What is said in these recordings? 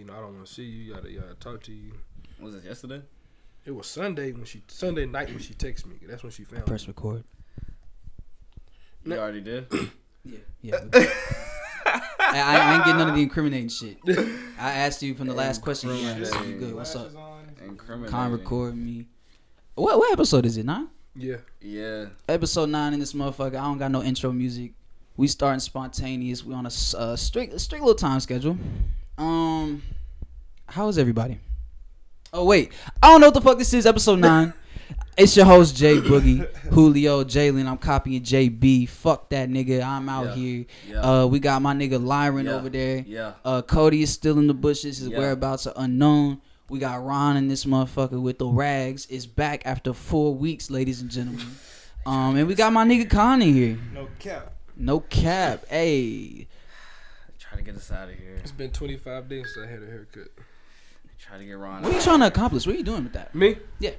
I don't want to see you. Yada yada. Talk to you. Was this yesterday? It was Sunday when she Sunday night when she texted me. That's when she I found. me. press record. You already did. Yeah. I, I, I ain't getting none of the incriminating shit. I asked you from the last question you asked. You good? What's up? Incriminating. Con record me. What what episode is it? Nine. Yeah. Yeah. Episode nine in this motherfucker. I don't got no intro music. We starting spontaneous. We on a s- uh, strict strict little time schedule. Um, how is everybody? Oh wait, I don't know what the fuck this is. Episode nine. It's your host Jay Boogie, Julio, Jalen. I'm copying JB. Fuck that nigga. I'm out Yeah. here. Yeah. Uh, we got my nigga Lyron Yeah. over there. yeah. Uh, Cody is still in the bushes. His Yeah. whereabouts are unknown. We got Ron and this motherfucker with the rags is back after four weeks, ladies and gentlemen. Um, and we got my nigga Con in here. No cap. No cap. Hey, Try to get us out of here. It's been 25 days since I had a haircut. Try to get Ron. what are you Out. trying to accomplish? What are you doing with that? Me? Yeah.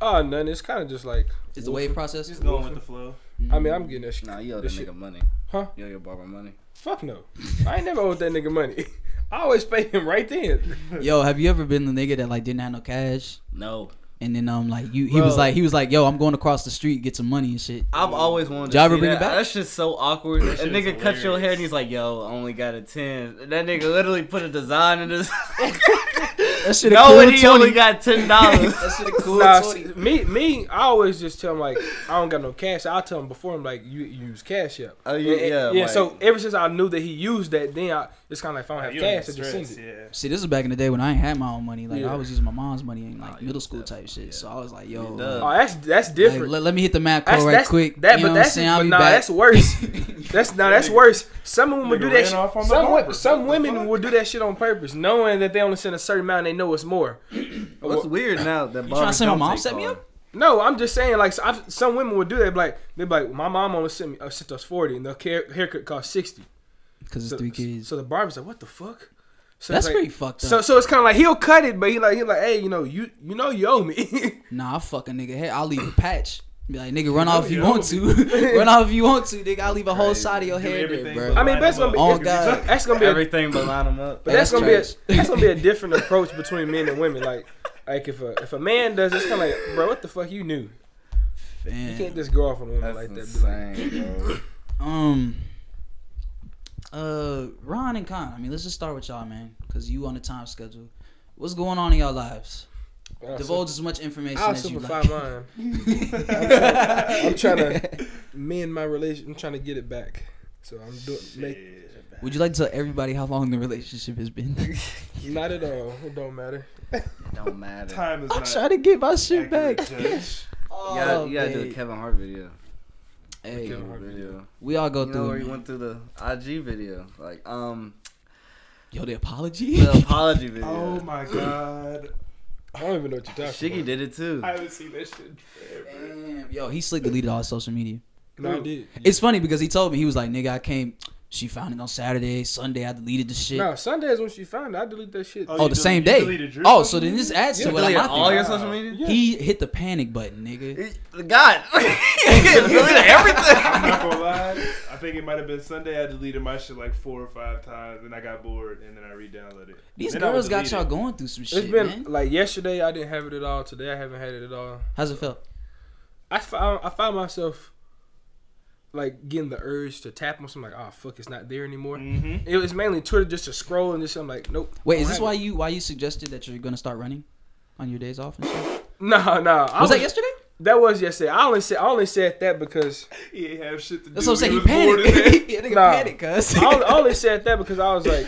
Oh, nothing. It's kind of just like. Is the wave process? Just going with the flow. I mean, I'm getting that shit. Nah, you owe that this shit- nigga money. Huh? You owe your barber money. Fuck no. I ain't never owed that nigga money. I always pay him right then. Yo, have you ever been the nigga that like didn't have no cash? No. And then um like you he Bro. was like he was like, Yo, I'm going across the street, get some money and shit. I've always wanted to Y'all ever see bring it that. back? That's just so awkward. That a shit nigga is cuts your hair hilarious. and he's like, "Yo, I only got a 10. And That nigga literally put a design in his. That shit no, and he only got ten dollars. That shit a cool Nah, twenty. s- me, me, I always just tell him like I don't got no cash. I'll tell him before I'm like you you use Cash App. Oh, yeah, And- and- yeah, Uh, yeah. like- so ever since I knew that he used that, then I, it's kind of like if I don't have You in cash, I just stress, send it. Yeah. See, this is back in the day when I ain't had my own money. Like Yeah. I was using my mom's money in Nah, like yeah, middle school type definitely, shit. yeah. So I was like, Yeah, yo, it like, does. Oh, that's that's different. like, let, let me hit the math code That's- right that's- quick. that- you but know what I'm that's- saying? I'll but be nah, back. that's worse. That's not. That's worse. Some women will Nigga do ran that. Shit. off on the Some, barber. wo- some What the women fuck? will do that shit on purpose, knowing that they only send a certain amount. and They know it's more. What's weird now that You tryna say my mom set me up? No, I'm just saying, like, so I've, some women would do that. Like, they'd be like, my mom only sent me, uh, sent us 40, and the care, haircut cost 60. because it's So, three kids. So the barber's like, what the fuck? So that's it's like, pretty fucked up. So, so it's kind of like, he'll cut it, but he like, he like, hey, you know, you you know you owe me. nah, I fuck a nigga head. I'll leave a patch. Be like, nigga, run off if you yo. want to. run off if you want to, nigga. I'll leave a whole crazy. side of your Do hair, there, everything bro. but I mean, line that's gonna them be, Oh, it's- God. that's gonna be a Everything but line him up. But that's, That's gonna trash. be a, that's gonna be a different approach between men and women. Like like if a if a man does, it's kind of like, bro, what the fuck you knew? You can't Man. just go off on a woman That's like that. Be like, insane, bro. Um. Uh, Ron and Con. I mean, let's just start with y'all, man, because you on the time schedule. What's going on in y'all lives? I'll Divulge as much information sim- I'll as you simplify like. mine. I'm trying to mend my relation. I'm trying to get it back. So I'm doing make, Shit. Would you like to tell everybody how long the relationship has been? not at all. It don't matter. It don't matter. Time is I'm not trying to get my shit accurate, back. Judge. Oh, You gotta, you gotta do a babe. Kevin Hart video. Hey, Kevin Hart video. we all go You know through. where it, he man. went through the IG video, like um Yo, the apology. the apology video. Oh my god. I don't even know what you're talking Shiggy about. did it too. I haven't seen that shit. Damn, yo, he slick deleted all his social media. No, I did. It's funny because he told me he was like, "Nigga, I came. She found it on Saturday. Sunday, I deleted the shit. No, Sundays when she found it, I delete that shit. oh, you the del- same you day. deleted your Oh, so social then this media? adds You to what I'm deleted all your thinking. social media? Yeah. He hit the panic button, nigga. God, deleted everything. I'm not gonna lie. I think it might have been Sunday. I deleted my shit like four or five times, and I got bored, and then I re-downloaded it. These Then I girls got deleted y'all it. going through some shit, It's been man. like yesterday. I didn't have it at all. Today I haven't had it at all. How's it felt? I found I found myself like getting the urge to tap on something like, oh fuck, it's not there anymore. Mhm. It was mainly Twitter just to scroll and just I'm like, nope. Wait, I is don't this have why it. you why you suggested that you're gonna start running on your days off and shit? No, no. I Was that yesterday? That was yesterday. I only said I only said that because Mm-hmm. He ain't have shit to do. That's what I'm saying. He was bored as hell. panicked. yeah, nigga Nah. panicked, cuz. I only, I only said that because I was like,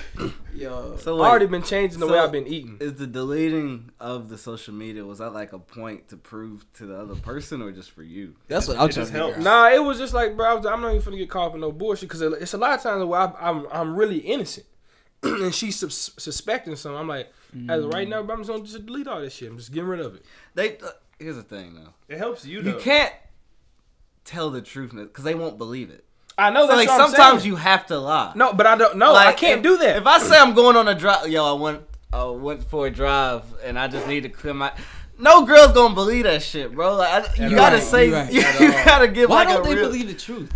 Yo. So I already wait, been changing the so- way I've been eating. is the deleting of the social media was that like a point to prove to the other person or just for you? That's what I'm It trying just to figure helps. out. Nah, it was just like, bro, I was, I'm not even gonna get caught up in no bullshit because it's a lot of times where I, I'm I'm really innocent and she's sus- suspecting something. I'm like, as of right now, bro, I'm just gonna just delete all this shit. I'm just getting rid of it. They uh, here's the thing though, It helps you. you Though. can't tell the truth because they won't believe it. I know So that's like what I'm sometimes saying. you have to lie. No, but I don't. No, Oh, I Like, can't if- do that. If I say I'm going on a drive, yo, I went, I went for a drive, and I just need to clear my. No girl's gonna believe that shit, bro. Like I, you At gotta all. say, You're right. you, At you all. gotta give Why like don't a they real. believe the truth?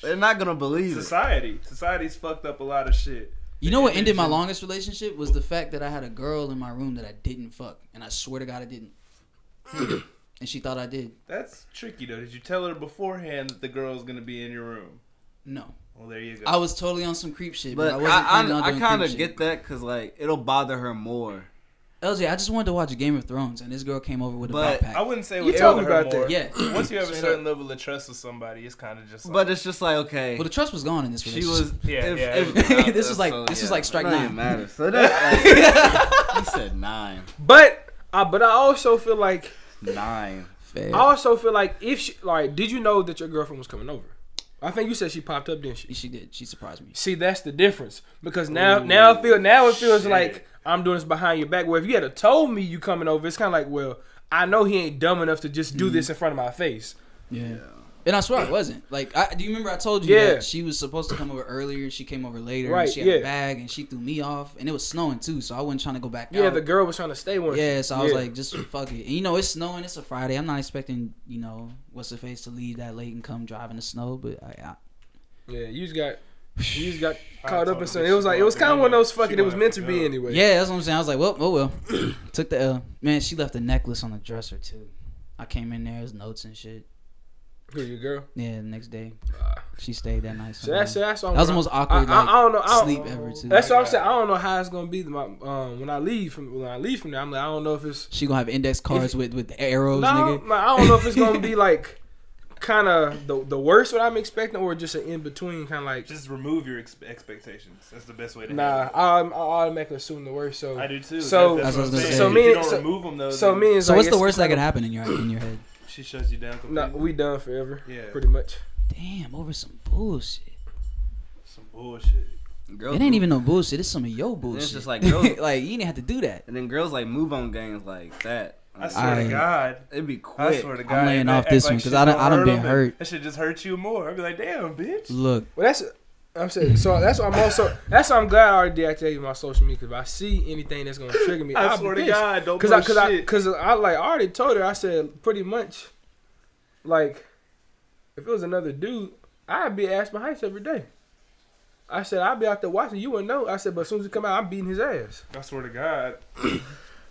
They're not gonna believe it. Society. Society's fucked up a lot of shit. You know what They ended my mentioned- longest relationship was the fact that I had a girl in my room that I didn't fuck, and I swear to God I didn't. and she thought I did. That's tricky though. Did you tell her beforehand that the girl's gonna be in your room? No, Well, there you go. I was totally on some creep shit, But but, I wasn't. I, planning on I, I doing kind of creep get shit. that because like it'll bother her more. LJ, I just wanted to watch Game of Thrones, and this girl came over with a But I backpack. wouldn't say You we told me her about that. more. yeah, Once you have a Straight certain level of trust with somebody, it's kind of just. Like, But it's just like okay, well, the trust was gone in this she relationship. was. Yeah, if, yeah, if- it was- uh, This was like- so, this was yeah, like strike it don't even nine. Matter. So that like, he said nine, But I but I also feel like nine. Fair. I also feel like if she like, did you know that your girlfriend was coming over? I think you said she popped up, didn't she? she did. She surprised me. See, that's the difference because now now it feel now it feels shit. like I'm doing this behind your back. Where if you had a told me you coming over, it's kind of like well. I know he ain't dumb enough to just do Mm. this in front of my face. Yeah. And I swear I wasn't. Like, I, do you remember I told you Yeah. that she was supposed to come over earlier and she came over later Right, and she had yeah. a bag and she threw me off and it was snowing too, so I wasn't trying to go back Yeah, out. the girl was trying to stay one. Um, yeah, so I was like, just fuck it. And you know, it's snowing. It's a Friday. I'm not expecting, you know, what's the face to leave that late and come driving the snow. But I, yeah, you just got, you just got I caught told up her in something. that It was she like it was wanted to kind of be one of there. those She uh, fucking. It was wanted meant to to go. be I anyway. yeah, that's what I'm saying. I was like, well, oh well. Took the L. Man, she left a necklace on the dresser too. I came in there, there's notes and shit. Who your girl? Yeah, the next day Ah. she stayed that night. So that's that's Mm. that was the most awkward I, I, like, I don't know. I don't, sleep ever too. That's Oh my what I'm saying. I God. don't know how it's gonna be my, um, when I leave from when I leave from there. I'm like, I don't know if it's She gonna have index cards with with arrows, no, nigga. like, I don't know if it's gonna be like kind of the the worst what I'm expecting or just an in between kind of like. just remove your ex- expectations. That's the best way to. Nah, handle I, I automatically assume the worst. So it. I do too. So- that's, that's what That's I'm what I was gonna saying. if say. you So don't me- remove them though. so then me and So what's the worst that could happen in your in your head? she shuts you down No, completely. we done forever, yeah, pretty much. Damn, over some bullshit. some bullshit. Girls It ain't do- even no bullshit. It's some of your bullshit. just like girls- like you didn't have to do that. And then girls like move on games like that. I swear I- to God. it'd be I quick. swear to I'm God. laying if off act this one, 'cause shit I done- don't I done hurt been 'em, hurt. That shoit just hurt you more. I'd be like, damn, bitch. Look, Well, that's I'm saying. So that's why I'm also that's why I'm glad I already deactivated my social media. 'cause if I see anything that's gonna trigger me, I I'll be swear to pissed. God, don't Cause do I, cause I, Oh, shit. cause I like I already told her. I said pretty much, like, if it was another dude, I'd be ass my heights every day. I said I'd be out there watching. You wouldn't know. I said, but as soon as he come out, I'm beating his ass. I swear to God.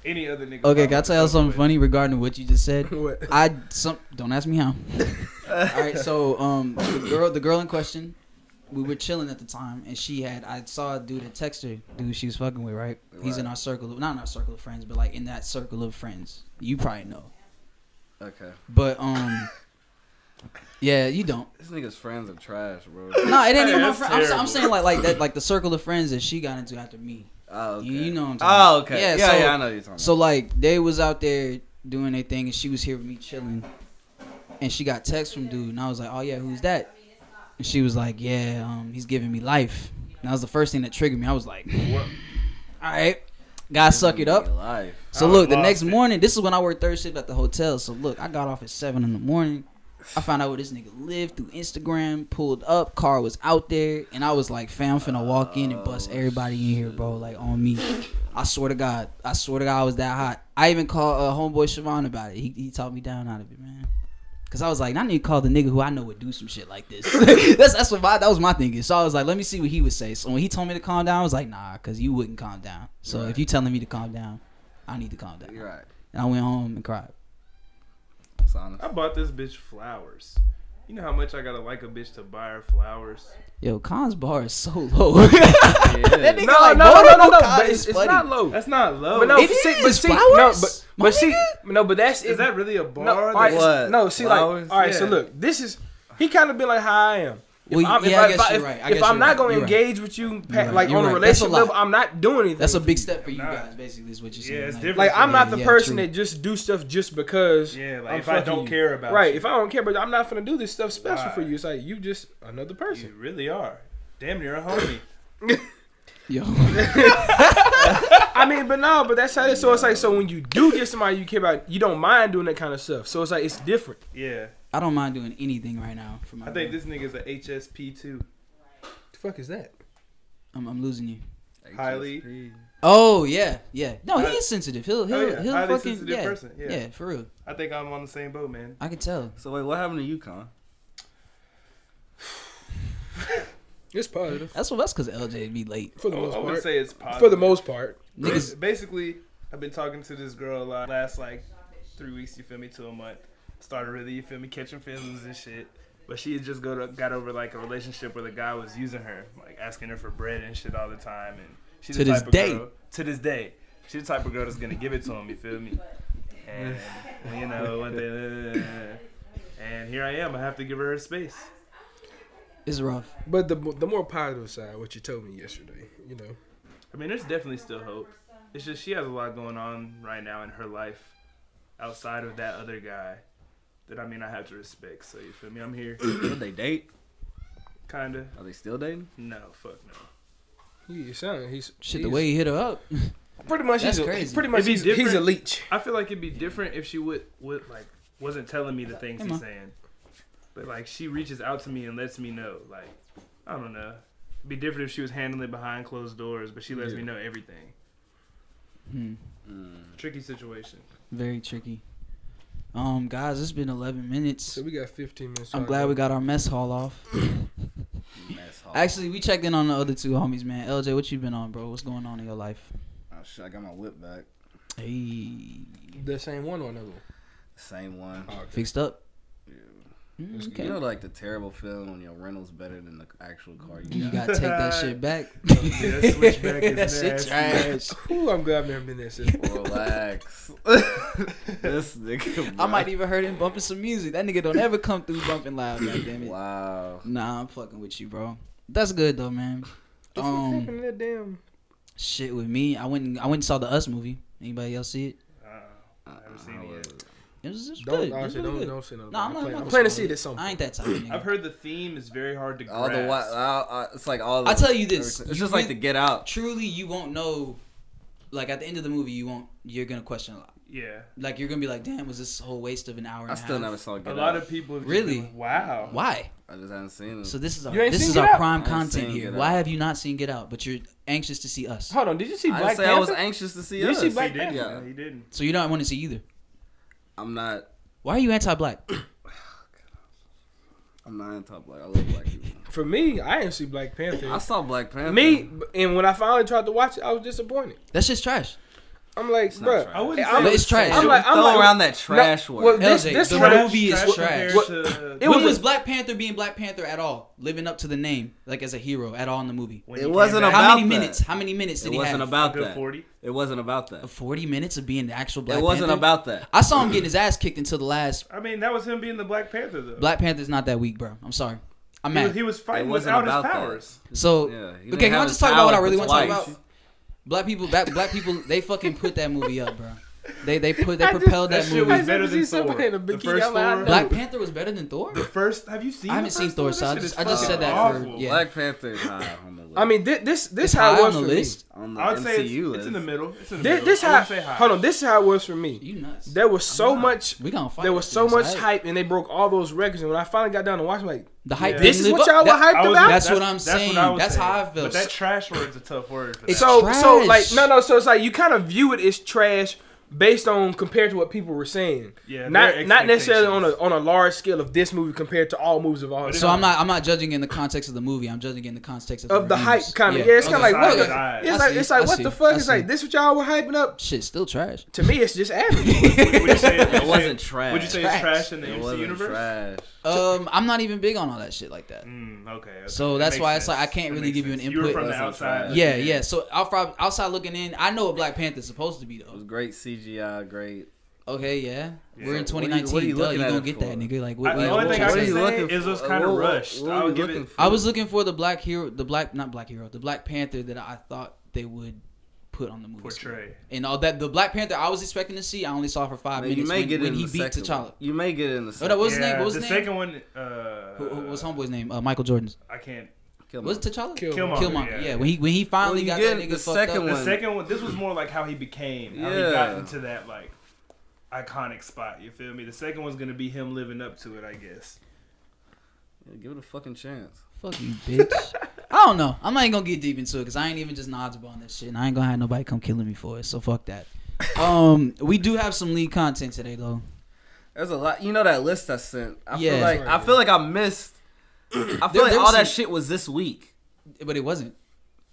Any other nigga. okay, I can I would tell y'all fuck something with. funny regarding what you just said? what? I some don't ask me how. All right, so um, the girl, the girl in question, we were chilling at the time, and she had I saw a dude that text her, dude she was fucking with, right? He's in our circle, of, not in our circle of friends, but like in that circle of friends. You probably know, Okay, but um, yeah, you don't. this nigga's friends are trash, bro. No, it ain't even my That's friend. I'm, sa- I'm terrible. saying like like that, like the circle of friends that she got into after me. Oh, okay. You, you know what I'm talking Oh, about. okay. Yeah, Yeah, yeah, so- I know what you're talking. So like they was out there doing their thing, and she was here with me chilling, and she got text from dude, and I was like, oh yeah, who's that? And she was like, yeah, um, he's giving me life. And that was the first thing that triggered me. I was like, all What? right, gotta about. suck it up. Life. So I look, the lost next it. morning, this is when I worked third shift at the hotel. So look, I got off at seven in the morning. I found out where this nigga lived through Instagram. Pulled up, car was out there, and I was like, "Fam, finna walk in and bust Oh, everybody in here, bro." Like on me, I swear to God, I swear to God, I was that hot. I even called uh, homeboy Siobhan about it. He he talked me down out of it, man. Cause I was like, I need to call the nigga who I know would do some shit like this. that's that's what my, that was my thinking. So I was like, let me see what he would say. So when he told me to calm down, I was like, nah, cause you wouldn't calm down. So Right. if you telling me to calm down, I need to calm down. You're right. And I went home and cried. It's honest. I bought this bitch flowers. You know how much I gotta like a bitch to buy her flowers. Yo, Khan's bar is so low. that Yeah, it nigga is. No, like, no, no, "Boy, no, no, that no. Khan But is it's, it's funny." not low. That's not low. but no, It see, is, but see, no, flowers? but, My but see, nigga. no, but that's is that really a bar? No, all right, that- What? no, see, Flowers? like, all right. So Yeah. look, this is he kind of been like how I am. If Well, I'm, if yeah, I I, guess if, I, you're if, right. I if guess I'm you're not right. gonna You're right. engage with you, pa- right. like You're on a right. That's a relationship lot. level, I'm not doing anything. That's a for big you. step for you Nah. guys, basically, is what you're Yeah, saying. it's like, different. Like I'm not Yeah, the yeah, person true. that just do stuff just because. Yeah, like I'm if I fucking don't you. care about Right, you, if I don't care, but I'm not gonna do this stuff special for Right. you. It's like you just another you person. really are. Damn near a homie. Yo, I mean, but no, but that's how it is. So it's like, so when you do get somebody you care about, you don't mind doing that kind of stuff. So it's like it's different. yeah, I don't mind doing anything right now for my. I think this nigga's a HSP too. The fuck is that? I'm, I'm losing you. Highly- HSP. Oh yeah, yeah. No, he I- is sensitive. He'll he'll Oh, yeah, he'll highly fucking sensitive yeah, person, yeah. yeah. for real. I think I'm on the same boat, man. I can tell. So wait, what happened to you, Con? It's positive That's what. That's because LJ be late. for the I would- most I would part. say it's positive. For the most part, Niggas, Bas- basically, I've been talking to this girl a lot last like three weeks. You feel me? To a month. Started really, you feel me, catching feelings and shit. But she had just go to, got over like a relationship where the guy was using her, like asking her for bread and shit all the time. And she's To the this type day. Of girl, to this day, she's the type of girl that's gonna give it to him. You feel me? And you know what the. And here I am. I have to give her her space. it's rough. but the the more positive side, what you told me yesterday, you know, I mean, there's definitely still hope. It's just she has a lot going on right now in her life outside of that other guy that I mean I have to respect. So you feel me? I'm here, Did they date? kinda. Are they still dating? No, fuck no. he you sound he's Shit, the he's- way he hit her up. pretty much That's he's crazy. A, pretty much It'd be he's, he's a different- leech. I feel like it'd be different if she would would like wasn't telling me the things Come on. he's saying, but like she reaches out to me and lets me know. Like I don't know. It'd be different if she was handling it behind closed doors, but she lets Yeah. me know everything. Hmm. Tricky situation. Very tricky. Um, guys, it's been 11 minutes. So we got 15 minutes. I'm glad we got our mess hall off. Mess hall. Actually, we checked in on the other two homies, man. LJ, what you been on, bro? What's going on in your life? Oh, shit, I got my whip back. Hey, the same one or another one. Same one. Oh, okay. fixed up. Yeah. Mm, You know, okay. like the terrible feeling when your rental's better than the actual car you You got. gotta take that shit back. That switchback is That shit trash. nasty. Ooh, I'm glad I've never been there. Since. Relax. this nigga. I bro. might even heard him bumping some music. That nigga don't ever come through bumping loud, goddamn it. Wow. Nah, I'm fucking with you, bro. That's good though, man. What Um, happened to that damn? Shit with me, I went. and- I went and saw the Us movie. Anybody else see it? Uh, I Uh, haven't seen I it yet. was- It was just Don't, good. It oh, was shit, really don't, good. don't say nothing. No, I'm I'm, not. playing, not I'm planning to gonna see this spoil it. something. I ain't that type of nigga. I've heard the theme is very hard to grasp. All the wa- uh, all, all, it's like all. The, I'll tell you this, It's you just like really- the Get Out. Truly, you won't know. Like at the end of the movie, you won't. You're gonna question a lot. Yeah. Like you're gonna be like, "Damn, was this a whole waste of an hour?" And I still a half? never saw Get A Out. lot of people have just Really? been, wow. Why? I just haven't seen it. So this is our You ain't this seen is Get our Out? prime I ain't content seen here. Get Why Out. have you not seen Get Out? But you're anxious to see us, Hold on, did you see I didn't Black say Panther? I was anxious to see You us. see Black He didn't. Yeah. He didn't. so you don't want to see either. I'm not. Why are you anti-black? I'm not into black. I love black people. For me, I didn't see Black I Panther. saw Black Panther. Me and when I finally tried to watch it, I was disappointed. That's just trash. I'm like, It's not bro, trash. I wouldn't Hey, I'm- say it's trash. I'm I'm like- I'm throw like- around that trash no, word. well, this, LJ, this the one- movie is trash. compared to- It when was- was Black Panther being Black Panther at all? Living up to the name, like as a hero at all in the movie? when It he came wasn't back, about How many that. minutes? How many minutes did it he wasn't have? Uh, about a good that. 40. It wasn't about that. Forty minutes of being the actual Black. it wasn't Panther? about that. I saw him getting his ass kicked until the last. I mean, that was him being the Black Panther, though. Black Panther's not that weak, bro. I'm sorry. I'm he, was, mad. he was fighting It wasn't without his about that. powers. So Yeah, he didn't okay, can have I his just talk about what I powers really but want to talk twice. about? Black people, black, black people, they fucking put that movie up, bro. They they put they I just- propelled that, That shit movie. was I've better never than seen somebody Thor. in a The bikini. first I'm like, I Thor. know. Black Panther was better than Thor. The first, have you seen? I haven't the seen first Thor, one? so That I shit just- is I just fucking said that for- awful. yeah. Black Panther is high on the list. I mean, thi- this this It's how high it was on for the me. list. on the I would say it's, MCU it's in the list. middle. It's in the Thi- middle. This I how wouldn't say high. hold on. This is how it was for me. You nuts? There was so not. much. we gonna fight. There was after so this, much alright? hype, and they broke all those records. And when I finally got down to watch, I'm like, The hype. Yeah. this didn't is live what up- y'all were that- hyped about. That's what I'm saying. was That's how I felt. But that trash word's a tough word. For It's that. so so like trash. no no so it's like you kind of view it as trash based on compared to what people were saying. Yeah, Not their not necessarily on a expectations. on a large scale of this movie compared to all movies of all But time. So I'm not. I'm not judging it in the context of the movie. I'm judging it in the context of of the hype reviews. kind of yeah. it's Of kind of the like what the, side. it's I like see, it's like I what see, the fuck I it's like see. this what y'all were hyping up Shit, still trash. to me it's just average. Would you say It wasn't trash. Would you say it's Trash. trash in the It MC wasn't universe? trash. Um, I'm not even big on all that shit like that. Mm, okay, okay. So That that's makes why it's like, I sense. can't That really makes give you sense. an You were input. from the That's outside. outside. looking Yeah, in. yeah. So outside, outside looking in, I know what Black Panther's supposed to be It was though. great CGI. Great. Okay, yeah. We're in Yeah. 2019. What are you- what are you looking duh, you at gonna it get that, for? nigga. Like, I- what, the like, only what thing you What are I can you trying to- say looking is for? it was kinda What- what- rushed. what I'll are you give it- looking for? I was looking for the black hero, the black not black hero, the Black Panther that I thought they would put on the movie. screen. Portray. And all that, the Black Panther I was expecting to see, I only saw for five Man, minutes when, when in he the beat second T'Challa. one. You may get it in the Oh, second. no, what was his name? What was the his name? second one? Uh, Who, who was homeboy's name? Uh, Michael Jordan's. I can't. Come Was on. it T'Challa? Killmonger. Killmonger, Killmonger. yeah. Yeah. When he when he finally you got get that nigga the fucked second up. The one. second one. This was more like how he became. How Yeah. he got into that like iconic spot. You feel me? The second one's gonna be him living up to it, I guess. Yeah, give it a fucking chance. Fuck you, bitch. I don't know. I'm not even gonna get deep into it because I ain't even just knowledgeable on this shit, and I ain't gonna have nobody come killing me for it. So fuck that. Um, we do have some lead content today though. There's a lot. You know that list I sent. I Yeah. feel like I feel like I missed. I feel There- like there all was that some- shit was this week. but it wasn't.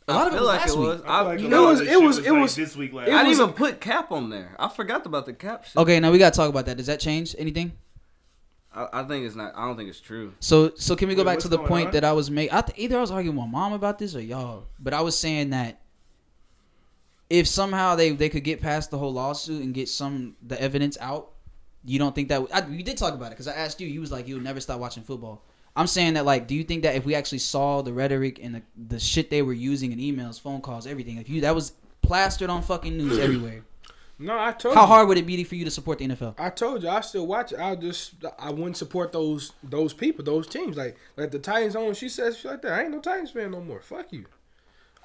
A I lot of it feel was like last it was. week. I, like you a know, lot was- of it this shit was- it like was- this week last. it I week. didn't was- even put cap on there. I forgot about the cap shit. Okay, now we gotta talk about that. Does that change anything? I, I think it's not. I don't think it's true. So so can we go Wait, back what's to the going point on? that I was making? I th- either I was arguing with my mom about this or y'all, but I was saying that if somehow they they could get past the whole lawsuit and get some the evidence out, you don't think that would- I, we did talk about it because I asked you. You was like you would never stop watching football. I'm saying that like, do you think that if we actually saw the rhetoric and the, the shit they were using in emails, phone calls, everything, if you that was plastered on fucking news everywhere, No, I told how you. hard would it be for you to support the NFL? I told you I still watch it. I just I wouldn't support those those people, those teams. Like like the Titans own. She says shit like that. I ain't no Titans fan no more. Fuck you.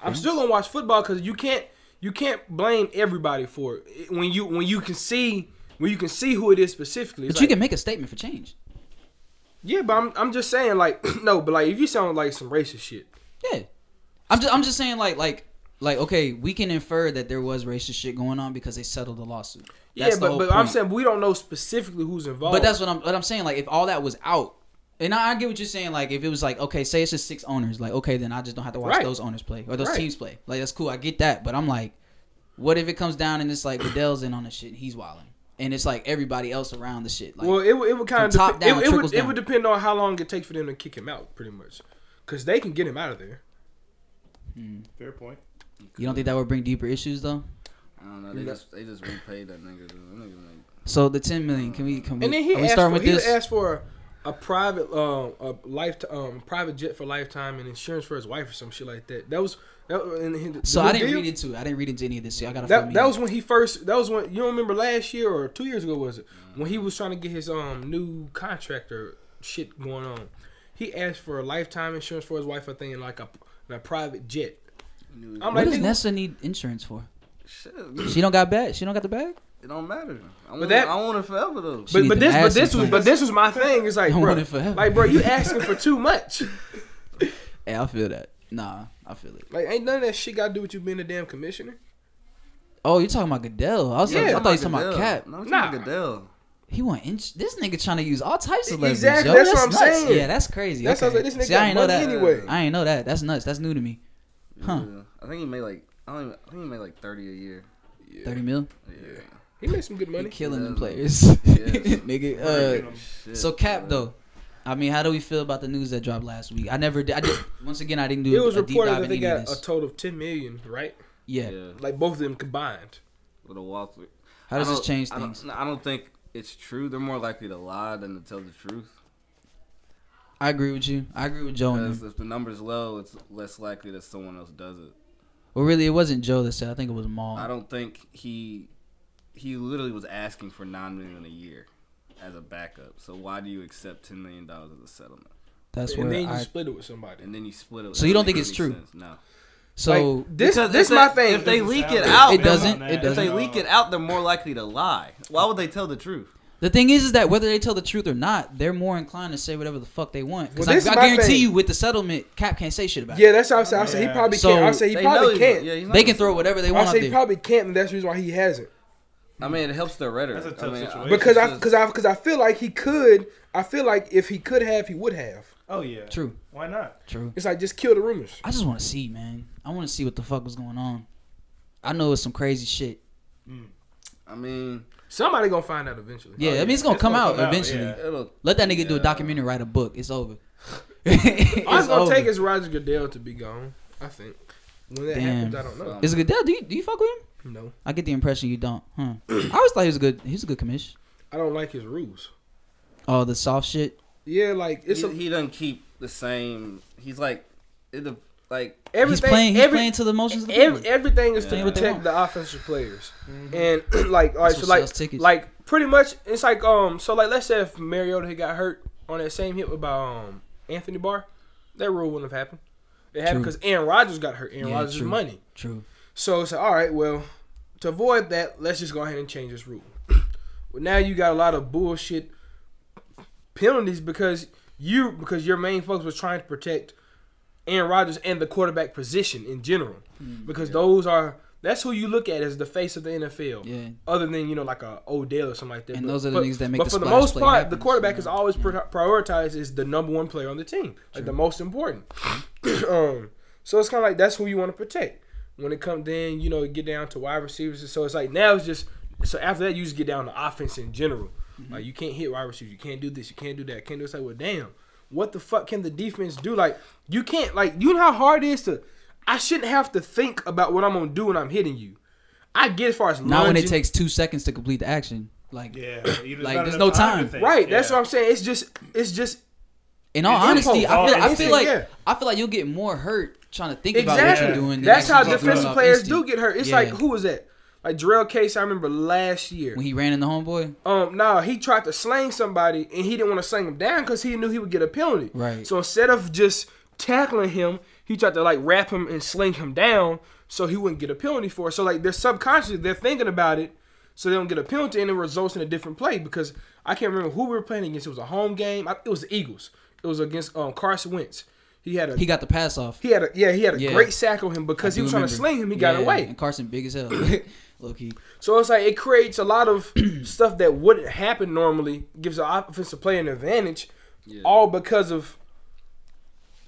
I'm Mm-hmm. still gonna watch football because you can't you can't blame everybody for it It- when you when you can see when you can see who it is specifically. But It's you like- can make a statement for change. yeah, but I'm I'm just saying like no, but like if you sound like some racist shit, Yeah, I'm just I'm just saying like like like okay, we can infer that there was racist shit going on because they settled the lawsuit. That's yeah, the but whole but I'm point. saying we don't know specifically who's involved. but that's what I'm what I'm saying. Like if all that was out, and I, I get what you're saying. Like if it was like okay, say it's just six owners, like okay, then I just don't have to watch Right. those owners play or those Right. teams play. Like that's cool, I get that. But I'm like, what if it comes down and it's like Goodell's in on the shit, and he's wilding, and it's like everybody else around the shit. Like well, it, would- it would kind of top down, it, it trickles would it down. would depend on how long it takes for them to kick him out, pretty much, because they can get him out of there. Fair point. you don't think that would bring deeper issues though? I don't know. They No. just they just repaid that nigga. That nigga like, So the ten million, can we can we, And then he are we asked starting for, with he this? asked for a, a private um a life um private jet for lifetime and insurance for his wife or some shit like that. That was that was- and he- so the I didn't deal- read into it. I didn't read into any of this. So I gotta. fill That, me that in. was when he first. That was when you don't remember last year or two years ago was it when he was trying to get his um new contractor shit going on. He asked for a lifetime insurance for his wife, I think, and like a, a private jet. you knew he I'm like, was- What does nigga- Nessa need insurance for? shit. She don't got bag. She don't got the bag. It don't matter. I want, that- I want it forever though. She But, need but to this but ask this him was for but this was my thing. It's like I bro, want it forever. like bro, you asking for too much. Yeah, I feel that. Nah, I feel it. Like ain't none of that shit got to do with you being a damn commissioner. Oh, you talking about Goodell? I was like, Yeah. I thought you was talking about Cap. No, I'm Nah. talking about Goodell. He want inch. This nigga trying to use all types of leverage. Exactly, yo. that's what I'm nuts. saying. Yeah, that's crazy. That's okay. how I was like, this nigga See, I ain't got know money that. anyway. I ain't know that. That's nuts. That's new to me. Huh. Yeah. I think he made like I don't even. I think he made like thirty a year. Thirty mil. Yeah. He made some good You money. killing them Yeah. players, nigga. Uh, Shit, so Cap man. though. I mean, how do we feel about the news that dropped last week? I never did. I did once again, I didn't do It was a deep reported dive that they in any of got a this. total of ten million, right? yeah. Yeah. Like both of them combined. With a walkthrough. How does I this don't- change I don't- things? no, I don't think it's true. They're more likely to lie than to tell the truth. I agree with you. I agree with Joe. and them. Because if the number's low, it's less likely that someone else does it. Well, really, it wasn't Joe that said. I think it was Maul. I don't think he he literally was asking for nine million a year as a backup. So why do you accept ten million dollars as a settlement? That's and where then you I. split it with somebody. And then you split it. So you It don't doesn't think make it's any true? sense. No. so like, this Because this if my they- thing. If they Doesn't leak sound it like out, it. It they'll- doesn't- it If they doesn't. leak it out, they're more likely to lie. Why would they tell the truth? the thing is, is that whether they tell the truth or not, they're more inclined to say whatever the fuck they want. Because Well, this I, is I my guarantee thing. you, with the settlement, Cap can't say shit about yeah, it. that's how I said. I said he Yeah. probably So, can't. I said he They know probably he's- can't. yeah, he's not They gonna can say throw it. whatever they I want out say he there. probably can't, and that's the reason why he hasn't. I mean, it helps their rhetoric. That's a tough I mean, situation. Because I it's because I because I feel like he could. I feel like if he could have, he would have. Oh yeah. true, Why not? true. It's like just kill the rumors. I just want to see, man. I want to see what the fuck was going on. I know it's some crazy shit. I mean, Somebody gonna find out eventually. Yeah, Oh, yeah. I mean, it's gonna It's come gonna out come out, eventually. yeah. it'll Let that nigga do a Yeah. documentary, write a book. It's over. All it's it's gonna over. take is Roger Goodell to be gone. I think. When that Damn. happens, I don't know. So- Is it Goodell? Do you do you fuck with him? No, I get the impression you don't. Huh. I always thought he was a good. He's a good commish. I don't like his rules. Oh, the soft shit. Yeah, like it's he, a, he doesn't keep the same. He's like, it, de- like everything. he's playing. He's every- playing to the emotions of the people. Ev- everything is to Playing what they protect want. Mm-hmm. the offensive players, and like, all right, That's so what like, sells tickets. like pretty much, it's like, um, so like, let's say if Mariota had got hurt on that same hit by um Anthony Barr, that rule wouldn't have happened. It happened True. because Aaron Rodgers got hurt. Aaron Yeah, Rodgers is true. money. True. So it's like, all right, well, to avoid that, let's just go ahead and change this rule. well, now you got a lot of bullshit penalties because you because your main focus was trying to protect Aaron Rodgers and the quarterback position in general because those are that's who you look at as the face of the NFL. Yeah. Other than you know like a Odell or something like that. And those are the niggas that make But the for the splash most play part, the happen, quarterback you is know, always yeah. pri- prioritized as the number one player on the team, like the most important. um, So it's kind of like that's who you want to protect. When it comes then, you know, get down to wide receivers. So it's like now it's just so after that you just get down to offense in general. Mm-hmm. Like you can't hit wide receivers, you can't do this, you can't do that, can't do this. Like, well, damn, what the fuck can the defense do? Like you can't like you know how hard it is to. I shouldn't have to think about what I'm gonna do when I'm hitting you. I get as far as Not when it lunging- takes two seconds to complete the action. Like, Yeah, Like, there's no time. right. That's what I'm saying. It's just it's just in all It's honesty, I impulse. feel, I It's feel it, like yeah. I feel like you'll get more hurt trying to think about what Exactly. you're doing. than That's how actually just defensive going off players do instinct. get hurt. It's Yeah. like who was that? Like Jarrell Case, I remember last year. when he ran in the homeboy. Um, nah, he tried to slang somebody and he didn't want to slang him down because he knew he would get a penalty. Right. So instead of just tackling him, he tried to like wrap him and sling him down so he wouldn't get a penalty for it. So like they're subconsciously they're thinking about it so they don't get a penalty and it results in a different play because I can't remember who we were playing against. It was a home game. I, it was the Eagles. It was against um, Carson Wentz. He had a He got the pass off. he had a yeah, he had a Yeah. great sack on him because I he do was trying to remember. sling him. He got Yeah, away. And Carson big as hell, low key. So it's like it creates a lot of stuff that wouldn't happen normally. Gives the offensive player an advantage, all because of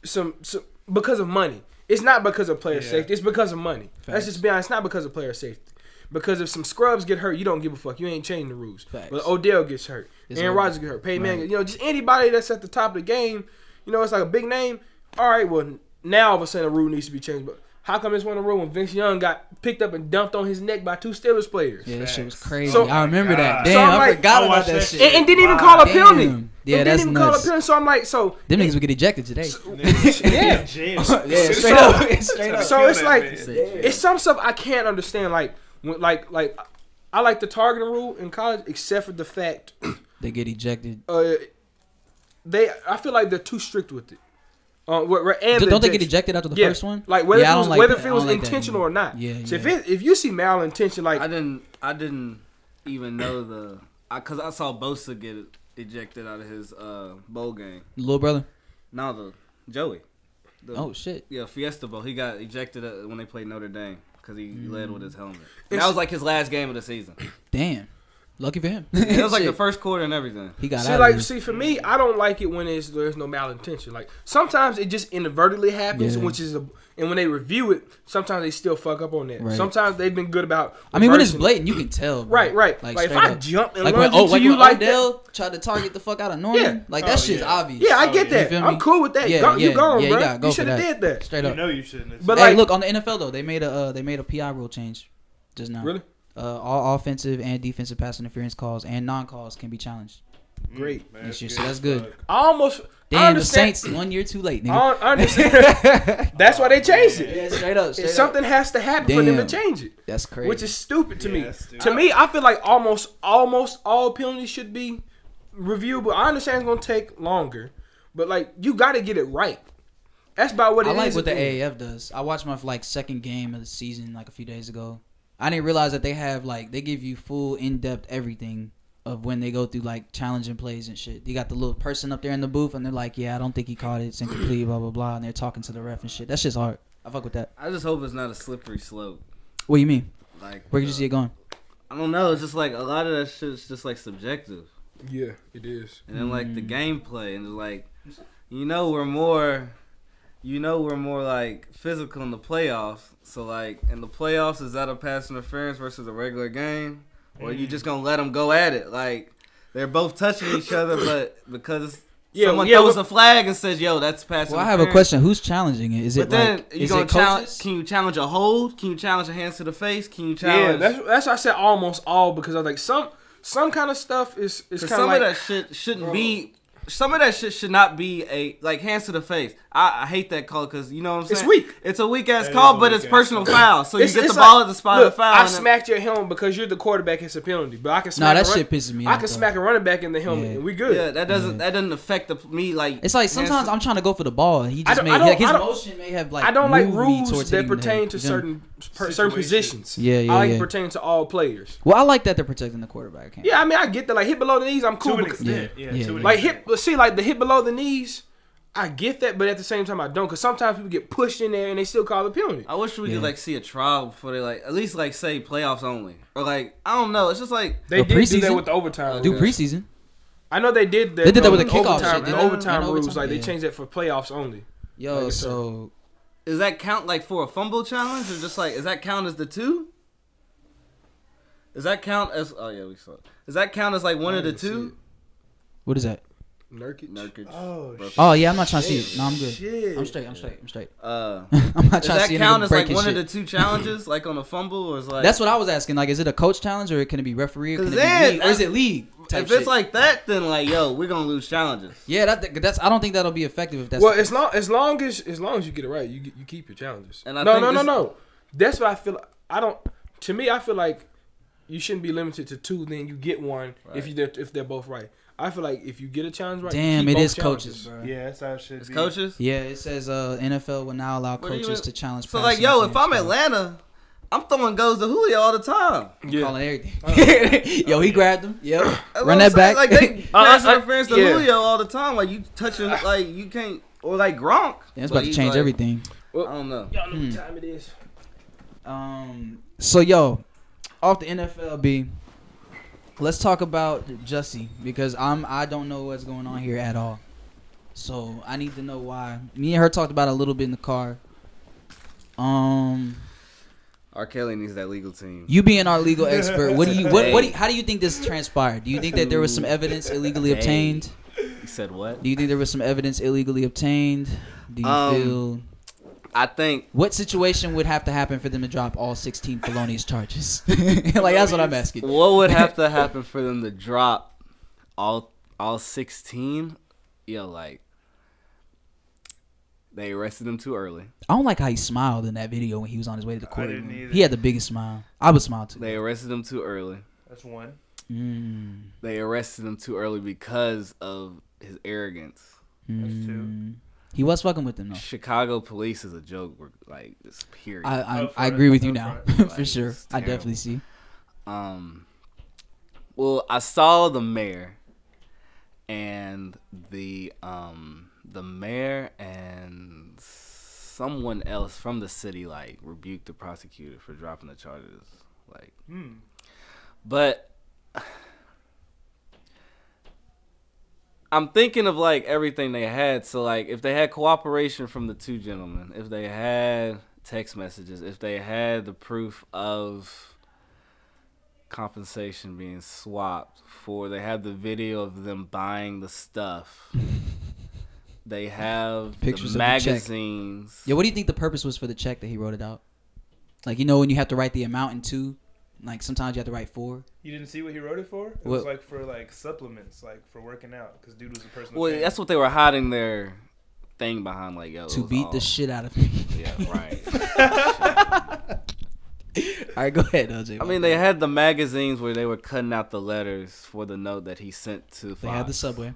some, some because of money. It's not because of player Yeah. safety. It's because of money. Facts. Let's just be honest. It's not because of player safety. Because if some scrubs get hurt, you don't give a fuck. You ain't changing the rules. Facts. But Odell gets hurt. It's Aaron over. Rodgers get hurt. Peyton Manning. Right. You know, just anybody that's at the top of the game. You know, it's like a big name. All right, well now all of a sudden the rule needs to be changed. But how come it's one of the rule when Vince Young got picked up and dumped on his neck by two Steelers players? Yeah, that shit was Facts. crazy. So- I remember that. God. Damn, So I'm I like- forgot I about watched that that shit. and, and didn't even Wow. call a Damn. penalty. Yeah, and didn't that's even call a nuts. penalty. So I'm like, so Them niggas would get ejected today. Yeah. yeah, straight so- up, straight up. so it's like Yeah. it's some stuff I can't understand. Like when, like like I like the targeting rule in college, except for the fact They get ejected. uh, they I feel like they're too strict with it. Uh, where- where- and the Don't they get ejection. ejected after the Yeah. first one? Like whether Yeah, I it was, don't like whether that. if it I was don't like that intentional or not. Yeah, So if yeah. it, if you see malintention, like I didn't. I didn't even know the. I Because I saw Bosa get ejected out of his uh, bowl game. Little brother. Now the Joey. The, Oh shit. Yeah, Fiesta Bowl. He got ejected uh, when they played Notre Dame because he Mm. led with his helmet. And It's- that was like his last game of the season. Damn. Lucky for him. It was like the Shit. first quarter and everything. He got See, out. like, of there. see, for me, I don't like it when it's, there's no malintention. Like, sometimes it just inadvertently happens, Yeah. which is, a, and when they review it, sometimes they still fuck up on that. Right. Sometimes they've been good about. I mean, when it's reversing it. blatant, you can tell. bro. Right, right. Like, if straight I jump and like lunge when, oh, into like you when like Odell tried to target the fuck out of Norman. Yeah. Like Oh, that shit's yeah. obvious. Yeah, I Oh, get yeah. that. You feel I'm me? cool with that. Yeah, Go- you yeah, gone, yeah, you bro. gotta You, go for should have did that. that. Straight You up. know you shouldn't. have- But hey, like- look on the NFL though, they made a uh, they made a PI rule change just now. Really? Uh, all offensive and defensive pass interference calls and non calls can be challenged. Mm, Great. man, This year, that's so that's good. Fuck. I almost. I Damn, the understand- Saints one year too late, I nigga. don't understand. That's why they changed it. yeah, straight up. Straight up. Something has to happen for them Damn. to change it, That's crazy. which is stupid to Yeah, me. that's stupid. To me, I feel like almost almost all penalties should be reviewed, but I understand it's gonna take longer. But like, you got to get it right. That's about what it I is. like what the to me. AAF does. I watched my like second game of the season like a few days ago. I didn't realize that they have like they give you full in depth everything of when they go through like challenging plays and shit. They got the little person up there in the booth and they're like, "Yeah, I don't think he caught it. It's incomplete." Blah blah blah. And they're talking to the ref and shit. That shit's hard. I fuck with that. I just hope it's not a slippery slope. What do you mean? Like Where could uh, you see it going? I don't know. It's just like a lot of that shit's just like subjective, Yeah, it is. and then like the Mm. gameplay, and it's like, you know, we're more, you know, we're more like physical in the playoffs. So like in the playoffs, is that a pass interference versus a regular game, or Mm. you just gonna let them go at it? Like they're both touching each other, but because it's, Yeah, someone yeah, throws but- a flag and says, "Yo, that's pass." Well, I have a interference. question. Who's challenging it? Is it But then like you is gonna it challenge? coaches? Can you challenge a hold? Can you challenge a hands to the face? Can you Yeah, challenge? that's that's why I said almost all because I was like some some kind of stuff is is 'Cause kind of some like of that shit shouldn't be. Some of that shit should not be a like hands to the face. I, I hate that call because you know what I'm It's saying. weak. It's a weak ass That call, is a but it's weak-ass personal call. foul. So It's- you get it's the ball like, at the spot look, of foul. I and then- smacked your helmet because you're the quarterback. It's a penalty, but I can No, smack. that a run- shit pisses me I off. can though. smack a running back in the helmet, Yeah. and we good. yeah, that doesn't Yeah. that doesn't affect the me like. It's like hands to- sometimes I'm trying to go for the ball. and He just don't- may I don't- like, his I don't- motion may have like I don't like moved me rules towards that hitting the- pertain to you feel me? certain per, certain Situations. positions. Yeah, yeah, I like it yeah. pertain to all players. Well, I like that they're protecting the quarterback. I can't- Yeah, I mean, I get that. Like hit below the knees, I'm cool. To an Because, extent, Yeah, yeah. yeah, to an yeah. like extent. hit, but see, like the hit below the knees, I get that, but at the same time, I don't. Because sometimes people get pushed in there and they still call it penalty. I wish we Yeah. could like see a trial before they like at least like say playoffs only or like I don't know. It's just like They But did do that preseason? with the overtime. Do rules. preseason. I know they did. They did that with the overtime, kickoff shit, The didn't they? overtime And rules, overtime, like yeah. they changed that for playoffs only. Yo, Like, so Does that count like for a fumble challenge, or just like is that count as the two? Does that count as? Oh yeah, we saw. It. Does that count as like one I of the didn't see two? What is that? Nurkic. Nurkic. Uh, Oh, Burp. Oh yeah, I'm not trying to see it. shit. No, I'm good. Shit. I'm straight. I'm straight. I'm straight. Uh, I'm not does trying to that see a count nigga as like breaking one shit. of the two challenges, like on a fumble, or is like That's what I was asking. Like, is it a coach challenge or can it be referee? Or, can it 'Cause be then- league, or is it league? Type if it's shit? like that, then like yo, we're gonna lose challenges. yeah, that, that's. I don't think that'll be effective if that's. well, as long as long as as long as you get it right, you get- you keep your challenges. And I no, think no, no, this- no. That's what I feel. I don't. To me, I feel like you shouldn't be limited to two. Then you get one if Right. you they're, if they're both right. I feel like if you get a challenge right, you damn, keep it both is coaches, challenges. bro. Yeah. Yeah, that's how it should It's be. coaches. it says uh, NFL will now allow What do you coaches mean? to challenge. So like passing yo, if I'm offense, bro. Atlanta, I'm throwing goes to Julio all the time. Yeah. calling everything. yo, he grabbed him. Yep. That's Run what I'm that back. Like they Uh, pass uh, interference to yeah. Julio all the time. Like you touch your like you can't or like Gronk. Yeah, it's But about to he's, change like, everything. I don't know. Y'all know Hmm. what time it is. Um. So yo, off the NFL B. Let's talk about Jussie because I'm I don't know what's going on here at all. So I need to know why. Me and her talked about it a little bit in the car. Um, R. Kelly needs that legal team. you being our legal expert, what do you what what? Do you, how do you think this transpired? Do you think that there was some evidence illegally Dang. obtained? You said what? Do you think there was some evidence illegally obtained? Do you Um, feel I think what situation would have to happen for them to drop all 16 felonious charges? like that's what I'm asking. what would have to happen for them to drop all all sixteen? Yo, like they arrested him too early. I don't like how he smiled in that video when he was on his way to the I court. didn't either. He had the biggest smile. I would smile too. They arrested him too early. That's one. Mm, They arrested him too early because of his arrogance. That's two. mm. He was fucking with them though. Chicago police is a joke. We're like this period. I I, Up I front, agree with you up now front. for sure. It's I terrible. definitely see. um, well, I saw the mayor and the um the mayor and someone else from the city like rebuked the prosecutor for dropping the charges. Like, Hmm. but I'm thinking of like everything they had. So like if they had cooperation from the two gentlemen, if they had text messages, if they had the proof of compensation being swapped for they have the video of them buying the stuff. they have Pictures the of the check. magazines. Yeah, what do you think the purpose was for the check that he wrote it out? Like you know when you have to write the amount in two, like sometimes you have to write four. You didn't see what he wrote it for? It What? was like for like supplements, like for working out, because dude was a personal. well, trainer. that's what they were hiding their thing behind like yo it to was beat all- the shit out of me. Yeah, right. All right, go ahead, LJ. I mean, they had the magazines where they were cutting out the letters for the note that he sent to. Fox. they had the subway.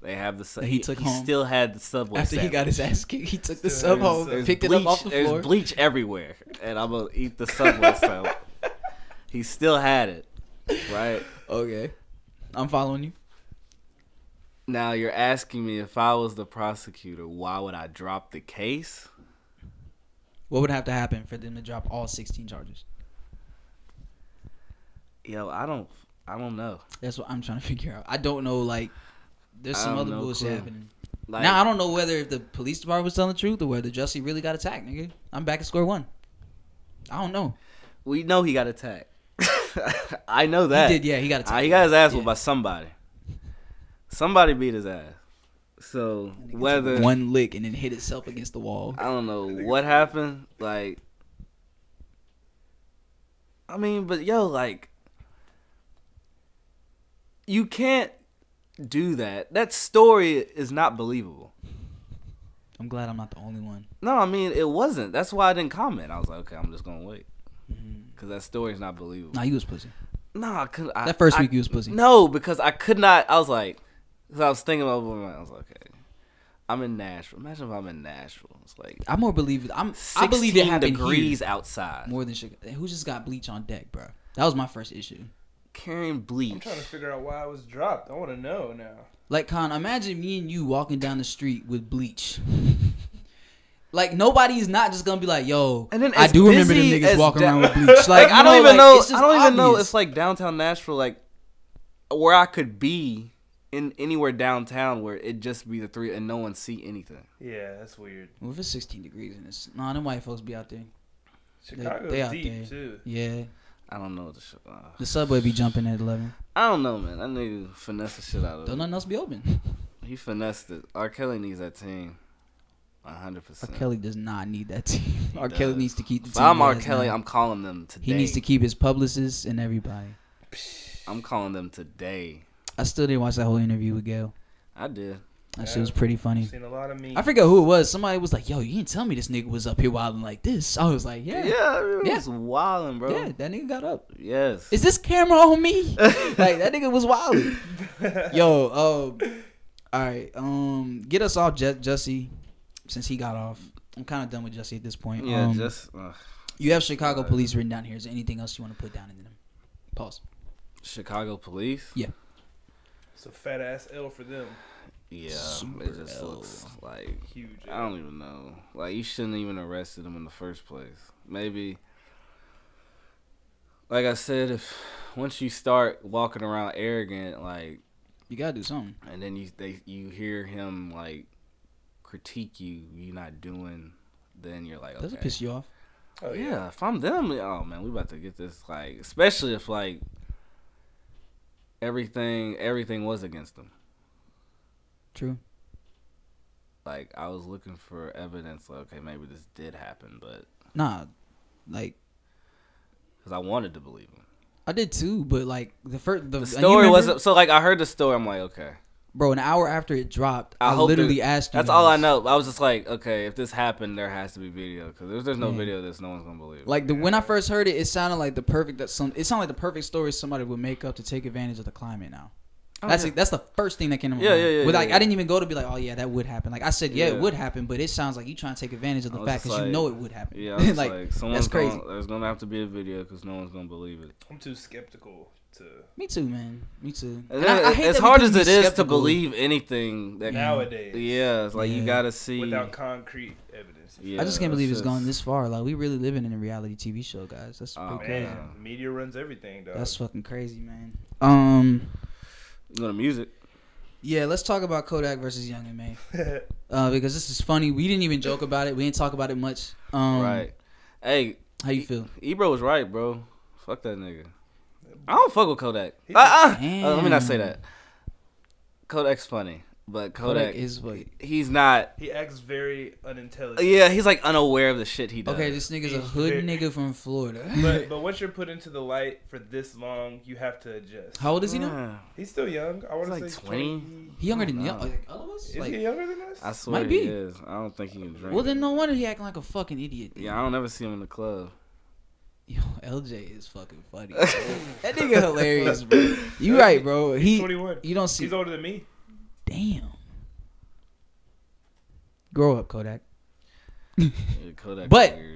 They have the. Su- that he he took he home still had the subway. After he sandwich. got his ass kicked, he took the sub Still had his home, sub. picked it bleach, up off the floor. There's bleach everywhere, and I'm gonna eat the subway sandwich. He still had it, right? Okay, I'm following you. Now you're asking me if I was the prosecutor, why would I drop the case? What would have to happen for them to drop all 16 charges? Yo, I don't, I don't know. That's what I'm trying to figure out. I don't know. Like, there's I some have other no bullshit clue. happening. Like, now I don't know whether if the police department was telling the truth or whether Jussie really got attacked, nigga. I'm back at square one. I don't know. we know he got attacked. I know that. He did, yeah. He got attacked. Uh, he got his ass Yeah. whooped by somebody. Somebody beat his ass. So Nigga took whether one lick and then hit itself against the wall. I don't know what happened, like I mean, but yo, like you can't do that. That story is not believable. I'm glad I'm not the only one. No, I mean it wasn't. That's why I didn't comment. I was like, okay, I'm just gonna wait Mm. because that story is not believable. Nah, you was pussy. Nah, cause I, That first I- week you was pussy. No, because I could not. I was like, because I was thinking about it, I was like, okay, I'm in Nashville. Imagine if I'm in Nashville. It's like I more believe I'm. I 16 believe it happened degrees here outside. more than Chicago. Who just got bleach on deck, bro? That was my first issue. Carrying I'm bleach. trying to figure out why I was dropped. I want to know now. Like, Con, imagine me and you walking down the street with bleach. like, nobody is not just gonna be like, "Yo, And then I as do remember them busy niggas as walking da- around with bleach." Like, I you don't even like, know. it's just I don't even know. obvious. It's like downtown Nashville, like where I could be in anywhere downtown where it just be the three and no one see anything. Yeah, that's weird. Well, if it's 16 degrees and it's nah, them white folks be out there. Chicago's they out deep there. too. Yeah, I don't know what the shit. Uh, the subway be jumping at 11. I don't know, man. I need to finesse the shit out of Don't it. nothing else be open. He finessed it. R. Kelly needs that team. A hundred R. percent. Kelly does not need that team. R. Kelly does. needs to keep the If team. I'm he R. has Kelly, now. I'm calling them today. He needs to keep his publicists and everybody. I'm calling them today. I still didn't watch that whole interview with Gail. I did. That Yeah. shit was pretty funny. I've seen a lot of me. I forget who it was. Somebody was like, "Yo, you didn't tell me this nigga was up here wilding like this." I was like, "Yeah, yeah, Yeah, it Yeah. was wildin', bro. that nigga got up. Yes. Is this camera on me? like that nigga was wilding." Yo, um, all right, um, get us off Je- Jesse since he got off. I'm kind of done with Jesse at this point. yeah, um, just uh, you have Chicago God. Police written down here. Is there anything else you want to put down into them? Pause. Chicago police. It's a fat ass L for them. Yeah, Super it just L. looks like Huge. I don't even know. Like you shouldn't even arrested him in the first place. Maybe, like I said, if once you start walking around arrogant, like, You gotta do something. and then you they you hear him like critique you, you not doing, then you're like, Doesn't okay, piss you off. Oh, yeah. If I'm them, oh man, we about to get this. Like, especially if like everything everything was against them. True. like I was looking for evidence. Like, okay, maybe this did happen, but Nah, like because I wanted to believe him. I did too, but like the first The the, and you story remember- wasn't so. Like I heard the story, I'm like, okay, bro. An hour after it dropped, I I, hope literally there- asked you. that's all I guys. know. I was just like, okay, if this happened, there has to be video because if there's no Yeah. video, this no one's gonna believe. it. Like the when I first heard it, it sounded like the perfect that some. It sounded like the perfect story somebody would make up to take advantage of the climate now. Oh, that's yeah. that's the first thing that came to my Yeah, mind. yeah, yeah, With, like yeah, I yeah. didn't even go to be like, oh yeah, that would happen. Like I said, yeah, Yeah. it would happen, but it sounds like you trying to take advantage of I the was fact just because you like- know it would happen. yeah, I was like, someone's that's crazy. Gonna, there's gonna have to be a video because no one's gonna believe it. I'm too skeptical to Me too, man. Me too. And And I- I it- hate as that we hard as couldn't it be is to skeptical. believe anything, that Mm. nowadays. yeah, it's like you Yeah. gotta see. Without concrete evidence. yeah, I just can't believe it's just- gone this far. Like we really living in a reality TV show, guys. That's Oh, pretty Man, crazy. Yeah. the media runs everything, dog. That's fucking crazy, man. Um, Go to music. yeah, let's talk about Kodak versus Young and May uh, because this is funny. We didn't even joke about it. We didn't talk about it much. Um, right. Hey, How you feel? Ebro was right, bro. Fuck that nigga. I don't fuck with Kodak. He- Uh, uh, let me not say Damn. that. Kodak's funny, but Kodak, Kodak is what? he's not. he acts very unintelligent. Yeah, he's like unaware of the shit he does. Okay, this nigga's a He's hood very- nigga from Florida. But but once you're put into the light for this long, you have to adjust. How old is he now? He's still young. I want to He's like say 20. He younger than young, Nah. like all of us. Is he Like, younger than us? I swear Might he be. is. I don't think he can drink. well, then no wonder he acting like a fucking idiot. then. Yeah, I don't ever see him in the club. Yo, LJ is fucking funny. bro. that nigga hilarious, bro. You right, bro. He He's 21. you don't see. He's older than me. Damn. Grow up, Kodak. Yeah, Kodak. But- weird.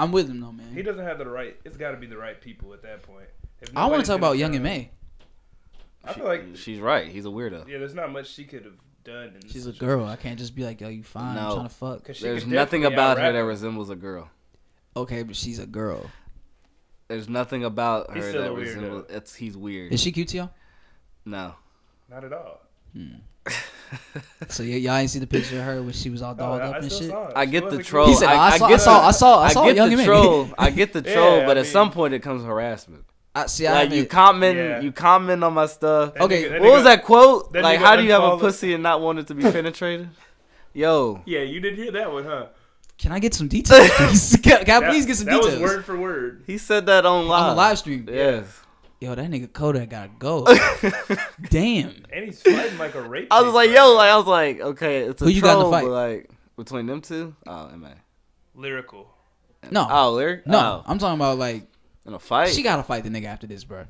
I'm with him though, He man. doesn't have the right. It's got to be the right people at that point. If Mm. I want nobody's to talk gonna about Young and tell- May. I She- feel like she's right. He's a weirdo. yeah, there's not much she could have done. In this She's a situation. girl. I can't just be like, yo, you fine? No. I'm trying to fuck. 'Cause she There's could nothing definitely about her outrap that him. resembles a girl. Okay, but she's a girl. There's nothing about He's her still that a weirdo. resembles. It's he's weird. Is she cute to y'all? no. Not at all. So y- y'all ain't see the picture of her when she was all dolled Oh, I- up I and still shit. saw her. I She get was the a troll. He said, "Oh, "I saw- I get saw- I saw- I saw get Young the and Me." troll. I get the troll, Yeah, but I at some mean- point it comes harassment. I see. I like you haven't- comment, Yeah. you comment on my stuff. That Okay, nigga- what was nigga- that quote? that like, nigga how do you have a unfollowed- pussy and not want it to be penetrated? Yo, Yeah, you didn't hear that one, huh? Can I get some details? please? can can I That- please get some that details? was word for word. he said that on live. On the live stream. Yes. Yo, that nigga Kodak gotta go. Damn. And he's fighting like a rapist. I was like, right yo, now. like I was like, okay, it's a Who you got in the troll, but fight? like between them two, oh, am I? lyrical. No. Oh, lyric? No, Oh, I'm talking about like in a fight. she gotta fight the nigga after this, bro.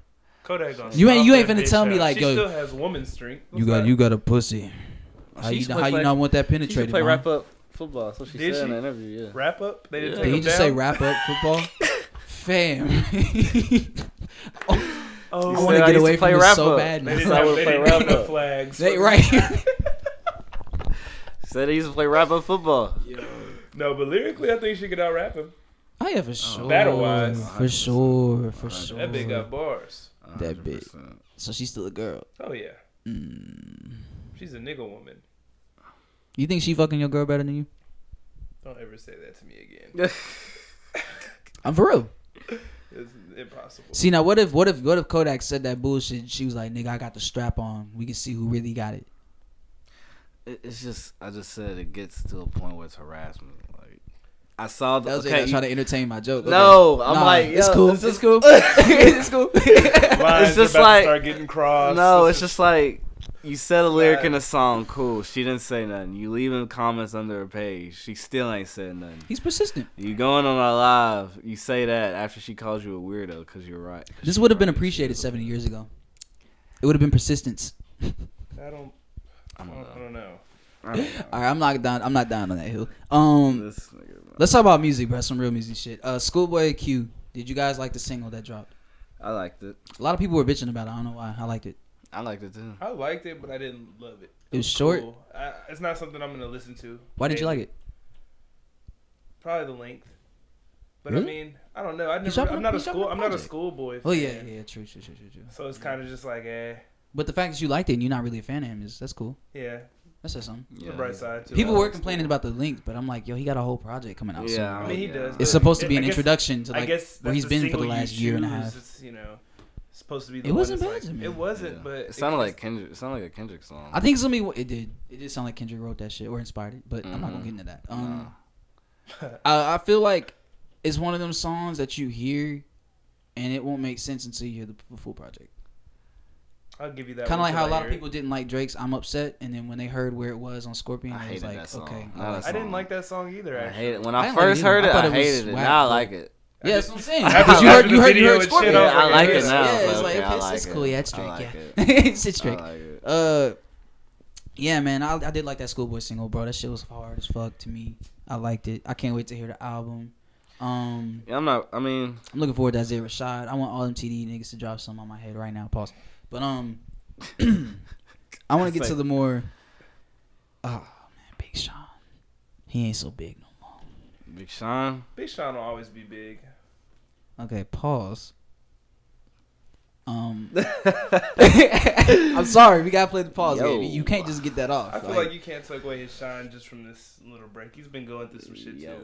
Kodak gonna You ain't- stop you ain't that finna bitch tell me, up. like, she yo- still has woman strength. You got you got a pussy. How She you used to how play you play- not want that she used to penetrated? play huh? wrap up football. So she Did said in she? the interview. Yeah. wrap up. They didn't Yeah. take Did he him just down? say wrap up football? Fam. Oh, I said want to I get used to away play from this wrap so up. bad, They man. didn't I have, would they play didn't have round enough up. flags. They- for- right. Said he used to play wrap up football. No, but lyrically, I think she could out rap him. Oh yeah, for sure. Battle-wise. For sure. For sure. That bitch got bars. That bitch. So she's still a girl. Oh yeah. Mm. She's a nigga woman. You think she fucking your girl better than you? Don't ever say that to me again. I'm for real. It's impossible. See now, what if what if what if Kodak said that bullshit? and She was like, "Nigga, I got the strap on. We can see who really got it." It- It's just I just said it gets to a point where it's harassment. Like I saw the That was okay, it. I you- trying to entertain my joke. No, I'm Nah, like it's yo, cool. this is- It's cool. it's cool. Lines It's just about to like- start getting crossed. No, it's just like you said a lyric Right. in a song, cool. She didn't say nothing. You leaving comments under her page. She still ain't said nothing. He's persistent. You going on our live. You say that after she calls you a weirdo because you're right. 'Cause This she would have been right. She appreciated was- 70 years ago. It would have been persistence. I don't. I I don't don't, I know. don't know. I don't know. All right, I'm not down. I'm not down on that hill. Um, This nigga, bro. let's talk about music, bro. Some real music shit. Uh, Schoolboy Q. Did you guys like the single that dropped? I liked it. A lot of people were bitching about it. I don't know why. I liked it. I liked it too. I liked it, but I didn't love it. It was short. Cool. I, it's not something I'm gonna listen to. Why didn't you like it? Probably the length. But I Really? mean, I don't know. I He's never, dropping I'm a- not a he's dropping school. a I'm not a project. schoolboy. Oh yeah, fan. yeah, yeah, true, true, true, true, true. So it's kind of just like, eh, But the fact that you liked it and you're not really a fan of him is that's cool. yeah. That says something. The bright side. To People it. were complaining about the length, but I'm like, yo, he got a whole project coming out Yeah, I soon. mean, he Yeah. does. It's but supposed to be I an guess- introduction to I like guess where that's he's the been for the single you last year and a choose. half. It's, you know, supposed to be. The It wasn't one bad that's to like- me. It wasn't, but it sounded like Kendrick. It sounded like a Kendrick song. I think it's gonna be. It did. It did sound like Kendrick wrote that shit or inspired it, but I'm not gonna Mhm. get into that. Um, I, I feel like it's one of them songs that you hear, and it won't make sense until you hear the p- full project. I'll give you that. Kind of one like till how I a lot of hear it. people didn't like Drake's "I'm Upset," and then when they heard where it was on Scorpion, I I was hated like, that song. okay, Not I a like I it. didn't song. like that song either. I Actually. hate it. When I I didn't like it first either. heard I it, thought I it was hated it. whack, Now I but- like it. Yeah, that's what I'm saying. I Because you did- heard, you after heard, the you heard video and Scorpion. shit, I was Yeah, I like yeah, it now. Yeah, it's so, like, okay, I it's, it's like cool. it. Yeah, it's I Drake. like yeah, it. it's it's I Drake. like it. Uh, yeah, man, I, I did like that Schoolboy single, bro. That shit was hard as fuck to me. I liked it. I can't wait to hear the album. Um, Yeah, I'm not. I mean, I'm looking forward to Isaiah Rashad. I want all them TD niggas to drop some on my head right now. Pause. But um, I want to get to the more. Oh man, Big Sean, he ain't so big no Big Sean. Big Sean will always be big. more. Okay, pause. Um, I'm sorry, we gotta play the pause Yo. game. You can't just get that off. I feel like- like you can't take away his shine just from this little break. He's been going through some shit too.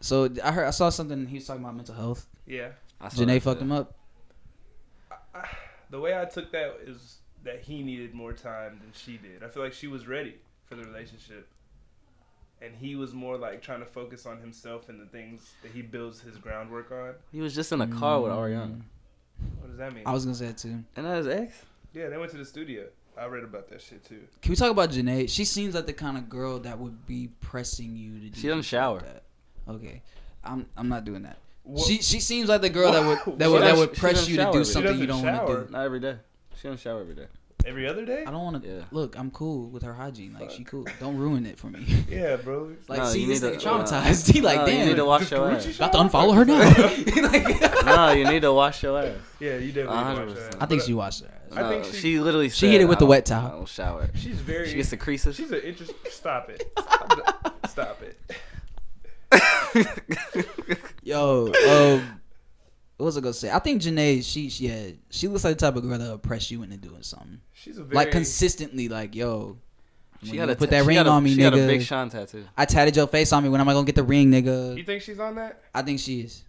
so I heard I saw something. He was talking about mental health. Yeah. I saw Janae that fucked shit. him up. The way I took that is that he needed more time than she did. I feel like she was ready for the relationship. And he was more like trying to focus on himself and the things that he builds his groundwork on. He was just in a car Mm. with Ariana. What does that mean? I was gonna say that too. And that his ex? yeah, they went to the studio. I read about that shit too. Can we talk about Janae? She seems like the kind of girl that would be pressing you to do. She doesn't shit like shower. that. Okay, I'm I'm not doing that. Wha- She she seems like the girl that would that She would that doesn't- would she press doesn't you to shower, do but she something you don't doesn't want to shower. do. Not every day. She don't shower every day. Every other day? I don't want to Yeah. look. I'm cool with her hygiene. Like she cool. Don't ruruin it for me. Yeah, bro. Like No, see you this need nigga to- uh, traumatized. he like no, damn. You need to wash Just your Gucci ass. shop? Got to unfollow her now. Like, no, you need to wash your ass. Yeah, you definitely A watch hundred that. percent. I think she washed her. ass. I No, think she, she- literally She said, hit it with the "I wet don't- towel." I don't shower. She's very. She gets the creases. She's an interest. Stop it. Stop it. Stop it. Yo, um, what was I gonna say? I think Janae, she, she yeah, she looks like the type of girl that'll press you into doing something. She's a very. Like consistently, like yo, She when got you a put ta- that she ring got a- on me, She got a nigga. Big Sean tattoo. I tatted your face on me. When am I gonna get the ring, you nigga? think she's on that? I think she is.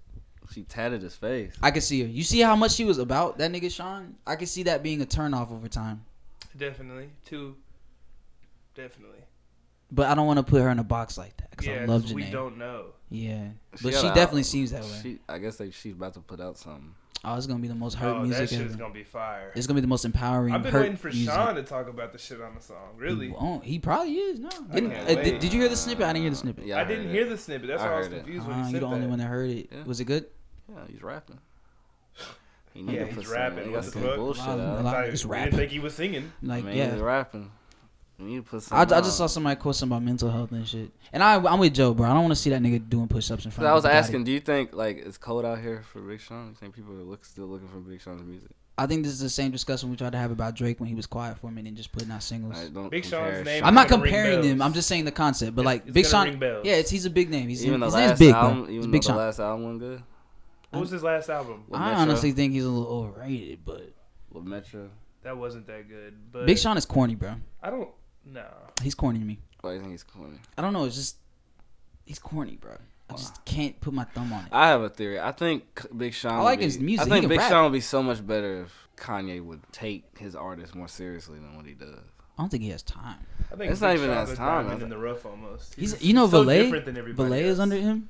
She tatted his face. I can see her. You see how much she was about that nigga Sean? I can see that being a turnoff over time. Definitely. Two. Definitely. But I don't want to put her in a box like that because I Yeah, love 'cause we Janae. don't know. Yeah, but got she a- definitely seems that way. She, I guess like she's about to put out something. oh, it's gonna be the most hurt oh, that music shit's ever. gonna be fire. It's gonna be the most empowering. I've been hurt waiting for music. Sean to talk about the shit on the song. Really, He, won't. He probably is. No. I Didn't- can't uh, did, wait. did you hear the snippet? I didn't hear the snippet. Yeah, I didn't heard hear it. the snippet. That's I why I was heard it. confused when Ah, he you said the only that. one that heard it. Yeah. Was it good? Yeah, he's rapping. He Yeah, to he's put some- rapping. He What got the some fuck? bullshit Wow, out. a lot- I It's didn't rapping. think he was singing. Like, Man, yeah. he's rapping. You need to put I, I some. just saw somebody quote something about mental health and shit. And I, I'm with Joe, bro. I don't want to see that nigga doing push ups in So front I of was a Bugatti. asking, do you think like it's cold out here for Big Sean? You think people are look, still looking for Big Sean's music? I think this is the same discussion we tried to have about Drake when he was quiet for a minute and just putting out singles. Like, don't Big compare Sean's it. name- I'm not It's gonna ring comparing them. bells. I'm just saying the concept. But It's- like it's Big gonna Sean, ring bells. yeah, it's he's a big name. He's even the his last name's big, album, bro. even It's though Big the Sean. last album wasn't good What was his last album? with I Metro, honestly think he's a little overrated, but with Metro, That wasn't that good. But Big Sean is corny, bro. I don't. No. He's corny to me. Why do you think he's corny? I don't know. It's just he's corny, bro. I just can't put my thumb on it. I have a theory. I think Big Sean. I would like be- his music. I He think can Big rap. Sean would be so much better if Kanye would take his artists more seriously than what he does. I don't think he has time. I think It's not Big even Sean's as a time, diamond I in the rough almost. He's, you know so Valet. different than everybody Valet is else. under him.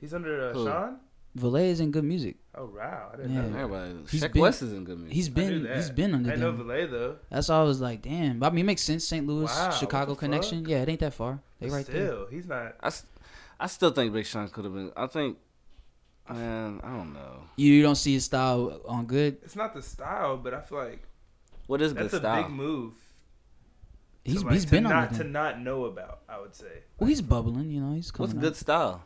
He's under uh, Who? Sean. Valet is in good music. Oh wow, I didn't Yeah. know. that. Everybody, He's Sheck been- West is in good music. He's I knew been that. he's been under I know them. Valet though. That's why I was like, damn. But I mean, it makes sense. St. Louis, Wow, what Chicago the connection. Yeah, it ain't that far. They but right there. still, he's not. I, s- I still think Big Sean could have been. I think, man, I don't know. You don't see his style on good. It's not the style, but I feel like What is that's good a style? big move. to, He's like, he's to been under not to them. not know about. I would say. Well, he's bubbling. You know, he's coming. What's up. good style?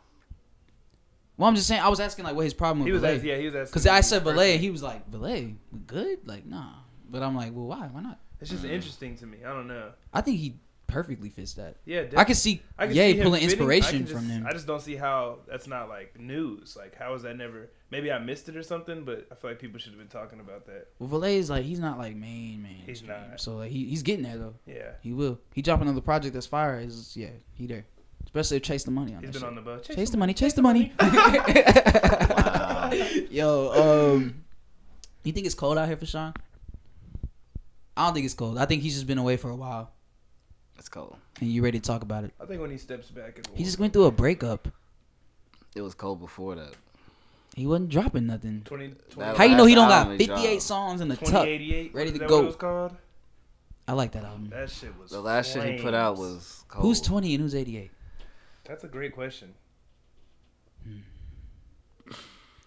Well, I'm just saying. I was asking like what his problem He with was Valet. asking, yeah, he was asking. Because I me said Valet, personally. he was like, Valet, we good? Like, nah. But I'm like, well, why? Why not? It's just interesting to me. I don't know. I think he perfectly fits that. Yeah, I definitely. can see, I can Ye see him pulling fitting- I inspiration can just- from them. I just don't see how that's not like news. Like, how is that never? Maybe I missed it or something, but I feel like people should have been talking about that. well, Valet is like, he's not like main, main. He's not. So like, he, he's getting there, though. Yeah, He will. He drop another project that's fire. Is yeah, he there. Especially if Chase the Money on that he's been shit. on the boat. Chase, the money, chase the money. Yo, um, you think it's cold out here for Sean? I don't think it's cold. I think he's just been away for a while, It's cold. and you ready to talk about it. I think when he steps back, He just went through a breakup. It was cold before that. He wasn't dropping nothing. 20, 20, That How you know last he don't album uh, got he 58 dropped. songs in the tuck? 2088. Ready Is to that go. What it was called? I like that album. That shit was. The last shit he put out flames. was cold. Who's 20 and who's 88? That's a great question.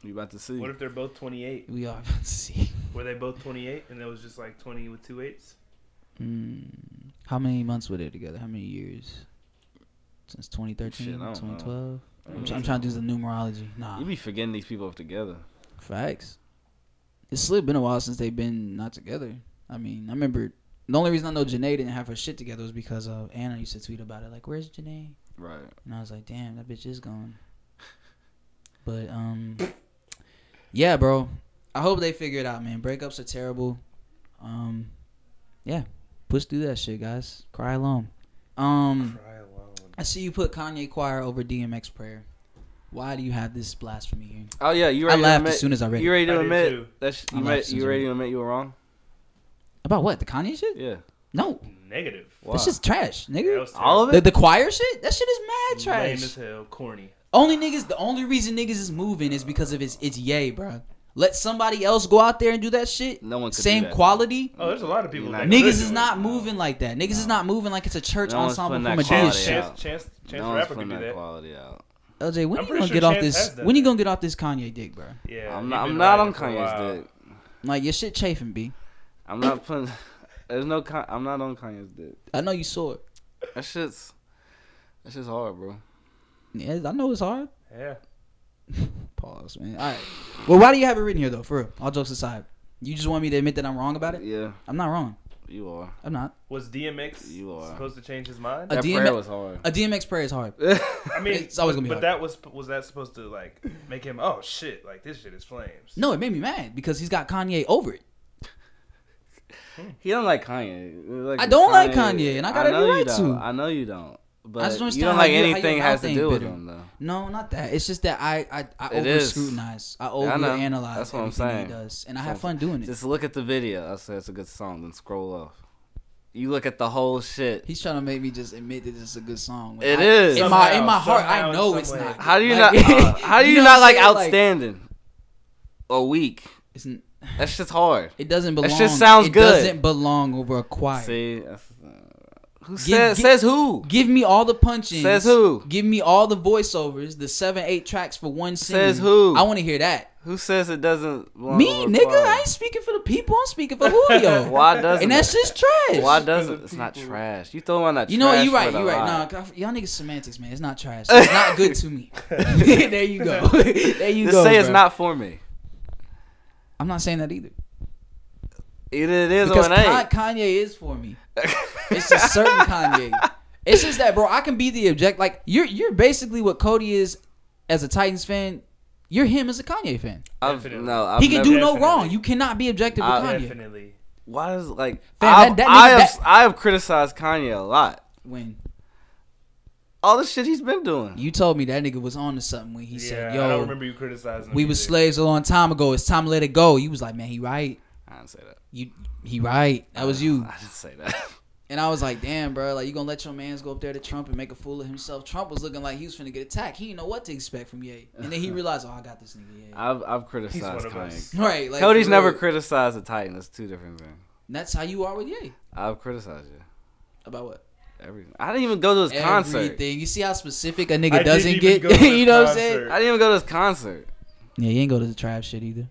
You about to see? What if they're both 28? We are. Let's see. Were they both 28 and that was just like 20 with two eights? Mm, how many months were they together? How many years? Since 2013, Shit, I don't know. 2012. I'm, Mm. I'm trying to do the numerology. Nah, You be forgetting these people together. facts. It's still been a while since they've been not together. I mean, I remember the only reason I know Janae didn't have her shit together was because uh, Anna used to tweet about it, like, "Where's Janae?" Right. And I was like, damn, that bitch is gone. But um Yeah, bro. I hope they figure it out, man. Breakups are terrible. Um Yeah. Push through that shit, guys. Cry alone. Um Cry alone. I see you put Kanye Choir over DMX prayer. Why do you have this blasphemy here? Oh yeah, you I ready laughed to admit, as soon as I read You it. ready to I did admit too. that sh- I you, laughed ready, as soon as you I ready read to admit you were wrong? About what? The Kanye shit? Yeah. No. Negative. Why? That's just trash, That nigga. was All of The, it. the choir shit? That shit is mad terrible. Lame as trash. hell. Corny. Only niggas the only reason niggas is moving is because of it's it's yay, bro. Let somebody else go out there and do that shit. No one could do Same that. quality. Oh, there's a lot of people. You're that not- Niggas could do is it. not movmoving like that. Niggas is not moving like it's a church No oone's ensemble putting from a that Dia quality Chance, out. shit. Yeah. chance, chance, chance, no one's rapper could putting do that, that. quality out. LJ, when I'm you pretty gonna sure get off Chance this? has done When you that. gonna get off this Kanye dick, bro? Yeah, I'm he not. been I'm not riding on for a while. Kanye's dick. Like your shit chafing, b. I'm not putting. There's no. Con- I'm not on Kanye's dick. I know you saw it. That shit's. That shit's hard, bro. Yeah, I know it's hard. Yeah, Pause, man. All right. Well, why do you have it written here though? For real, all jokes aside, you just want me to admit that I'm wrong about it. Yeah, I'm not wrong. you are. I'm not. was DMX You are. supposed to change his mind? A that DM prayer was hard. A DMX prayer is hard. I mean, it's always gonna be hard. But that was was that supposed to like make him? Oh shit! Like this shit is flames. No, it made me mad because he's got Kanye over it. he don't like Kanye. Like I don't like Kanye, and I got know every you right don't. to. I know you don't. But just don't you understand don't how like you- how your anything mouth has to ain't do with bitter. him, though. No, not that. It's just that I I, I It over is. scrutinize. I I over know. analyze. That's what I'm everything saying. He does, and I That's have what fun doing it. Just look at the video. I said it's a good song. Then scroll off. You look at the whole shit. He's trying to make me just admit that this is a good song. It It is. is in my in Somehow, my heart. somehow, I in know some it's way. not. how do you Like, not? uh, how do you, know not what I'm like saying? outstanding? a week. it's n- That's just hard. it doesn't belong. shit sounds it good. Doesn't belong over a choir. See, that's, uh, who Give- says give- says who? Give me all the punchings. Says who? Give me all the voiceovers. The seven eight tracks for one singer. Says who? I want to hear that. Who says it doesn't? belong me, over nigga. choir? I ain't speaking for the people. I'm speaking for Julio. Why doesn't? And that's it? just trash. Why For doesn't? the It's not people. trash. You throw on that. You know what? trash You right. for the You right. lie. Nah, God, y'all niggas semantics, man. It's not trash. It's not good to me. there you go. there you Just go. say it's bro. not for me. I'm not saying that either. Either it is because or it ain't. Kan- Kanye is for me. It's a certain Kanye. It's just that, bro. I can be the object. Like you're, you're basically what Cody is as a Titans fan. You're him as a Kanye fan. I've, Definitely. no, I've he can never, do no Definitely. wrong. You cannot be objective with I- Kanye. Definitely. why does like Fam, I've, that- that I nigga- have I have criticized Kanye a lot. When All the shit he's been doing. you told me that nigga was on to something when he said, I don't "Yo, remember you criticizing. we him was either. slaves a long time ago. It's time to let it go." You was like, "Man, he right. I didn't say that. You he right. That was Ah. you." I didn't say that. And I was like, "Damn, bro, like you gonna let your man's go up there to Trump and make a fool of himself?" Trump was looking like he was finna get attacked. He didn't know what to expect from Ye, and then he realized, "Oh, I got this nigga." Ye. I've I've He's one criticized of Kanye. us. Right, like Cody's for never real. criticized the Titan. It's two different things. And that's how you are with Ye. I've criticized you. About what? Everything. I didn't even go to his concert. Everything. You see how specific a I nigga didn't doesn't even get. go to his you know what I'm saying? concert. I didn't even go to his concert. Yeah, you ain't go to the tribe shit either.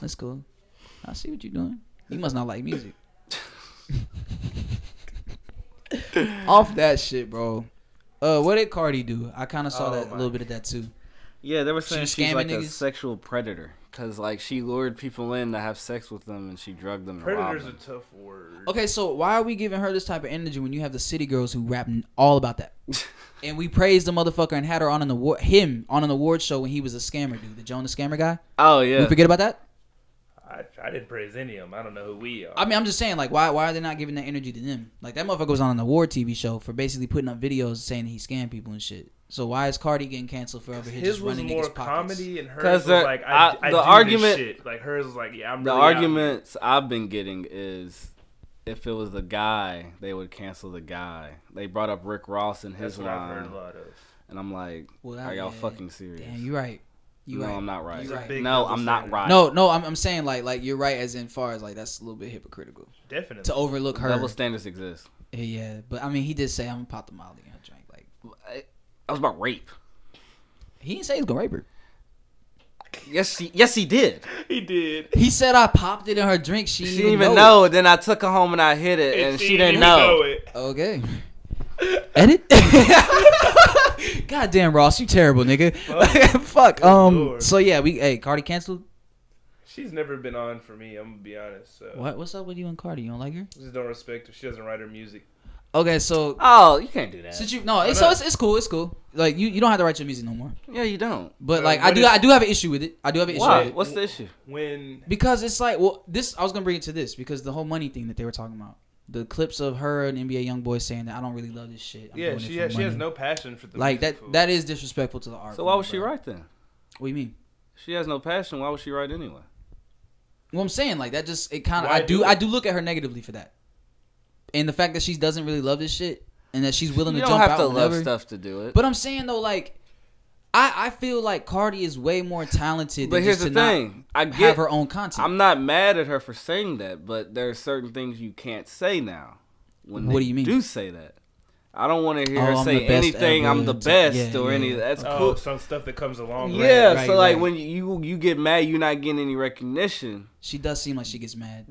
That's cool. I see what you're doing. You must not like music. Off that shit, bro. Uh, what did Cardi do? I kind of saw Oh, that a my little bit of that too. Yeah, they were She saying was she's scamming like a niggas? sexual predator because like she lured people in to have sex with them and she drugged them. and robbed Predator's a them. tough word. Okay, so why are we giving her this type of energy when you have the city girls who rap n- all about that? and we praised the motherfucker and had her on an award, him on an award show when he was a scammer dude, the Joan the scammer guy. Oh We yeah, forget about that. I, I didn't praise any of them. I don't know who we are. I mean, I'm just saying, like, why why are they not giving that energy to them? Like, that motherfucker was on an award TV show for basically putting up videos saying he scammed people and shit. So why is Cardi getting canceled for over here his just was running more niggas' pockets? comedy, and hers 'Cause was they're- like I, I- I the do argument- This shit. Like hers was like yeah, I'm. the really out. arguments I've been getting is if it was the guy, they would cancel the guy. They brought up Rick Ross and his That's what I've heard line, a lot of. and I'm like, Well, that- are y'all Oh, yeah. fucking serious? Damn, you right. You no, right. I'm not right. You right. Big No, double I'm not standard. right. No, no, I'm, I'm saying like like you're right as in far as like that's a little bit hypocritical Definitely. to overlook her. double standards exist. yeah, yeah, but I mean he did say I'm gonna pop the Molly and drink. Like I- That was about rape. he didn't say he's gonna rape her. Yes, he, yes, he did. he did. He said I popped it in her drink. She, She didn't even know. Then I took her home and I hit it, and, she, didn't even know. it. Okay. Edit. Goddamn, Ross, you terrible, nigga. Fuck. Fuck. Um. lord. So yeah, we. Hey, Cardi canceled. She's never been on for me. I'm gonna be honest. So. What? What's up with you and Cardi? You don't like her? Just don't respect her. She doesn't write her music. Okay, so Oh, you can't do that. since you no, it's, so not? it's, it's cool. It's cool. Like you, you don't have to write your music no more. yeah, you don't. But Uh, like I what do, is- I do have an issue with it. I do have an issue Why? with it. What's the issue? When Because it's like, well, this I was gonna bring it to this because the whole money thing that they were talking about, the clips of her and NBA young boy saying that I don't really love this shit. I'm yeah, doing it she for has, she has money." no passion for the like music, that. fool. That is disrespectful to the art. So form, why was she bro. right then? What do you mean? She has no passion. Why would she write anyway? Well, I'm saying like that. Just it kind of. Why I do. do it? I do look at her negatively for that, and the fact that she doesn't really love this shit, and that she's willing You to don't jump have out to love whenever. stuff to do it. But I'm saying though, like, I I feel like Cardi is way more talented. But than here's just the to not thing. I have get. her own content. I'm not mad at her for saying that, but there are certain things you can't say now. When What they do you mean? Do say that. I don't want to hear Oh, her I'm say the best anything. I'm ever the to- best yeah, or yeah, any. yeah. That's oh, cool. some stuff that comes along. with yeah. it. right, so like right. when you you get mad, you're not getting any recognition. she does seem like she gets mad.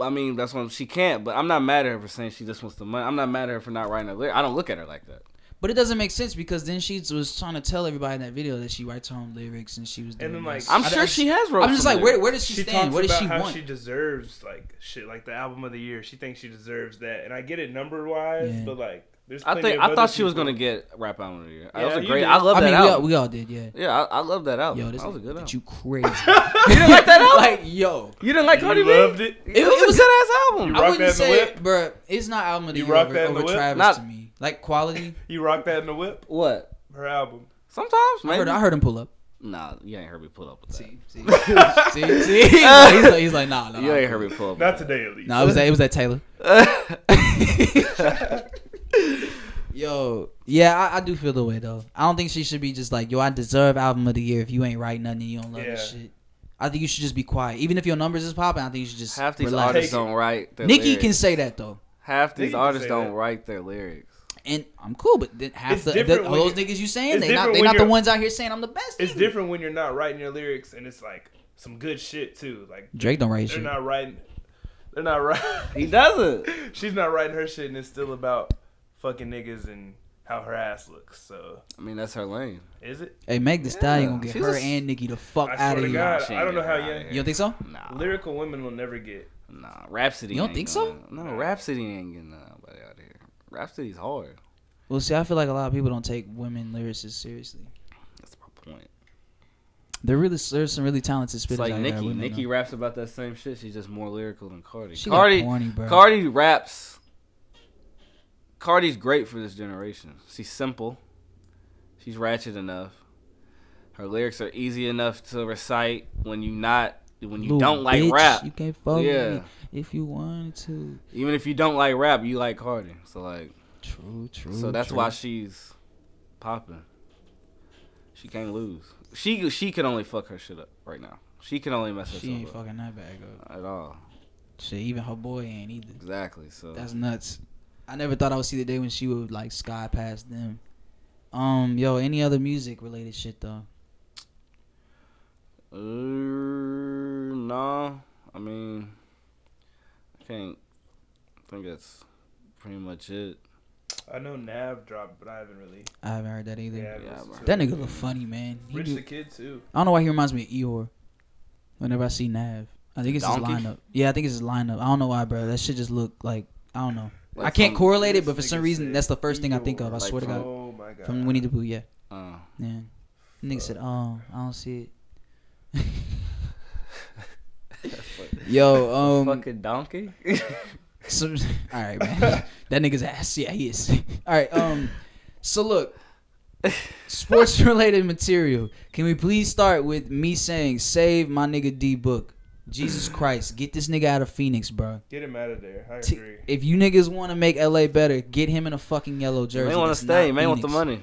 I mean, that's when she can't. But I'm not mad at her for saying she just wants the money. I'm not mad at her for not writing a lyric. I don't look at her like that. But it doesn't make sense because then she was trying to tell everybody in that video that she writes her own lyrics and she was. Doing And then, like, this. I'm I- sure I- she has wrote. I'm just some like, where, lyrics. where does she, she stand? talks What does about she how want? she deserves like shit, like the album of the year. She thinks she deserves that, and I get it number wise, Yeah. but like there's. I plenty think of I thought other she was people- gonna get rap album of the year. Yeah, that was a you great. did. I love I that mean, we all, album. we all did, yeah. yeah, I, I love that album. Yo, this that was a nigga- good album. You crazy? You didn't like that album? like, yo. you didn't like You Cardi B? loved it? It, It was, was- a good ass album. You I rock wouldn't that in the say, whip? bruh, it's not album of the You year rock over, that in the over whip? Travis Not- to me. Like quality, You rock that in the whip. What? Her album. Sometimes, I maybe. heard, I heard him pull up. Nah, you ain't heard me pull up with that. See, see, see, see. He's, like, he's, like, he's like, nah, nah. You ain't heard me pull up. Not with today, at least. Nah, it was that, it was that Taylor. that. Yo, yeah, I, I do feel the way though. I don't think she should be just like, yo, I deserve album of the year if you ain't writing nothing and you don't love this Yeah. shit. I think you should just be quiet, even if your numbers is popping. I think you should just Half these relax. artists Take it. don't write. Their Nicki lyrics. can say that though, Half these Nicki can artists say don't that. write their lyrics. and I'm cool. But then half It's the, the different all when those you- niggas you saying it's they not different they when not the you're- ones out here saying I'm the best. It's nigga. different when you're not writing your lyrics, and it's like some good shit too. Like Drake don't write they're shit. not writing. They're not He writing. doesn't. She's not writing her shit, and it's still about fucking niggas and how her ass looks. So I mean, that's her lane. is it? Hey, Meg the Stallion Yeah, gonna get she's her a- and Nikki the fuck I out swear of to here. God. she I ain't don't know getting how outta young- You don't think so? Nah, Lyrical women will never get. nah. Rhapsody. You don't ain't think so? gonna- No, Rhapsody ain't getting nobody out here. Rhapsody's hard. Well, see, I feel like a lot of people don't take women lyricists seriously. That's my point. There really there's some really talented It's spitters like out there. I Nicki. wouldn't know. Nicki raps about that same shit. She's just more lyrical than Cardi. She got Cardi, corny, bro. Cardi raps. Cardi's great for this generation. She's simple. She's ratchet enough. Her lyrics are easy enough to recite when you not when you Little don't like bitch, rap. You can't fuck with Yeah. me if you wanted to. Even if you don't like rap, you like Cardi. So like True, true. so that's true. why she's popping. She can't lose. She she can only fuck her shit up right now. She can only mess she ain't herself up fucking that bag up. at all. Shit, even her boy ain't either. Exactly. So That's nuts. I never thought I would see the day when she would like sky past them. Um, yo, any other music related shit though? Uh, no, I mean, I can't. I think that's pretty much it. I know Nav dropped, but I haven't really. I haven't heard that either. Yeah, I've Yeah, listened bro. to That it. nigga look funny, man. He Rich do- the Kid too. I don't know why he reminds me of Eeyore. Whenever I see Nav, I think it's Donkey? his lineup. Yeah, I think it's his lineup. I don't know why, bro. That shit just look like I don't know. I Like can't some- correlate it, this but for some nigga reason, said that's the first thing I think of. I Eeyore, swear to like God. Oh my god. From Winnie the Pooh, yeah, Uh, yeah. Nigga said, "Oh, I don't see it." Yo, um, fucking donkey. Some, all right, man. that nigga's ass. Yeah, he is. All right. Um. So look, sports related material. Can we please start with me saying, "Save my nigga D Book." Jesus Chrisst, get this nigga out of Phoenix, bro. Get him out of there. I T- agree. if you niggas want to make LA better, get him in a fucking yellow jersey. man want to That's stay. not Man want the Phoenix. money.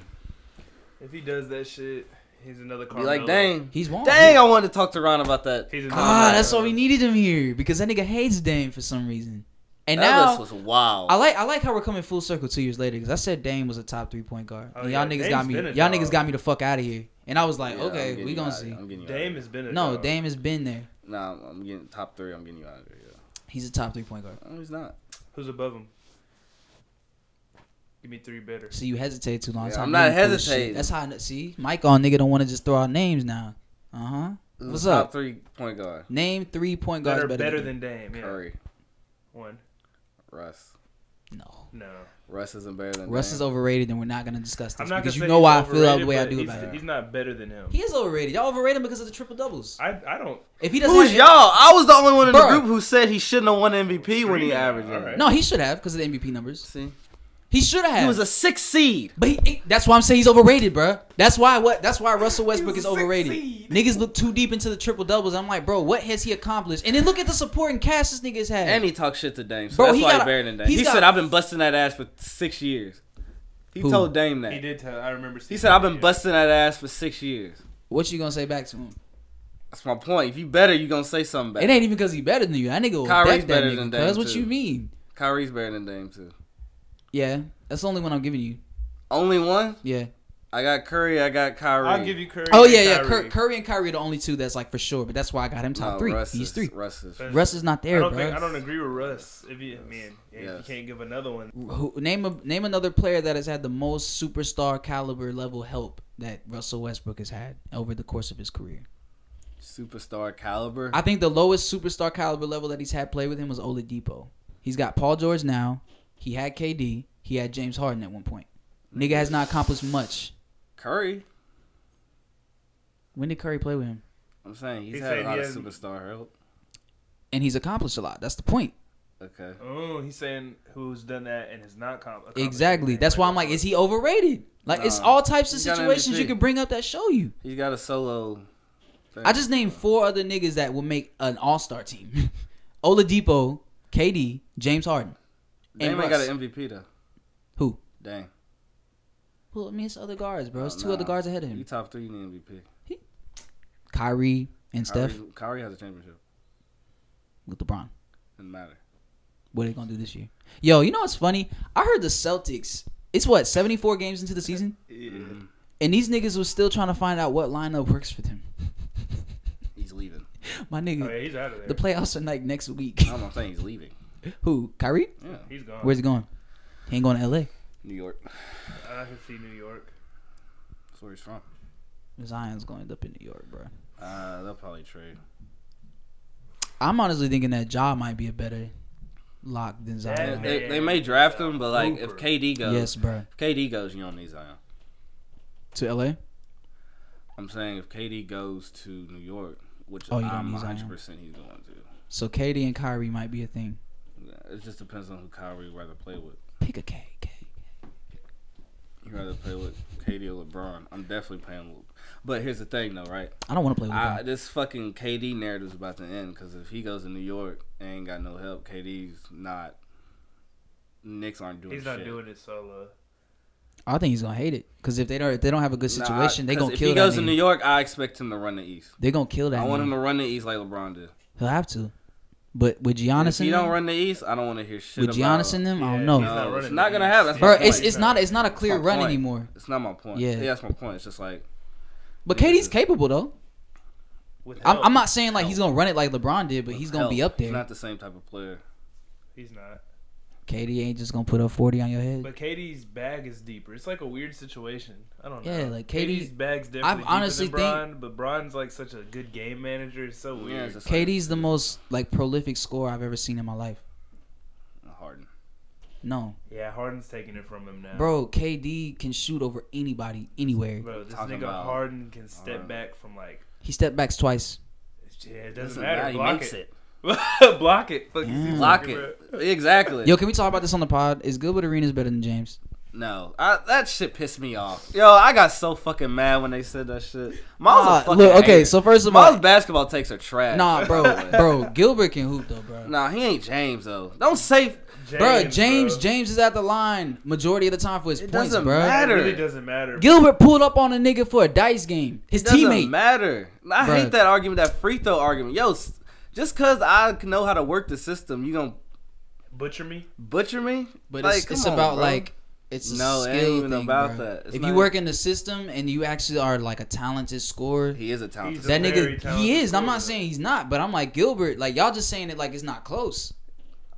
If he does that shit, he's another Be Carmelo. like, dang, He's won. dang. I wanted to talk to Ron about that. He's another God, that's why Carmelo. we needed him here because that nigga hates Dame for some reason. And that now list was wild. I like I like how we're coming full circle two years later because I said Dame was a top three point guard. Oh, and yeah, y'all niggas Dame's got me. been a Y'all dog. niggas got me the fuck out of here. And I was like, Yeah, I'm okay, getting we you gonna out of see. here. I'm getting you out of Dame here. has been a No, dog. Dame has been there. Nah, I'm- I'm getting top three. I'm getting you out of here. Yeah. He's a top three point guard. No, he's not. Who's above him? Give me three better. So you hesitate too long. Yeah, That's how I'm not niggas do shit. hesitating. That's how I kn- see Mike on nigga don't want to just throw out names now. Uh huh. Who's What's the top up? three point guard? Name three point That guards are better, better than, than Dame. Yeah. Curry, One. Russ. no. No. Russ isn't better than Russ Dame. is overrated, and we're not gonna discuss I'm this not because gonna you say know he's why I feel the overrated, way I but do he's, about it. He's not better than him. He is overrated. Y'all overrate him because of the triple doubles. I, I don't. If he doesn't, Who's have- y'all? I was the only one in the Bruh. group who said he shouldn't have won MVP when he Screaming, averaged it. alright. No, he should have because of the MVP numbers. See, He should have. he was a six seed. But he, he- that's why I'm saying he's overrated, bro. That's why what? That's why Russell Westbrook He's is a six overrated. seed. Niggas look too deep into the triple doubles. I'm like, bro, what has he accomplished? And then look at the supporting cast this nigga's had. And he talked shit to Dame, so Bro, that's he why he's got a- better than Dame. he's He got- said, "I've been busting that ass for six years." He Who? told Dame that. He He, did tell. I remember. seeing said, that, "I've been yeah. busting that ass for six years." what you gonna say back to him? That's my point. If you better, you gonna say something It back. ain't even because he better than you. That nigga will Kyrie's dep that better nigga. than Dame, Cause what too. you mean? Kyrie's better than Dame too. Yeah, that's the only one I'm giving you. Only one. Yeah. I got Curry. I got Kyrie. I'll give you Curry. Oh and yeah, yeah. Cur- Kyrie. Curry and Kyrie are the only two that's like for sure. But that's why I got him top No, three. Oh, Russ he's is- three. Russ is. Russ- Russ is not there, I don't bro. think I don't agree with Russ. If you man, if Yes. you can't give another one, Who, name a name another player that has had the most superstar caliber level help that Russell Westbrook has had over the course of his career. superstar caliber. I think the lowest superstar caliber level that he's had play with him was Oladipo. He's got Paul George now. He had KD. He had James Harden at one point. Nigga has not accomplished much. Curry. When did Curry play with him? I'm saying he's He's had a saying lot he of hasn't- superstar help. And he's accomplished a lot. That's the point. Okay. oh, he's saying who's done that and has not com- accomplished Exactly. anything. That's why I'm like, is he overrated? Like it's Nah. all types of He's got an situations you MVP. can bring up that show you. He's got a solo. thing. I just named four other niggas that would make an all star team. Oladipo, KD, James Harden. Dame and ain't Russ. got an MVP though. Who? Dang. Well, I mean it's other guards, bro. It's Oh, two nah. other guards ahead of You him. top three, you need MVP. Kyrie and Steph Kyrie, Kyrie has a championship. with LeBron. Doesn't matter. What are they gonna do this year? Yo, you know what's funny? I heard the Celtics. It's what seventy four games into the season, Yeah. and these niggas was still trying to find out what lineup works for them. He's leaving. My Oh, nigga, yeah, he's out of there. the playoffs are like next week. I'm not saying he's leaving. Who? Kyrie? Yeah. he's gone. Where's he going? He ain't going to L.A. New York. I can see New York. That's where he's from. Zion's going to end up in New York, bro. Uh, they'll probably trade. I'm honestly thinking that Ja might be a better lock than Yeah, Zion. they- They, they may draft him, but like if Hooper. KD goes, Yes, bro. if KD goes, you don't need Zion. To L.A. I'm saying if KD goes to New York, which Oh, you don't I'm use 100 Zion. percent he's going to. So KD and Kyrie might be a thing. Yeah, It just depends on who Kyrie would rather play with. Pick a K. K. You rather play with KD or LeBron? I'm definitely playing with. But here's the thing, though, right? I don't want to play with I, LeBron. this fucking KD narrative's about to end because if he goes to New York and ain't got no help, KD's not. Knicks aren't doing. He's not shit. doing it solo. I think he's gonna hate it because if they don't, if they don't have a good Nah, I- situation, they 'cause gonna if kill he that. goes to nigga. New York, I expect him to run the East. They gonna kill that. I want nigga. him to run the East like LeBron did. He'll have to. But with Giannis, if in he them, don't run the East, I don't want to hear shit with about Giannis in them, I Yeah, don't know. he's not No, running it's not the gonna East. happen. That's Bro, my it's point. it's not it's not a clear my run point. anymore. It's not my point. Yeah. Yeah, that's my point. It's just like But Yeah. KD's capable though. With I'm, help. I'm not saying like he's gonna run it like LeBron did, but he's gonna be hell, up there. He's not the same type of player. He's not. KD ain't just gonna put up 40 on your head. But KD's bag is deeper. It's like a weird situation. I don't know. Yeah, like, KD's KD bag's definitely honestly deeper than Bron, but Bron's like such a good game manager. It's so Yeah, weird. it's just KD's the most like prolific scorer I've ever seen in my life. like Harden. No, Yeah, Harden's taking it from him now. bro, KD can shoot over anybody anywhere. Bro, this Talking nigga about- Harden can step Harden. back from like. He stepped backs twice. Yeah, it doesn't, Doesn't matter. matter. He Block makes it. it. Block it. Fuck Damn. you, Block bro. it. Exactly. Yo, can we talk about this on the pod? Is Gilbert Arenas better than James? No, I, that shit pissed me off. Yo, I got so fucking mad when they said that shit. Miles, Ah, a fucking look, okay, hater. so first of Miles' all, basketball takes are trash. nah, bro, bro, Gilbert can hoop though, bro. Nah, he ain't James though. Don't say bro, James, bro. James is at the line majority of the time for his It points, doesn't bro. matter. It really doesn't matter. Gilbert pulled up on a nigga for a dice game. His It doesn't teammate. matter. I Bruh. hate that argument, that free throw argument. Yo, s- just cause I know how to work the system, you gonna Butcher me. butcher me? But Like, it's, it's come on, about bro. like it's a No, it ain't skill even thing, about bro. that. It's if not you even- work in the system and you actually are like a talented scorer, he is a talented. He's that a very nigga talented he is. I'm scorer. not saying he's not, but I'm like Gilbert. Like y'all just saying it like it's not close.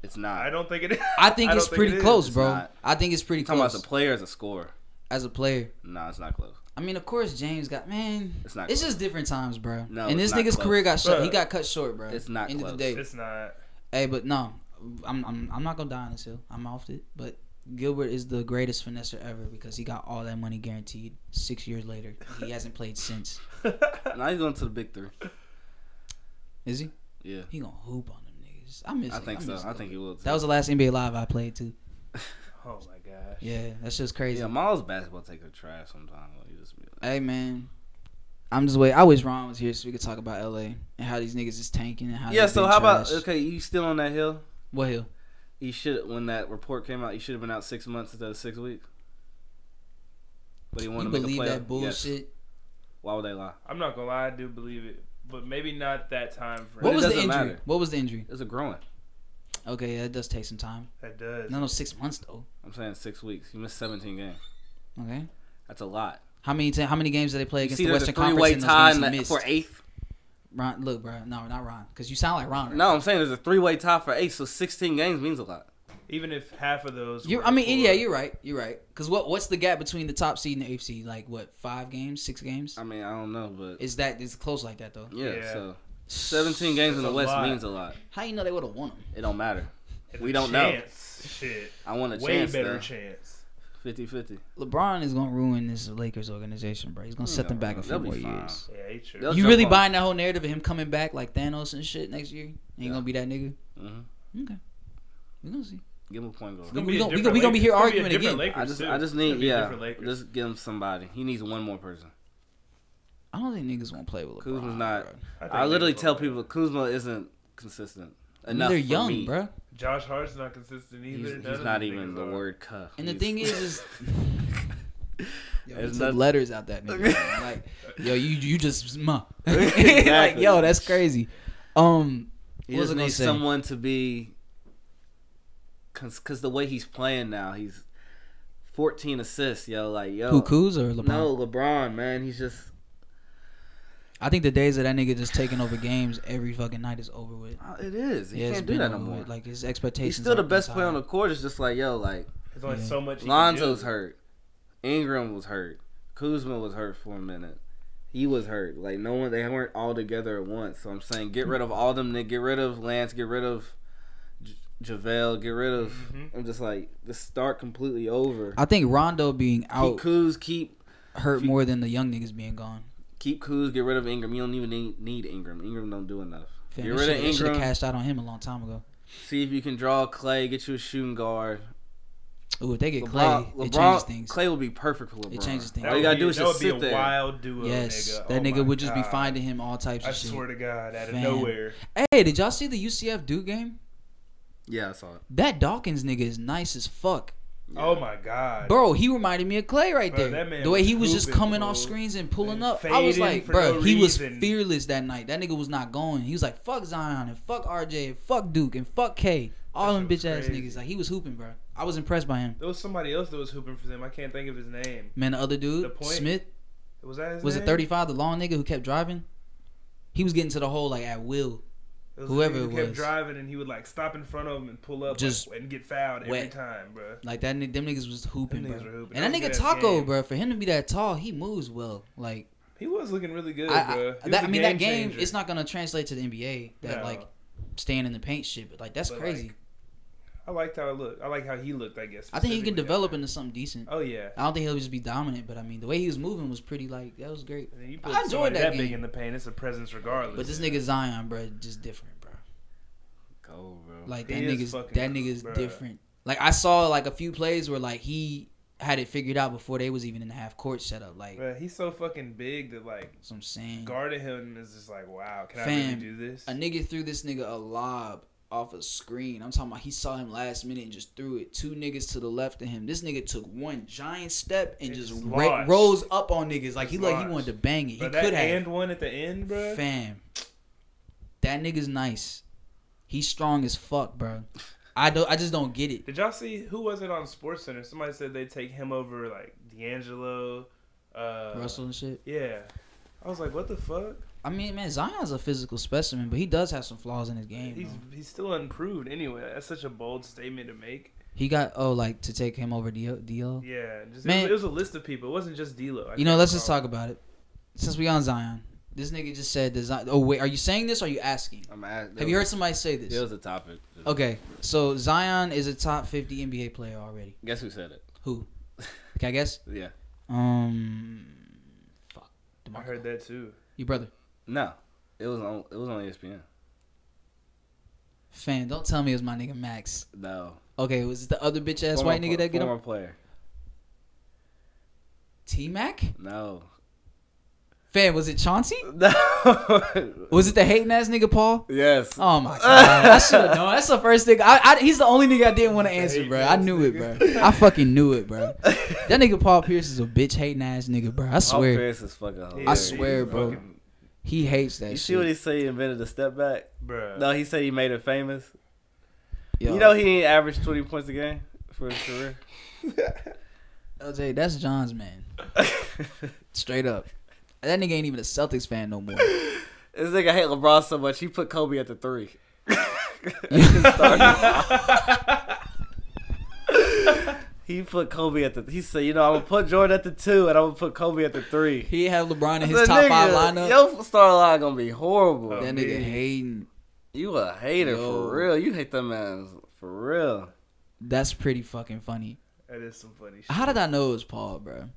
it's I not. don't think it is. I think don't it's pretty it is. close, bro. not. I think it's pretty You talking close about as a player, as a scorer? as a player. Nah, it's not close. I mean, of course, James got man. It's It's not just different times, bro. No, and it's this not nigga's close. career got shut. Bruh. He got cut short, bro. It's not End of close. the day. It's not. Hey, but no, I'm I'm I'm not gonna die on this hill. I'm off it. But Gilbert is the greatest finesser ever because he got all that money guaranteed. Six years later, he hasn't played since. Now he's going to the big three. Is he? Yeah, He gonna hoop on them niggas. I miss. I it. think so. miss I it. think he will. Too. That was the last NBA Live I played too. oh my gosh. Yeah, that's just crazy. yeah. Miles' basketball takes a trash sometimes. Like, he just be like, Hey man, I'm just wait. I wish Ron was here so we could talk about LA and how these niggas is tanking and how. yeah. they've So been how about trash. okay? You still on that hill? what hill? You should when that report came out. You should have been out six months instead of six weeks. But he You wanted to make a believe play. that bullshit? Why would they lie? I'm not gonna lie, I do believe it, but maybe not that time frame. What it was the doesn't injury? matter. What was the injury? It's a growing. Okay, that does take some time. that does? No, no, six months though. I'm saying six weeks. You missed 17 games. Okay. That's a lot. How many t- how many games did they play you against see, the there's Western a Conference three-way in those tie games in he the- missed? for eighth. Ron, look, bro, no, not Ron, because you sound like Ron. Right? No, I'm saying there's a three-way tie for eighth. So 16 games means a lot. Even if half of those. you were I mean, for- yeah, you're right, you're right. Because what what's the gap between the top seed and the eighth seed? Like what, five games, six games? I mean, I don't know, but Is that it's close like that though? yeah. Yeah. So 17 games in the That's a West lot. means a lot. How you know they would have won 'em? It don't matter. If We a don't know. chance, Shit. I want a Way chance better though. chance. 50-50. LeBron is gonna ruin this Lakers organization, bro. He's gonna He set them ain't gonna back a ruin it. few They'll be more fine. years. Yeah, he true. They'll You jump really on buying that whole narrative of him coming back like Thanos and shit next year? Ain't Yeah. gonna be that nigga. hmm Okay, we gonna see. Give him a point guard. Gonna be a gon- we different gon- we gon- we here Lakers. arguing It's gonna be a different again. Lakers, I just, too. I just It's gonna need, be a yeah, different Lakers. just give him somebody. He needs one more person. I don't think niggas gonna play with LeBron. Kuzma's not- bro. think I literally Lakers tell will people Kuzma isn't consistent I mean, enough. they're for young, me. bro. win. Josh Hart's not consistent either. He's, None he's of not these even niggas the are. word cuff. And the He's- thing is, is yo, we There's took nothing- letters out that nigga. man. like, yo, you you just ma. like, Exactly. yo, that's crazy. Um, He what was just I gonna needs say? someone to be, cause, cause the way he's playing now, he's 14 assists, yo, like yo. Who Kuz or LeBron? No, LeBron, man, he's just. I think the days of that nigga just taking over games every fucking night is over with. uh, It is. He Yeah, it's can't do been that no over more. with. Like his expectations. he's still the are best too player on high. the court. It's just like yo, like There's only Yeah. so much. he can Lonzo's do. hurt, Ingram was hurt, Kuzma was hurt for a minute. He was hurt. Like no one, they weren't all together at once. So I'm saying, get rid of all them. nigg- Get rid of Lance. Get rid of J- Javale. Get rid of. Mhm. I'm just like, just start completely over. I think Rondo being Keep out Kuz, keep hurt He- more than the young niggas being gone. Keep Kuz, get rid of Ingram. You don't even need, need Ingram. Ingram don't do enough. get Fam, they rid of shoulda- they shoulda Ingram. cashed out on him a long time ago. See if you can draw Clay. Get you a shooting guard. Ooh, if they get LeBron, Clay, it changes LeBron- things. Clay will be perfect for LeBron. It changes things. All you gotta do is that just would sit be a there. wild duo. yes, nigga. that Oh nigga my would just be God. finding him all types of I shit. swear to God, out of Fam. nowhere. Hey, did y'all see the UCF Duke game? Yeah, I saw it. That Dawkins nigga is nice as fuck, Oh my God, bro. He reminded me of Clay right Bro, there. that man The way was he was just hooping, coming bro. off screens and pulling And up, I was fading like, for bro, no he was reason. fearless that night. That nigga was not going. He was like, fuck Zion and fuck RJ and fuck Duke and fuck K, all That them bitch shit was ass crazy. niggas. Like he was hooping, bro. I was impressed by him. There was somebody else that was hooping for them. I can't think of his name. Man, the other dude, The point- Smith, Was that his was name? it 35, the long nigga who kept driving? He was getting to the hole like at will. It was Whoever a nigga it who kept was. driving and he would like stop in front of him and pull up Just like, and get fouled every wet. time, bro. Like that, ni- them niggas was hooping, Them niggas bro. were hooping. And That that nigga was a good-ass Taco, game. bro, for him to be that tall, he moves well. Like He was looking really good, I, bro. I, that, I mean, that game, it's not gonna translate to the NBA. That No. like staying in the paint shit, but like that's But, crazy. like, I liked how it looked. I like how he looked. I guess. I think he specifically can that develop night. into something decent. Oh yeah. I don't think he'll just be dominant, but I mean, the way he was moving was pretty like that was great. And then you I put enjoyed somebody that that, big game. in the paint. It's a presence regardless. But this nigga Zion, bro, just different, bro. Go, bro. Like He that is nigga's fucking that cool, nigga's bruh. different. Like I saw like a few plays where like he had it figured out before they was even in the half court setup. Like Bruh, he's so fucking big that like that's what I'm saying. guarding him is just like, wow, can I Mm. Fam, really do this? A nigga threw this nigga a lob off a screen. I'm talking about he saw him last minute and just threw it. Two niggas to the left of him. This nigga took one giant step and It just just ra- launched. rose up on niggas. Like he like he Just launched. wanted to bang it. He Bruh, that could have. and one at the end, bro. Fam, that nigga's nice. He's strong as fuck, bro. I don't. I just don't get it. Did y'all see who was it on Sports Center? Somebody said they'd take him over like D'Angelo, uh, Russell and shit. Yeah. I was like, what the fuck? I mean, man, Zion's a physical specimen, but he does have some flaws in his game. He's though. he's still unproved anyway. That's such a bold statement to make. He got oh, like to take him over Dio. Dio. Yeah, just, Man. It, was, it was a list of people. It wasn't just D'Lo. I You know, can't let's just recall. talk about it. Since we on Zion, this nigga just said that Zion. Oh wait, are you saying this? or Are you asking? I'm at, Have you heard somebody say It this? was a topic. Just- Okay, so Zion is a top fifty NBA player already. Guess who said it? Who? Can I guess? Yeah. Um, fuck. I heard that too. Your brother. No, it was on. It was on E ESPN. Fan, don't tell me it was my nigga Max. No. Okay, was it the other bitch ass Former white nigga pl- that get former him? player. T Mac? No. Fan, was it Chauncey? No. Was it the hating ass nigga Paul? yes. Oh my god, I should have known. That's the first thing. I, I he's the only nigga I didn't want to answer, bro. I knew it, bro. I fucking knew it, bro. That nigga Paul Pierce is a bitch hating ass nigga, bro. I Paul swear Pierce is fucking Yeah, hilarious. he's swear, bro. fucking- he hates that You see what he shit. say? He invented the step back. Bruh. No, he said he made it famous. Yo, You know he ain't averaged twenty points a game for his career. LJ, that's John's man, this straight up. That nigga ain't even a Celtics fan no more. nigga hate LeBron so much he put Kobe at the three. he put Kobe at the. He said, you know, I'm gonna put Jordan at the two and I'm gonna put Kobe at the three. He have LeBron in I his said, top five "Nigga, lineup. Your star line gonna be horrible. Oh. that nigga man. hating. You a hater Yo. for real. You hate that man for real. That's pretty fucking funny. that is some funny shit. How did I know it was Paul, bro?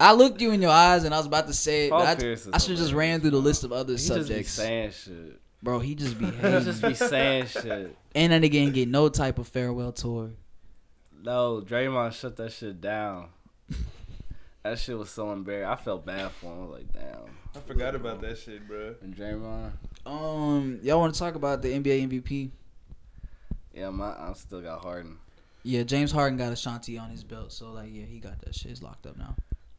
I looked you in your eyes and I was about to say it, Paul but I, Pierce is I should have just hilarious, ran through the bro. list of other He just be subjects. saying shit. Bro, he just be He hating. just be saying shit. and that nigga ain't get no type of farewell tour. No, Draymond shut that shit down. That shit was so embarrassing. I felt bad for him. I was like, damn. I forgot about that shit, bro. And Draymond, Um, y'all want to talk about the NBA MVP? yeah, my I still got Harden. Yeah, James Harden got Ashanti on his belt, so like, yeah, he got that shit. It's locked up now.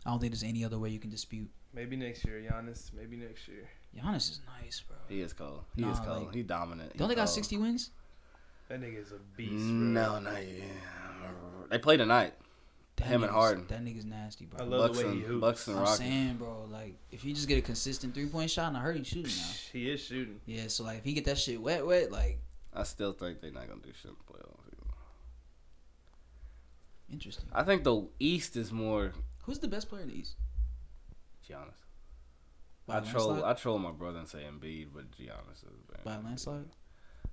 I don't think there's any other way you can dispute. Maybe next year, Giannis. Maybe next year. Giannis is nice, bro. He is cold. He is Nah, cold. like- he dominant. He Don't they got cold. 60 wins? That nigga is a beast, bro. No, not yet. They play tonight. That Him and nigga's- Harden. That nigga's nasty, bro. I love Bucks the way he and, hoops. Bucks and I'm Rockets. saying, bro, like if you just get a consistent three point shot, and I heard he's shooting now. He is shooting. Yeah, so like if he get that shit wet, wet, like I still think they're not gonna do shit in the playoffs. interesting. I think the East is more Who's the best player in the East? Giannis. By I a troll. landslide? I troll my brother and say Embiid, but Giannis is. better. By a landslide.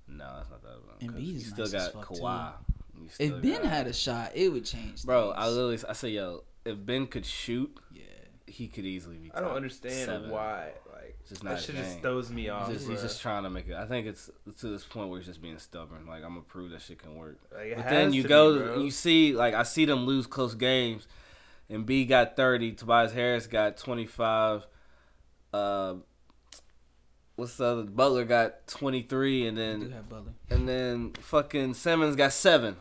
No, that's not that. Embiid Embiid you is still nice as got fuck, Kawhi. You still If Ben got- had a shot, it would change. Bro, I things. literally I say yo, if Ben could shoot, Yeah. he could easily be. I don't top understand seven. why. Like It's just not that his shit just thing. throws me off. He's just, bruh. he's just trying to make it. I think it's to this point where he's just being stubborn. Like I'm gonna prove that shit can work. Like, it But has then you to go, be, to, bro. you see, like I see them lose close games, and B got thirty, Tobias Harris got twenty five, uh, what's the other? Butler got twenty three, and I do then have Butler and then fucking Simmons got seven.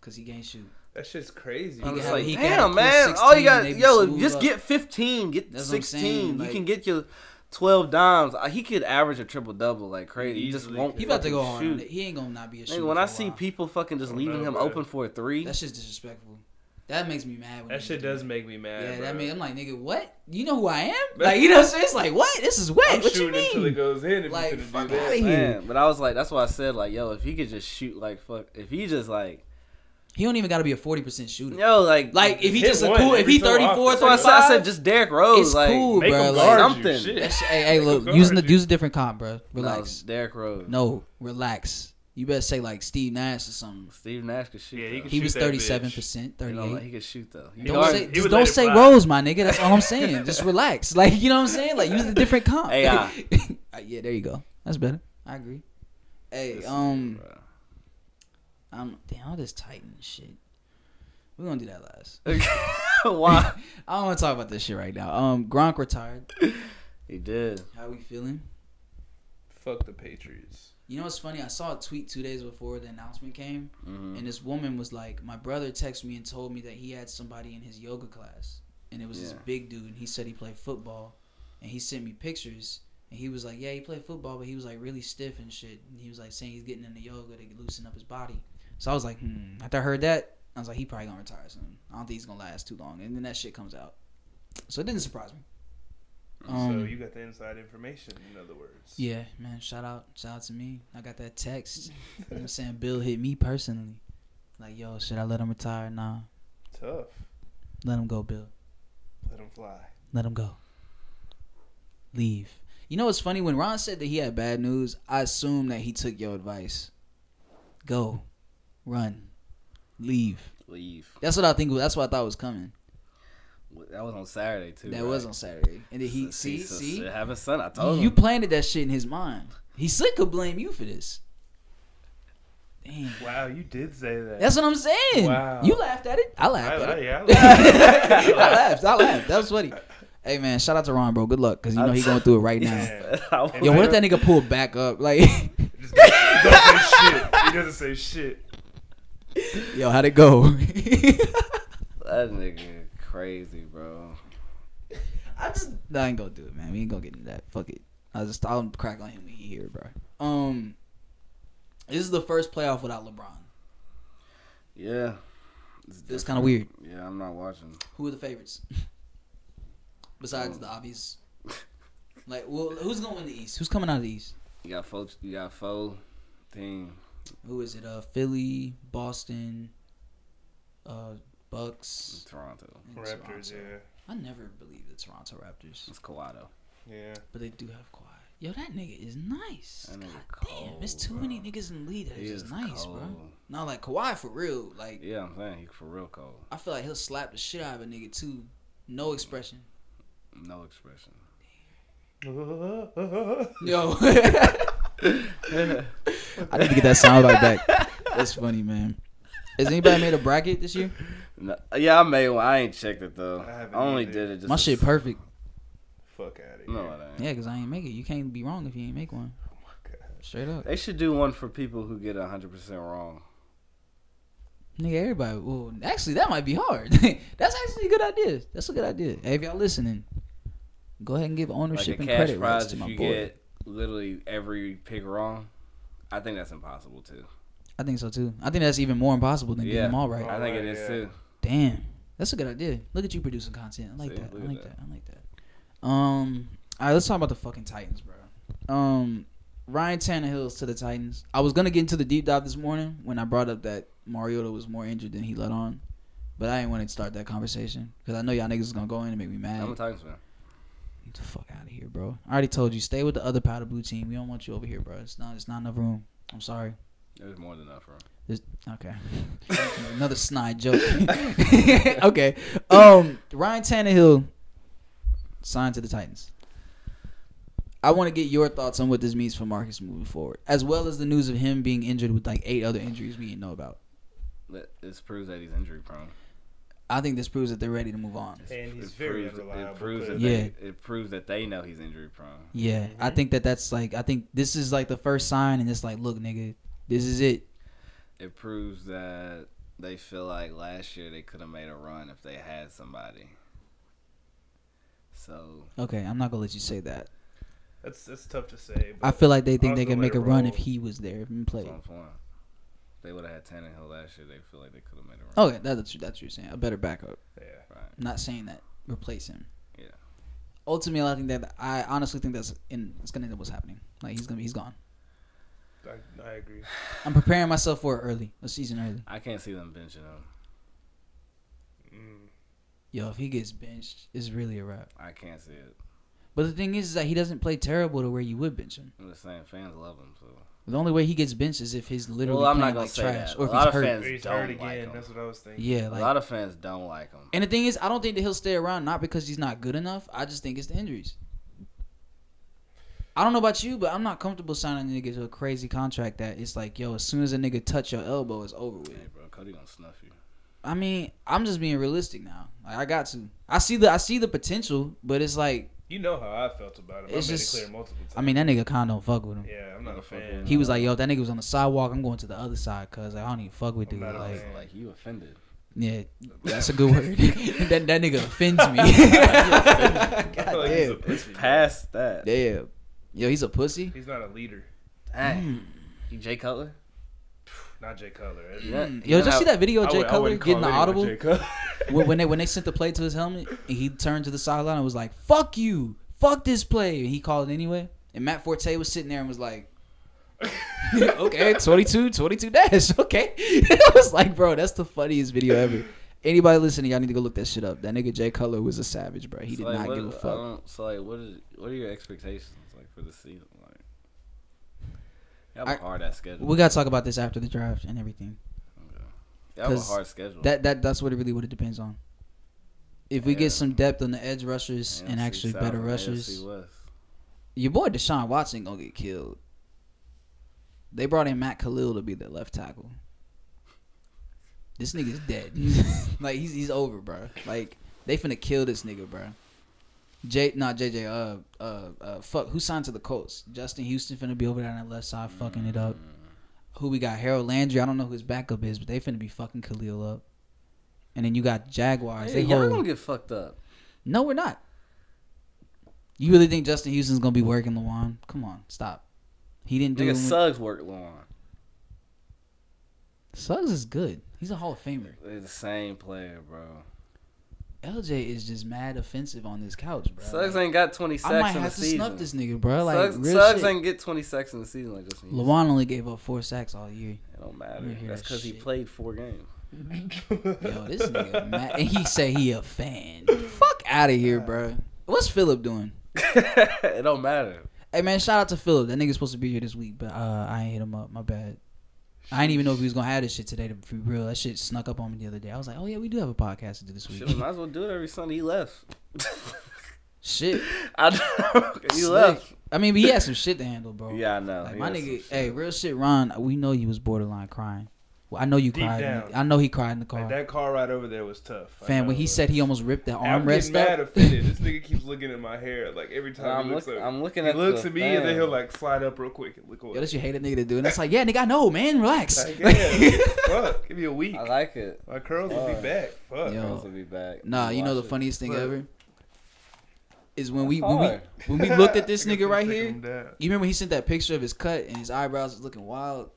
because he can't shoot. that shit's He crazy. I'm bro. can just have- like, he can have damn cool man, all you 16, got, they be yo, smooth just up. get fifteen, get That's what I'm sixteen. saying, you like- can get your twelve dimes. Uh, He could average a triple double like crazy. He just Easily won't. He about to fucking go hard. on shoot. it. He ain't gonna not be a Nigga, shooter. when for I a see while. people fucking just I don't leaving know, him bro. open for a three, that's just disrespectful. That makes me mad. When That niggas shit do does make me mad. Yeah, bro. that mean I'm like, nigga, what? You know who I am? Like, you know what I'm saying? It's like, what? This is wet. I'm what you shooting until it mean? goes in. If Like, you're gonna fuck do that. outta here. Man, but I was like, that's why I said like, yo, if he could just shoot like fuck, if he just like, He don't even got to be a 40% shooter. yo, like, Like, if he Hit just a one cool, if every he so 34, often. that's why I 35, said, I said just Derrick Rose, It's like, cool, Make Bro, them like, guard something. You, shit. that shit- hey, hey, Make look, them use, guard a- you. use a different comp, bro. Relax. no, Derrick Rose, No, relax. You better say like Steve Nash or something. Steve Nash could shoot. Yeah, he he could. Shoot. could He shoot was that bitch. thirty seven percent, You thirty know, like, eight. he could shoot though. You Don't guard- say would just let don't it say fly. Rose, my nigga. That's all I'm saying. just relax. Like you know what I'm saying. Like use a different comp. AI. Uh, yeah, there you go. That's better. I agree. Hey, This um, nigga, I'm damn all this Titan shit. We're gonna do that last. bro. why I don't want to talk about this shit right now. Um, Gronk retired. he did? How we feeling? Fuck the Patriots. You know what's funny? I saw a tweet two days before the announcement came, Mhm. and this woman was like, "My brother texted me and told me that he had somebody in his yoga class, and it was this Yeah. big dude, and he said he played football, and he sent me pictures, and he was like, yeah, he played football, but he was like really stiff and shit, and he was like saying he's getting into yoga to loosen up his body. So I was like, hmm. After I heard that, I was like, he probably gonna retire soon. I don't think he's gonna last too long, and then that shit comes out, so it didn't surprise me. Um, so you got the inside information, in other words. yeah, man. Shout out, shout out to me. I got that text. you know what I'm saying Bill hit me personally. Like, yo, should I let him retire? Nah, Tough. let him go, Bill. Let them fly. Let him go. Leave. You know what's funny? When Ron said that he had bad news, I assumed that he took your advice. Go, run, leave. Leave. That's what I think. That's what I thought was coming. That was on Saturday too. that right? was on Saturday, and then he So- see so- see so having son. I told you him. planted that shit in his mind. He still could blame you for this. Damn. Wow, you did say that. That's what I'm saying. Wow. You laughed at it. I I, laughed at I, it. yeah, I I laughed. laughed. I laughed. That was funny. Hey man, shout out to Ron, bro. Good luck, cause you know he going through it right now. Yeah. Yo, what if that nigga pulled back up? Like, Just don't, don't say shit. He doesn't say shit. yo, how'd it go? That nigga crazy, bro. I just, nah, I ain't gonna do it, man. We ain't gonna get into that. Fuck it. I just, I'll crack on him when he here, bro. Um, this is the first playoff without LeBron. Yeah. It's, That's different. kind of weird. Yeah, I'm not watching. Who are the favorites? Oh. Besides the obvious, like, well, who's gonna win the East? Who's coming out of the East? You got four. You got four team. Who is it? Uh, Philly, Boston, uh, Bucks. Toronto. and Raptors, Toronto. yeah. I never believed the Toronto Raptors, It's Kawhi though. Yeah. but they do have Kawhi. Yo, that nigga is nice. That God nigga damn, it's cold, too bro. many niggas in the league that He is just is nice, bro. cold. Not like Kawhi for real. Like Yeah, I'm saying he for real cold. I feel like he'll slap the shit out of a nigga too. No expression. No expression. Yo, I need to get that sound like back. That's funny, man. Has anybody made a bracket this year? No, yeah, I made one. I ain't checked it though. I I, haven't only either. did it just My to- shit perfect. Fuck out of here. No, it ain't. Yeah, cause I ain't make it. You can't be wrong if you ain't make one. Oh Straight up. They should do one for people who get 100 percent wrong. Nigga, everybody. Well, actually, that might be hard. That's actually a good idea. That's a good idea. Hey, if y'all listening, go ahead and give Like a ownership and cash credit rights prize to if my you boy. get literally every pick wrong. I think that's impossible too. I think so too. I think that's even more impossible than getting Yeah. them all right. I think it Alright, is yeah. too. Damn, that's a good idea. Look at you producing content. I like See, that. look I at like that. that. I like that. Um, all right, let's talk about the fucking Titans, bro. Um, Ryan Tannehill's to the Titans. I was gonna get into the deep dive this morning when I brought up that Mariota was more injured than he let on, but I didn't want to start that conversation because I know y'all niggas is gonna go in and make me mad. I'm a Titans fan. Get the fuck out of here, bro. I already told you, stay with the other powder blue team. We don't want you over here, bro. It's not. It's not enough room. I'm sorry. There's more than enough room. Okay. Another snide joke. okay. Um, Ryan Tannehill signed to the Titans. I want to get your thoughts on what this means for Marcus moving forward, as well as the news of him being injured with like eight other injuries we didn't know about. That- This proves that he's injury prone. I think this proves that they're ready to move on. And he's It very proves- unreliable. It proves that clearly. they, Yeah. it proves that they know he's injury prone. Yeah, I think that that's like I think this is like the first sign, and it's like, look, nigga, this is it. It proves that they feel like last year they could have made a run if they had somebody. So Okay, I'm not gonna let you say that. That's that's tough to say. I feel like they think they Also can make a later run on- if he was there and that's played. what I'm saying. They would have had Tannehill last year. They feel like they could have made a run. Okay, Oh, that- that's that's what you're saying. A better backup. yeah. Right. I'm not saying that replace him. Yeah. Ultimately, I think that I honestly think that's in it's gonna end up what's happening. Like he's gonna he's gone. I, I agree. I'm preparing myself for it early, a season early. I can't see them benching him. Mm. Yo, if he gets benched, it's really a wrap. I can't see it. But the thing is, is that he doesn't play terrible to where you would bench him. I'm just saying, fans love him. So The only way he gets benched is if he's literally Well, I'm not playing gonna like say trash that. or A if lot he's of hurt. fans- He's don't hurt like again. him. that's what I was thinking. Yeah, a like lot of fans don't like him. And the thing is, I don't think that he'll stay around not because he's not good enough. I just think it's the injuries. I don't know about you, but I'm not comfortable signing niggas to a crazy contract that it's like, yo, as soon as a nigga touch your elbow, it's over with. Hey, bro, Cody gonna snuff you. I mean, I'm just being realistic now. Like, I got to. I see the I see the potential, but it's like, You know how I felt about him. It's I made just- it clear multiple times. I mean, that nigga kind of don't fuck with him. yeah, I'm not a Motherfucker. fan. He was like, yo, if that nigga was on the sidewalk, I'm going to the other side, cause like, I don't even fuck with I'm dude. not a Like, fan. like you offended. yeah, that's a good word. that that nigga offends me. I feel God like he's a damn. It's pussy. past that. Damn. Yo, he's a pussy. He's not a leader. Mm, Dang. You Jay Cutler? Not Jay Cutler. Yeah. mm. Yo, did you Yeah. see that video of I Jay would- I Cutler wouldn't getting the call anyone audible Jay Cutler. when, when they when they sent the play to his helmet and he turned to the sideline and was like, "Fuck you, fuck this play," and he called it anyway. And Matt Forte was sitting there and was like, "Okay, 22, 22 dash, okay." I was like, "Bro, that's the funniest video ever." Anybody listening, y'all need to go look that shit up. That nigga Jay Cutler was a savage, bro. He So, did like, not what- give a I fuck. don't- so like, what is what are your expectations like for the season? Like, y'all have I- a hard ass schedule. We gotta talk about this after the draft and everything. Y'all have a 'cause hard schedule. That that that's what it really what it depends on. If we Yeah. get some depth on the edge rushers and AFC actually South better and rushers, AFC West. Your boy Deshaun Watson gonna get killed. They brought in Matt Khalil to be their left tackle. This nigga's dead. like he's he's over, bro. Like they finna kill this nigga, bro. J not JJ. Uh, uh, uh, fuck. Who signed to the Colts? Justin Houston finna be over there on that left side, fucking it Mm. up. Who we got? Harold Landry. I don't know who his backup is, but they finna be fucking Khalil up. And then you got Jaguars. Hey, they y'all hold. gonna get fucked up. No, we're not. You really think Justin Houston's gonna be working Lawan? Come on, stop. He didn't do Nigga it. when- Suggs worked long. Suggs is good. He's a Hall of Famer. They're the same player, bro. LJ is just mad offensive on this couch, bro. Suggs Like, ain't got twenty I might sacks in the have to snuff season. this nigga, bro. Like Suggs, real Suggs shit. ain't get twenty sacks in the season like this. It Lawan only gave up four sacks all year. don't matter. Let me hear That's that because he shit. played four games. Yo, this nigga mad, and he say he a fan. Fuck out of here, bro. What's Philip doing? it don't matter. Hey man, shout out to Philip. That nigga's supposed to be here this week, but uh, I ain't hit him up. My bad. I didn't even know if he was gonna have this shit today. To be real, that shit snuck up on me the other day. I was like, oh yeah, we do have a podcast to do this week. Shit, we might as well do it every Sunday. He left. shit, I know. he Slick. left. I mean, but he had some shit to handle, bro. Yeah, I know. Oh. like He my was- nigga. eh, Hey, real shit, Ron. We know you was borderline crying. Well, I know you Deep cried. down. I know he cried in the car. Like, that car ride over there was tough. I Fam, know when it he was. said he almost ripped that And I'm armrest getting mad up. offended. This nigga keeps looking at my hair like every time I'm, he looks look, up. I'm looking he at looks the at me and fan. then he'll like slide up real quick and look away. Yo, that you hate a nigga to do, and it's like, yeah, nigga, I know, man, relax. Like, yeah, fuck. Give me a week. I like it. my curls will be Fuck. back. Fuck. Yo. Girls will be back. Nah, you know the Watch it. funniest thing Look. ever is when That's we when hard. we when we looked at this I guess nigga I'm right taking here. him down. You remember he sent that picture of his cut and his eyebrows was looking wild,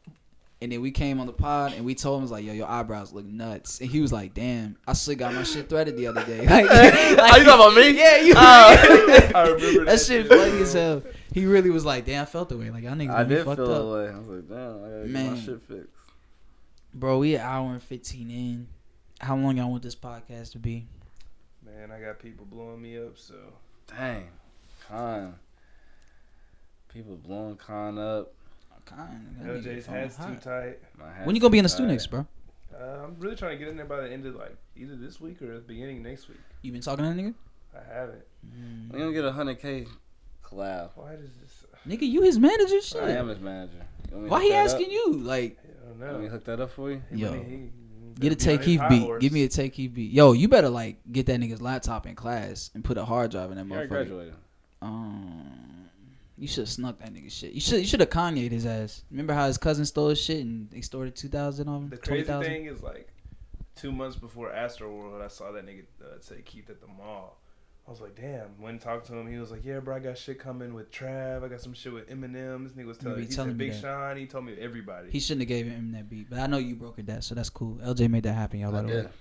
and then we came on the pod and we told him was like, "Yo, your eyebrows look nuts," and he was like, "Damn, I still got my shit threaded the other day." Like, Oh, you talking about me? Yeah, you. Oh. I that remember that shit shit, funny bro. as hell. He really was like, "Damn, I felt the way." Like y'all niggas I really did fucked feel up, away. I was like, damn, I gotta get Man. my shit fixed. bro. We an hour and fifteen in. How long y'all want this podcast to be? Man, I got people blowing me up, so Dang, Con. People blowing Con up. LJ's hands too tight. My When you hat's gonna be in the tied. stew next, bro? Uh, I'm really trying to get in there by the end of like either this week or the beginning of next week. You been talking to that nigga? I haven't. We Mm. don't get a hundred k collab. Why does this? Nigga, you his manager, Oh, shit. I am his manager. You want me to Why hook he that asking up? you? Like, I don't Let me to know. hook that up for you. Yo. He- he- get a be on take his Keith high beat. horse. Give me a take Keith beat. Yo, you better like get that nigga's laptop in class and put a hard drive in that You already motherfucker. graduated. Um, you should have snuck that nigga shit. You should you should have Kanye'd his ass. Remember how his cousin stole his shit and extorted two thousand on him? The Twenty crazy thousand. thing is, like, two months before Astroworld, I saw that nigga uh, take Keith at the mall. I was like, damn. Went and talked to him. He was like, yeah, bro, I got shit coming with Trav. I got some shit with Eminem. This nigga was telling be me. He telling me said that. Big Sean. He told me everybody. He shouldn't have gave him that beat, but I know you brokered that, so that's cool. LJ made that happen, y'all. By I the did. way,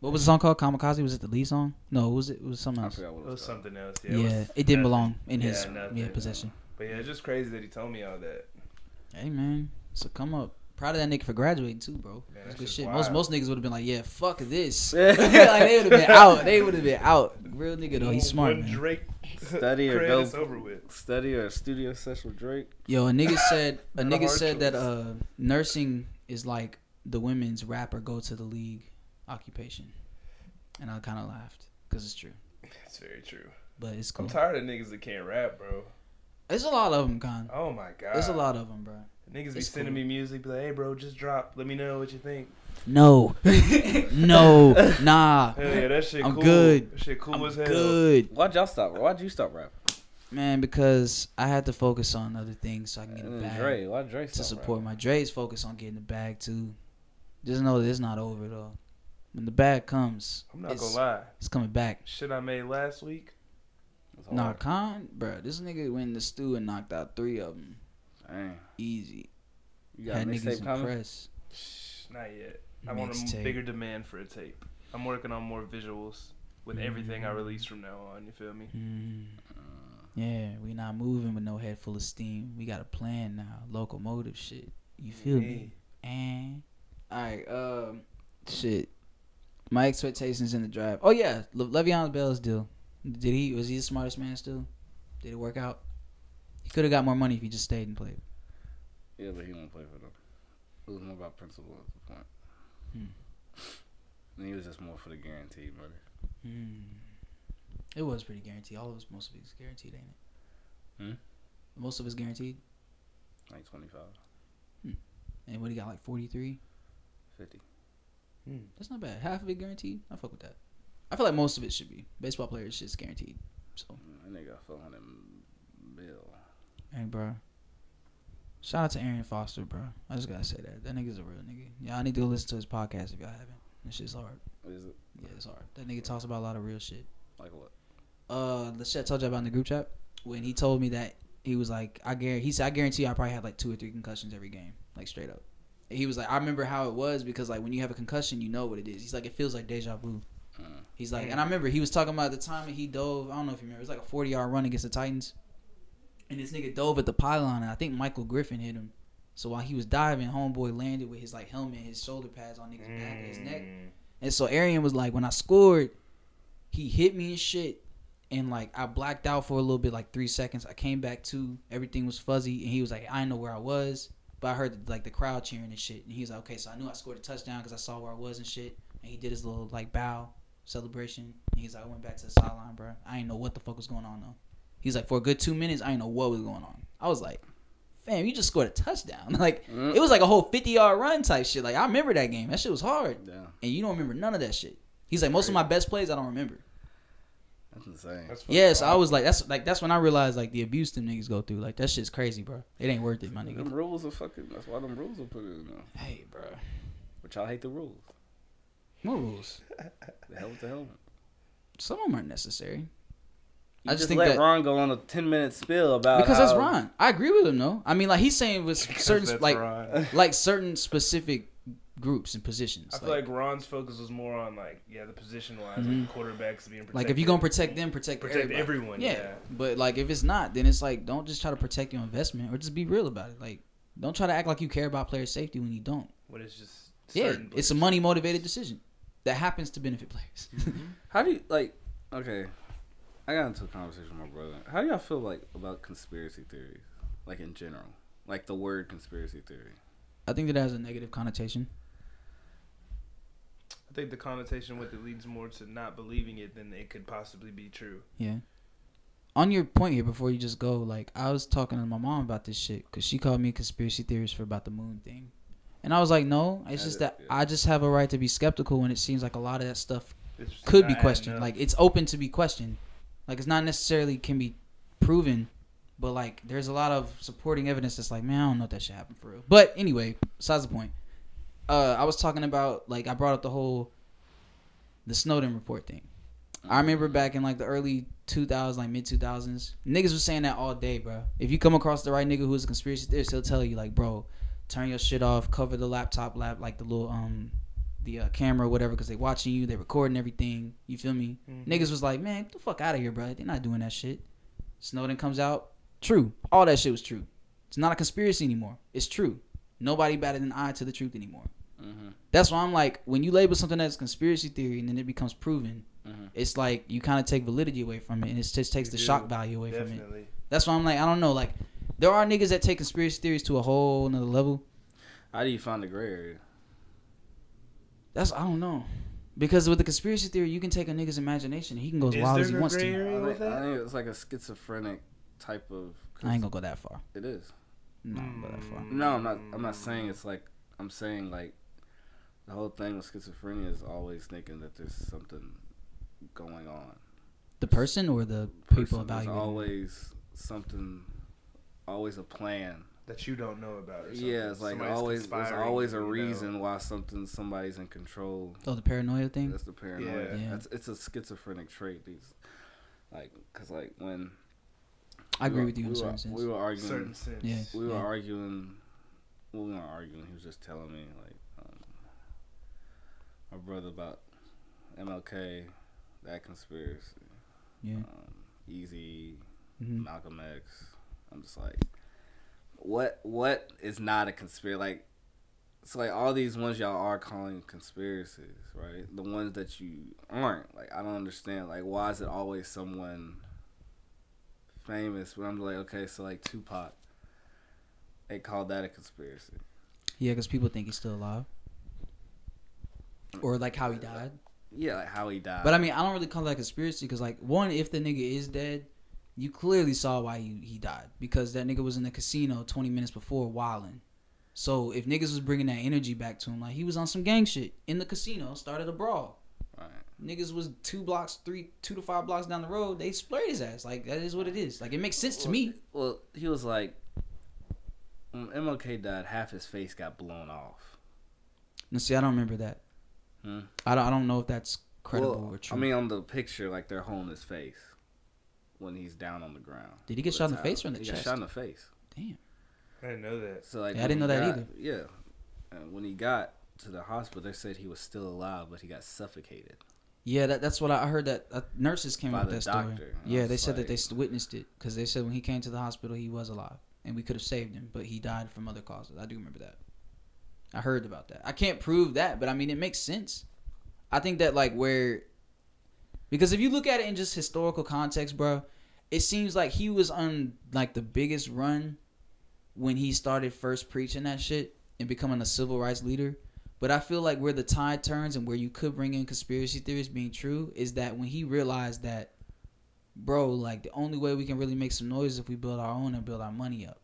what was the song called? Kamikaze? Was it the lead song? No, it was it? it was something I else. forgot what it it was was. called. something else. Yeah. Yeah, it it, was- didn't belong in Yeah, his nothing. yeah possession. But yeah, it's just crazy that he told me all that. Hey man, so come up. Proud of that nigga for graduating too, bro. Man, That's that good shit's shit. Most wild. most niggas would have been like, yeah, fuck this. like they would have been out. They would have been out. Real nigga though, he's smart When man. Drake Study or cred go- is over with. Study or studio session with Drake. Yo, a nigga said a Not a nigga hard said that choice. uh nursing is like the women's rap or go to the league occupation, and I kind of laughed because it's true, That's very true. but it's cool. I'm tired of niggas that can't rap, bro. There's a lot of them, con. Oh my god. There's a lot of them, bro. Niggas be It's sending cool. me music, be like, hey, bro, just drop. Let me know what you think. No, no, nah. Hell yeah, that shit I'm cool. good. That shit cool I'm as hell. good, Why'd y'all stop? Why'd you stop rapping? man, because I had to focus on other things so I can get a And then bag Mm, Dre. Why'd Dre to stop support my Dre's focus on getting the bag too. Just know that it's not over though. When the bag comes, I'm not it's- gonna lie. it's coming back. Shit I made last week. rapping? Nah, Khan, bro, this nigga went in the stew and knocked out three of them Dang. easy. You got a Had niggas mixtape coming? impressed. Shh, not yet. I want a Mixtape. m- bigger demand for a tape. I'm working on more visuals with everything I Mm. release from now on. You feel me? Mm. Yeah, we not moving with no head full of steam. We got a plan now, locomotive shit. You feel me? And all right, um, shit. My expectations in the drive. Oh yeah, Le- Le'Veon Bell's deal. Did he? Was he the smartest man still? Did it work out? He could have got more money if he just stayed and played. Yeah, but he won't play for them. It was more about principle at the point. Hmm. And he was just more for the guaranteed money. Mm. It was pretty guaranteed. All of us, most of it's guaranteed, ain't it? Hmm? Most of it's guaranteed. Like 25, And what he got, like 43? 50. That's not bad. Half of it guaranteed. I fuck with that. I feel like most of it should be. Baseball players shit's guaranteed. So, That nigga got 400 bill. hey, bro. Shout out to Aaron Foster, bro. I just gotta say that. That nigga's a real nigga. Yeah, I need to go listen to his podcast if y'all haven't. That shit's hard. Is it? Yeah, it's hard. That nigga talks about a lot of real shit. Like what? uh the shit I told you about in the group chat when he told me that he was like I guarantee he said I guarantee you I probably had like two or three concussions every game like straight up. And he was like I remember how it was because like when you have a concussion you know what it is. He's like it feels like deja vu. Mm. He's like and I remember he was talking about the time that he dove I don't know if you remember it was like a forty yard run against the Titans and this nigga dove at the pylon and I think Michael Griffin hit him. So while he was diving, homeboy landed with his like helmet, and his shoulder pads on niggas back and his neck. Mm, And so Arian was like, when I scored, he hit me and shit. And like I blacked out for a little bit, like three seconds. I came back to, everything was fuzzy, and he was like, I didn't know where I was, but I heard like the crowd cheering and shit. And he was like, okay, so I knew I scored a touchdown because I saw where I was and shit. And he did his little like bow celebration. And he's like, I went back to the sideline, bro. I didn't know what the fuck was going on though. He's like, for a good two minutes, I didn't know what was going on. I was like, fam, you just scored a touchdown. like Mm. it was like a whole fifty yard run type shit. Like I remember that game. That shit was hard Yeah, and you don't remember none of that shit. He's like, most of my best plays I don't remember. that's insane. That's fucking Yes, I awesome. was like, that's like that's when I realized like the abuse them niggas go through. Like that shit's crazy, bro. It ain't worth it, my Them nigga. rules are fucking. That's why them rules are put in there. Hey, bro. But y'all hate the rules. What rules? The hell with the helmet. Some of them aren't necessary You I just just, think let that- Ron go on a ten minute spill Uh, about because that's how- Ron. I agree with him though. I mean, like he's saying with certain That's like Ron. like certain specific groups and positions. I feel like Ron's focus was more on like yeah the position wise Mhm. like quarterbacks being protected. Like, if you're gonna protect them, protect, protect everybody. everyone, Yeah. yeah. But like if it's not, then it's like don't just try to protect your investment or just be real about it. Like don't try to act like you care about player safety when you don't. what is just Yeah, certain it's a players. Mm-hmm. money motivated decision that happens to benefit players. How do you like? Okay, I got into a conversation with my brother. How do y'all feel like about conspiracy theories, like in general, like the word conspiracy theory? I think that has a negative connotation. I think the connotation with it leads more to not believing it than it could possibly be true. Yeah. On your point here, before you just go, like I was talking to my mom about this shit because she called me a conspiracy theorist for about the moon thing, and I was like, no, it's just That is- that yeah. I just have a right to be skeptical when it seems like a lot of that stuff It's just could be not adding questioned. up. Like it's open to be questioned. Like it's not necessarily can be proven, but like there's a lot of supporting evidence that's like, man, I don't know if that should happen for real. But anyway, besides the point. Uh, I was talking about like I brought up the whole the Snowden report thing. I remember back in like the early 2000s, like mid 2000s, niggas was saying that all day, bro. If you come across the right nigga who's a conspiracy theorist, he'll tell you like, bro, turn your shit off, cover the laptop, lap like the little um the uh, camera, or whatever, because they watching you, they recording everything. You feel me? Mhm. Niggas was like, man, get the fuck out of here, bro. They're not doing that shit. Snowden comes out, true. All that shit was true. It's not a conspiracy anymore. It's true. Nobody batted an eye to the truth anymore. Mm-hmm. That's why I'm like, when you label something as conspiracy theory and then it becomes proven, Mhm. it's like you kind of take validity away from it, and it just takes You the do. shock value away from it. Definitely. That's why I'm like, I don't know. Like, there are niggas that take conspiracy theories to a whole another level. How do you find the gray area? That's I don't know, because with the conspiracy theory, you can take a nigga's imagination. He can go as Is wild there as he a wants gray to. area? I with think, I that? think it's like a schizophrenic type of. I ain't gonna go that far. It is. No, I'm not that far. No, I'm not. I'm not saying it's like. I'm saying like, the whole thing with schizophrenia is always thinking that there's something going on. The person or the people Person, there's evaluating. always something, always a plan. that you don't know about. Or something. Yeah, it's like Somebody's always. There's conspiring, always a you know. reason why something somebody's in control. oh, the paranoia thing. That's the paranoia. Yeah. Yeah. That's it's a schizophrenic trait. These, like, cause like when I we agree were- with you in we were, certain sense. we were arguing. Certain sense. Yeah. we were Yeah. arguing. Well, we weren't arguing. He was just telling me like um, my brother about MLK, that conspiracy, yeah. um, Easy, hmm Malcolm X. I'm just like, what? What is not a conspiracy? Like, it's like all these ones y'all are calling conspiracies, right? The ones that you aren't. Like, I don't understand. Like, why is it always someone famous? But I'm like, okay, so like Tupac, they called that a conspiracy. Yeah, because people think he's still alive. Or like how he died. Yeah, like how he died. But I mean, I don't really call that conspiracy because, like, one, if the nigga is dead, you clearly saw why he, he died because that nigga was in the casino 20 minutes before wilding. So if niggas was bringing that energy back to him, like he was on some gang shit in the casino, started a brawl. Right. Niggas was two blocks, three, two to five blocks down the road. They splayed his ass. Like that is what it is. Like it makes sense to me. Well, well, he was like, when MLK died, half his face got blown off. No, see, I don't remember that. Hmm. I don't. I don't know if that's credible Well, or true. I mean, on the picture, like they're holding his face when he's down on the ground. Did he get With shot in the towel. face or in the he chest? Got shot in the face. I didn't know that. So like, Yeah, I when didn't know he that got- either. Yeah, and when he got to the hospital, they said he was still alive, but he got suffocated. Yeah, that, that's what I I heard. That uh, nurses came By up with the that story. doctor. I Yeah, was they said that like- they s- witnessed it because they said when he came to the hospital, he was alive and we could have saved him, but he died from other causes. I do remember that. I heard about that. I can't prove that, but I mean, it makes sense. I think that like where, because if you look at it in just historical context, bro, it seems like he was on like the biggest run when he started first preaching that shit and becoming a civil rights leader. But I feel like where the tide turns and where you could bring in conspiracy theories being true is that when he realized that, bro, like the only way we can really make some noise is if we build our own and build our money up.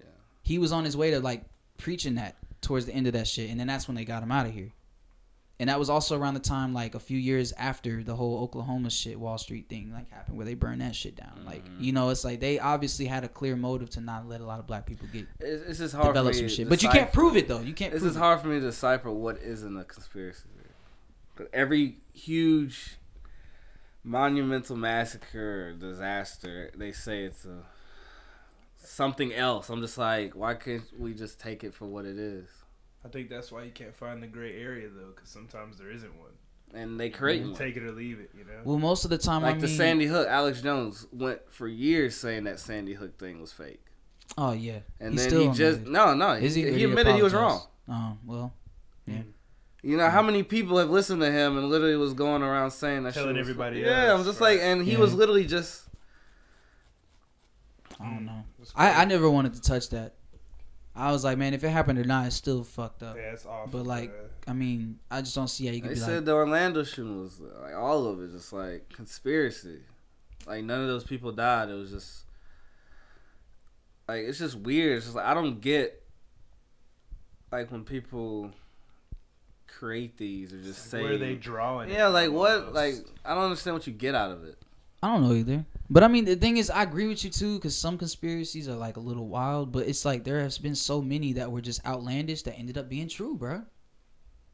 Yeah. He was on his way to like preaching that towards the end of that shit, and then that's when they got him out of here. And that was also around the time, like a few years after the whole Oklahoma shit, Wall Street thing, like happened, where they burned that shit down. Like, Mhm. you know, it's like they obviously had a clear motive to not let a lot of black people get It's, it's just hard develop for me some to shit, but you can't decipher. prove it though. You can't. It's prove just it. hard for me to decipher what isn't a conspiracy theory. 'Cause every huge monumental massacre or disaster, they say it's a something else. I'm just like, why can't we just take it for what it is? I think that's why you can't find the gray area though, because sometimes there isn't one. And they create You one. Take it or leave it. You know. Well, most of the time, like I mean, the Sandy Hook, Alex Jones went for years saying that Sandy Hook thing was fake, Oh yeah, and He's then still he on just the- no, no, is he, he? or he, did he admitted he was wrong. apologize? Um, well, You know how Mm. many people have listened to him and literally was going around saying that, Telling shit was- everybody Yeah, else, I'm just right. like, and he Yeah. was literally just I don't know. That's I, I Hmm. crazy. never wanted to touch that. I was like, man, if it happened or not, it's still fucked up. Yeah, it's awful. But, like, bruh. I mean, I just don't see how you could They be said like, the Orlando shooting was like all of it, just like conspiracy. Like none of those people died. It was just like it's just weird. It's just like I don't get like when people create these or just say where they drawing? it yeah, like from what? almost. Like I don't understand what you get out of it. I don't know either. But I mean, the thing is, I agree with you too, because some conspiracies are like a little wild, but it's like there has been so many that were just outlandish that ended up being true, bruh.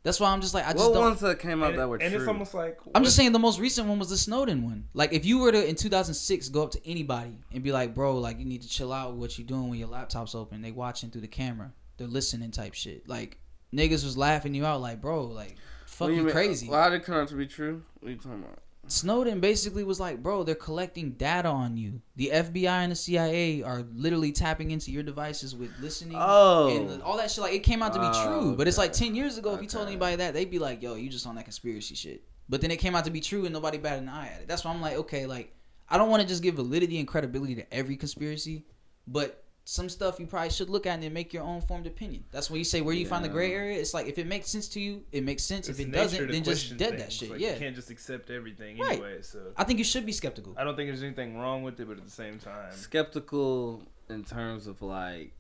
That's why I'm just like, I just what don't. ones that came out and, it- that were and true? it's almost like I'm just saying the most recent one was the Snowden one. Like if you were to in 2006 go up to anybody and be like, "Bro, like you need to chill out with what you doing when your laptop's open. They watching through the camera. They're listening type shit." Like niggas was laughing you out like, "Bro, like fuck What do you mean- crazy." Well, how did it come out to be true? What are you talking about? Snowden basically was like, "Bro, they're collecting data on you. The FBI and the CIA are literally tapping into your devices with listening Oh. and all that shit like it came out to be Ah, Oh, true, but it's like okay. 10 years ago if you told Okay. anybody that, they'd be like, "Yo, you just on that conspiracy shit." But then it came out to be true and nobody batted an eye at it. That's why I'm like, "Okay, like I don't want to just give validity and credibility to every conspiracy, but some stuff you probably should look at and then make your own formed opinion. That's when you say where you find the gray Yeah. area. It's like if it makes sense to you, it makes sense. it's if it nature doesn't, to then just question dead things. that shit. Like, yeah. you can't just accept everything Right. anyway. So I think you should be skeptical. I don't think there's anything wrong with it, but at the same time, skeptical in terms of like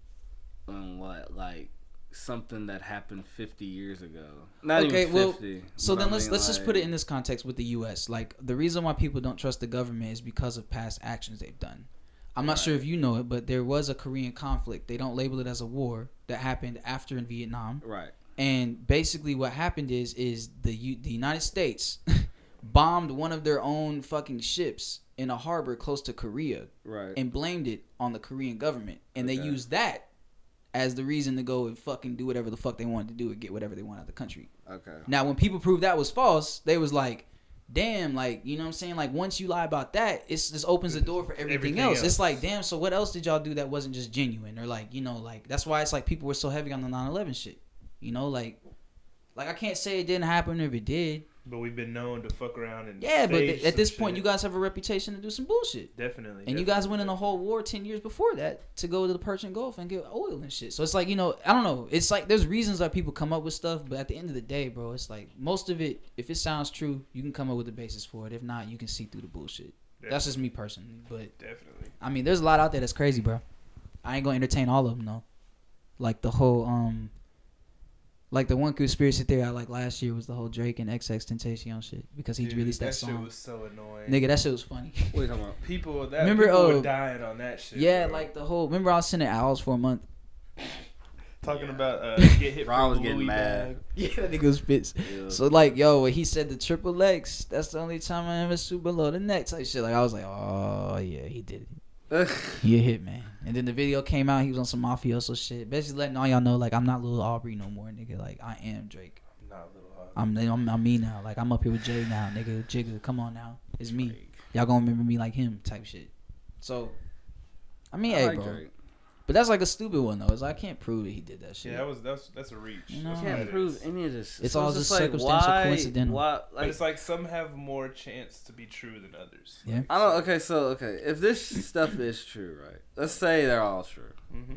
on what like something that happened 50 years ago not Okay, even well, 50 you So know then what I let's mean? let's just Like, put it in this context with the U.S. Like the reason why people don't trust the government is because of past actions they've done. I'm not sure if you know it, but there was a Korean conflict. They don't label it as a war that happened after in Vietnam. right And basically, what happened is is the U- the United States bombed one of their own fucking ships in a harbor close to Korea right and blamed it on the Korean government, and they Okay. used that as the reason to go and fucking do whatever the fuck they wanted to do and get whatever they want out of the country. okay Now, when people proved that was false, they was like, "Damn, like you know what I'm saying? Like once you lie about that, it's just opens the door for everything, Everything else. It's else. like, damn. So what else did y'all do that wasn't just genuine or like you know like that's why it's like people were so heavy on the 9/11 shit. You know, like like I can't say it didn't happen if it did. but we've been known to fuck around and Yeah, but stage th- at some this point, you shit. guys have a reputation to do some bullshit. definitely And you guys went in a whole war ten years before that to go to the Persian Gulf and get oil and shit. So it's like you know, I don't know. It's like there's reasons why people come up with stuff, but at the end of the day, bro, it's like most of it. If it sounds true, you can come up with a basis for it. If not, you can see through the bullshit. definitely, That's just me personally, but definitely. I mean, there's a lot out there that's crazy, bro. I ain't gonna entertain all of them though. Like the whole um, like the one conspiracy theory I like last year was the whole Drake and XX Tentacion shit because he Dude, released that, that shit song. was so annoying. Nigga, that shit was funny. what are you talking about people that Remember, people uh, were dying on that shit. yeah, bro. like the whole. Remember, I was sending owls for a month. talking about uh, get hit. Bro, I from was a getting Louis mad. bag. Yeah, that nigga was pissed. Yeah. So like, yo, when he said the triple X, that's the only time I ever stood below the neck type shit. Like I was like, oh yeah, he did it. He a hit man. And then the video came out. He was on some mafioso shit, basically letting all y'all know like I'm not Lil Aubrey no more, nigga. Like I am Drake. Not little hot. I'm I'm, I'm me now. Like I'm up here with Jay now, nigga. Jigga, come on now, it's me. Y'all gonna remember me like him type shit. So, I mean, I hey, like bro. Drake. But that's like a stupid one though. Is I can't prove that he did that shit. Yeah, that was that's that's a reach. You That's You know. what can't it prove is. any of this It's So all just just circumstantial, coincidental. why, but like, it's like some have more chance to be true than others. Yeah. i don't okay so okay if this stuff is true right let's say they're all true Mm-hmm.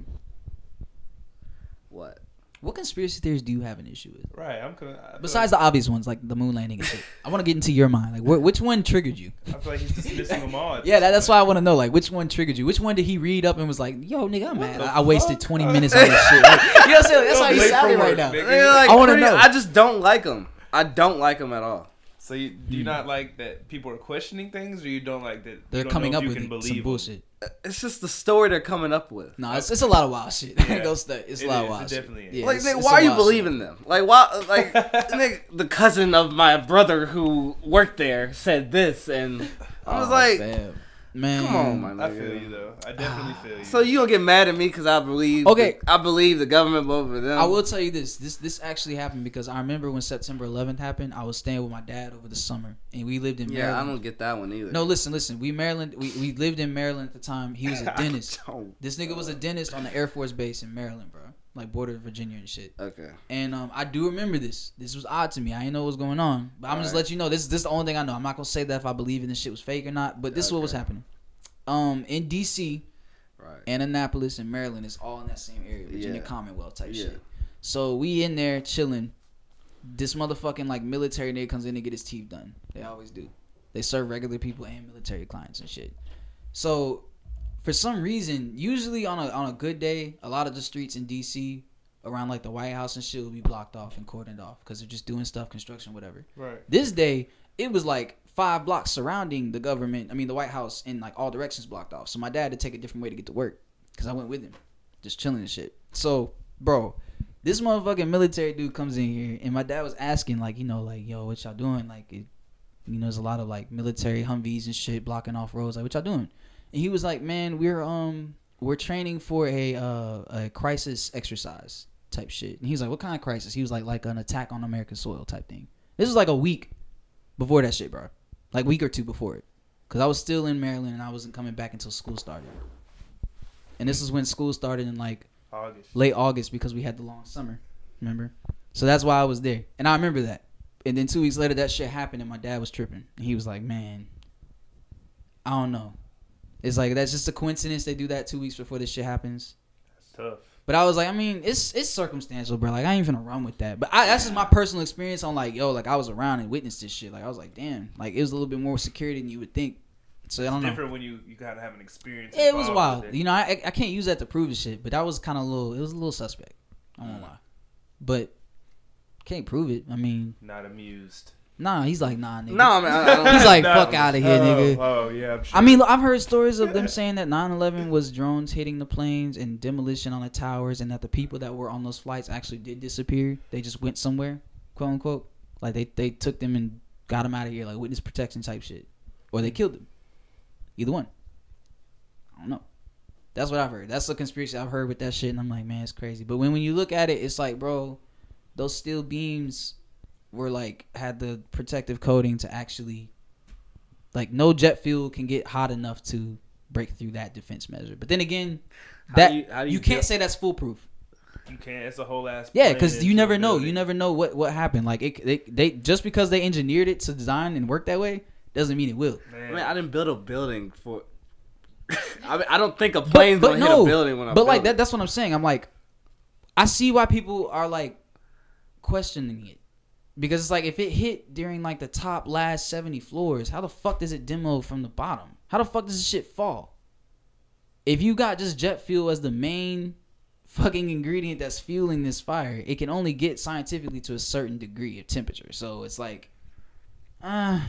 what What conspiracy thereries do you have an issue with? Right. I'm gonna. I feel Besides the obvious ones like the moon landing and shit, I want to get into your mind. Like, wh- which one triggered you? like, I feel like he's dismissing them all. at Yeah, this that, that's point. why I want to know. Like, which one triggered you? Which one did he read up and was like, "Yo, nigga, I'm What mad. the I, I wasted fuck? 20 minutes on this shit." Like, you know what I'm saying? That's Yo, how he late for sounded right work, now. nigga. They're like, I wanna pretty- know. i just don't like them i don't like them at all So you, do you not like that people are questioning things, or you don't like that you Mm. They're don't know coming if up you with can it- believe some them? bullshit. it's just the story they're coming up with No, it's, it's a lot of wild shit. Yeah. It goes th- it's a It lot is, of it wild shit. definitely is. Yeah, Like, it's- nigga, it's why some are you wild shit. believing them? Like, why? Like, nigga, the cousin of my brother who worked there said this, and Mm, I was Oh, like, fam. man, "Come on, my nigga." I feel you though. I definitely Ah. feel you. So you don't get mad at me because I believe? Okay. the- I believe the government over them. I will tell you this. This this actually happened because I remember when September 11th happened. I was staying with my dad over the summer, and we lived in Yeah, I Maryland. don't get that one either. no, listen, listen. We Maryland. We, we lived in Maryland at the time. He was a dentist. Don't. This nigga was a dentist on the Air Force Base in Maryland, bro. Like border of Virginia and shit. Okay. And um, I do remember this. This was odd to me. I didn't know what was going on. But I'm just Alright. let you know this this is the only thing I know. I'm not gonna say that if I believe in this shit was fake or not, but this is what was Okay. happening. Um in DC, Right. and Annapolis and Maryland is all in that same area, Virginia Yeah. Commonwealth type Yeah. shit. So we in there chilling. This motherfucking like military nigga comes in to get his teeth done. They always do. They serve regular people and military clients and shit. So for some reason, usually on a on a good day, a lot of the streets in DC around like the White House and shit will be blocked off and cordoned off because they're just doing stuff, construction, whatever. Right. This day, it was like five blocks surrounding the government. I mean, the White House in like all directions blocked off. So my dad had to take a different way to get to work because I went with him, just chilling and shit. So, bro, this motherfucking military dude comes in here, and my dad was asking like, you know, like, yo, what y'all doing? Like, it, you know, there's a lot of like military Humvees and shit blocking off roads. Like, what y'all doing? And he was like, man, we're um, we're training for a uh, a crisis exercise type shit. And he was like, what kind of crisis? He was like, like an attack on American soil type thing. This was like a week before that shit, bro. Like week or two before it, because I was still in Maryland and I wasn't coming back until school started. And this is when school started in like August. late August because we had the long summer. Remember? So that's why I was there. And I remember that. And then two weeks later, that shit happened, and my dad was tripping. And he was like, man, I don't know. It's like, that's just a coincidence they do that two weeks before this shit happens. That's tough. But I was like, I mean, it's it's circumstantial, bro. Like I ain't even gonna run with that. But I, that's just my personal experience on like, yo, like I was around and witnessed this shit. Like I was like, damn, like it was a little bit more security than you would think. So I don't know. Different when you you gotta have an experience. It was involved wild. with it. You know, I I can't use that to prove the shit, but that was kind of a little. It was a little suspect. I won't lie, but can't prove it. I mean, Not amused. nah. He's like, nah, nigga. No, I mean, I, I don't, He's like, Not fuck amused. out of here, oh, nigga. Oh yeah. I'm sure. I mean, look, I've heard stories of them saying that 9/11 was drones hitting the planes and demolition on the towers, and that the people that were on those flights actually did disappear. They just went somewhere, quote unquote. Like they they took them and got them out of here, like witness protection type shit, or they killed them. Either one. I don't know. That's what I've heard. That's the conspiracy I've heard with that shit, and I'm like, man, it's crazy. But when when you look at it, it's like, bro, those steel beams were like had the protective coating to actually like no jet fuel can get hot enough to break through that defense measure. But then again, How that do you, you- how do you can't get- say that's foolproof. you can't. It's a whole ass. Yeah, plane because you into never a know. You building. never know what what happened. Like it, they, they just because they engineered it to design and work that way doesn't mean it will. I, Man, mean, I didn't build a building for. I mean, I don't think a plane's gonna hit a building when I. but like build that, that's what I'm saying. I'm like, I see why people are like questioning it because it's like if it hit during like the top last 70 floors, how the fuck does it demo from the bottom? How the fuck does this shit fall? If you got just jet fuel as the main fucking ingredient that's fueling this fire, it can only get scientifically to a certain degree of temperature. So it's like, ah.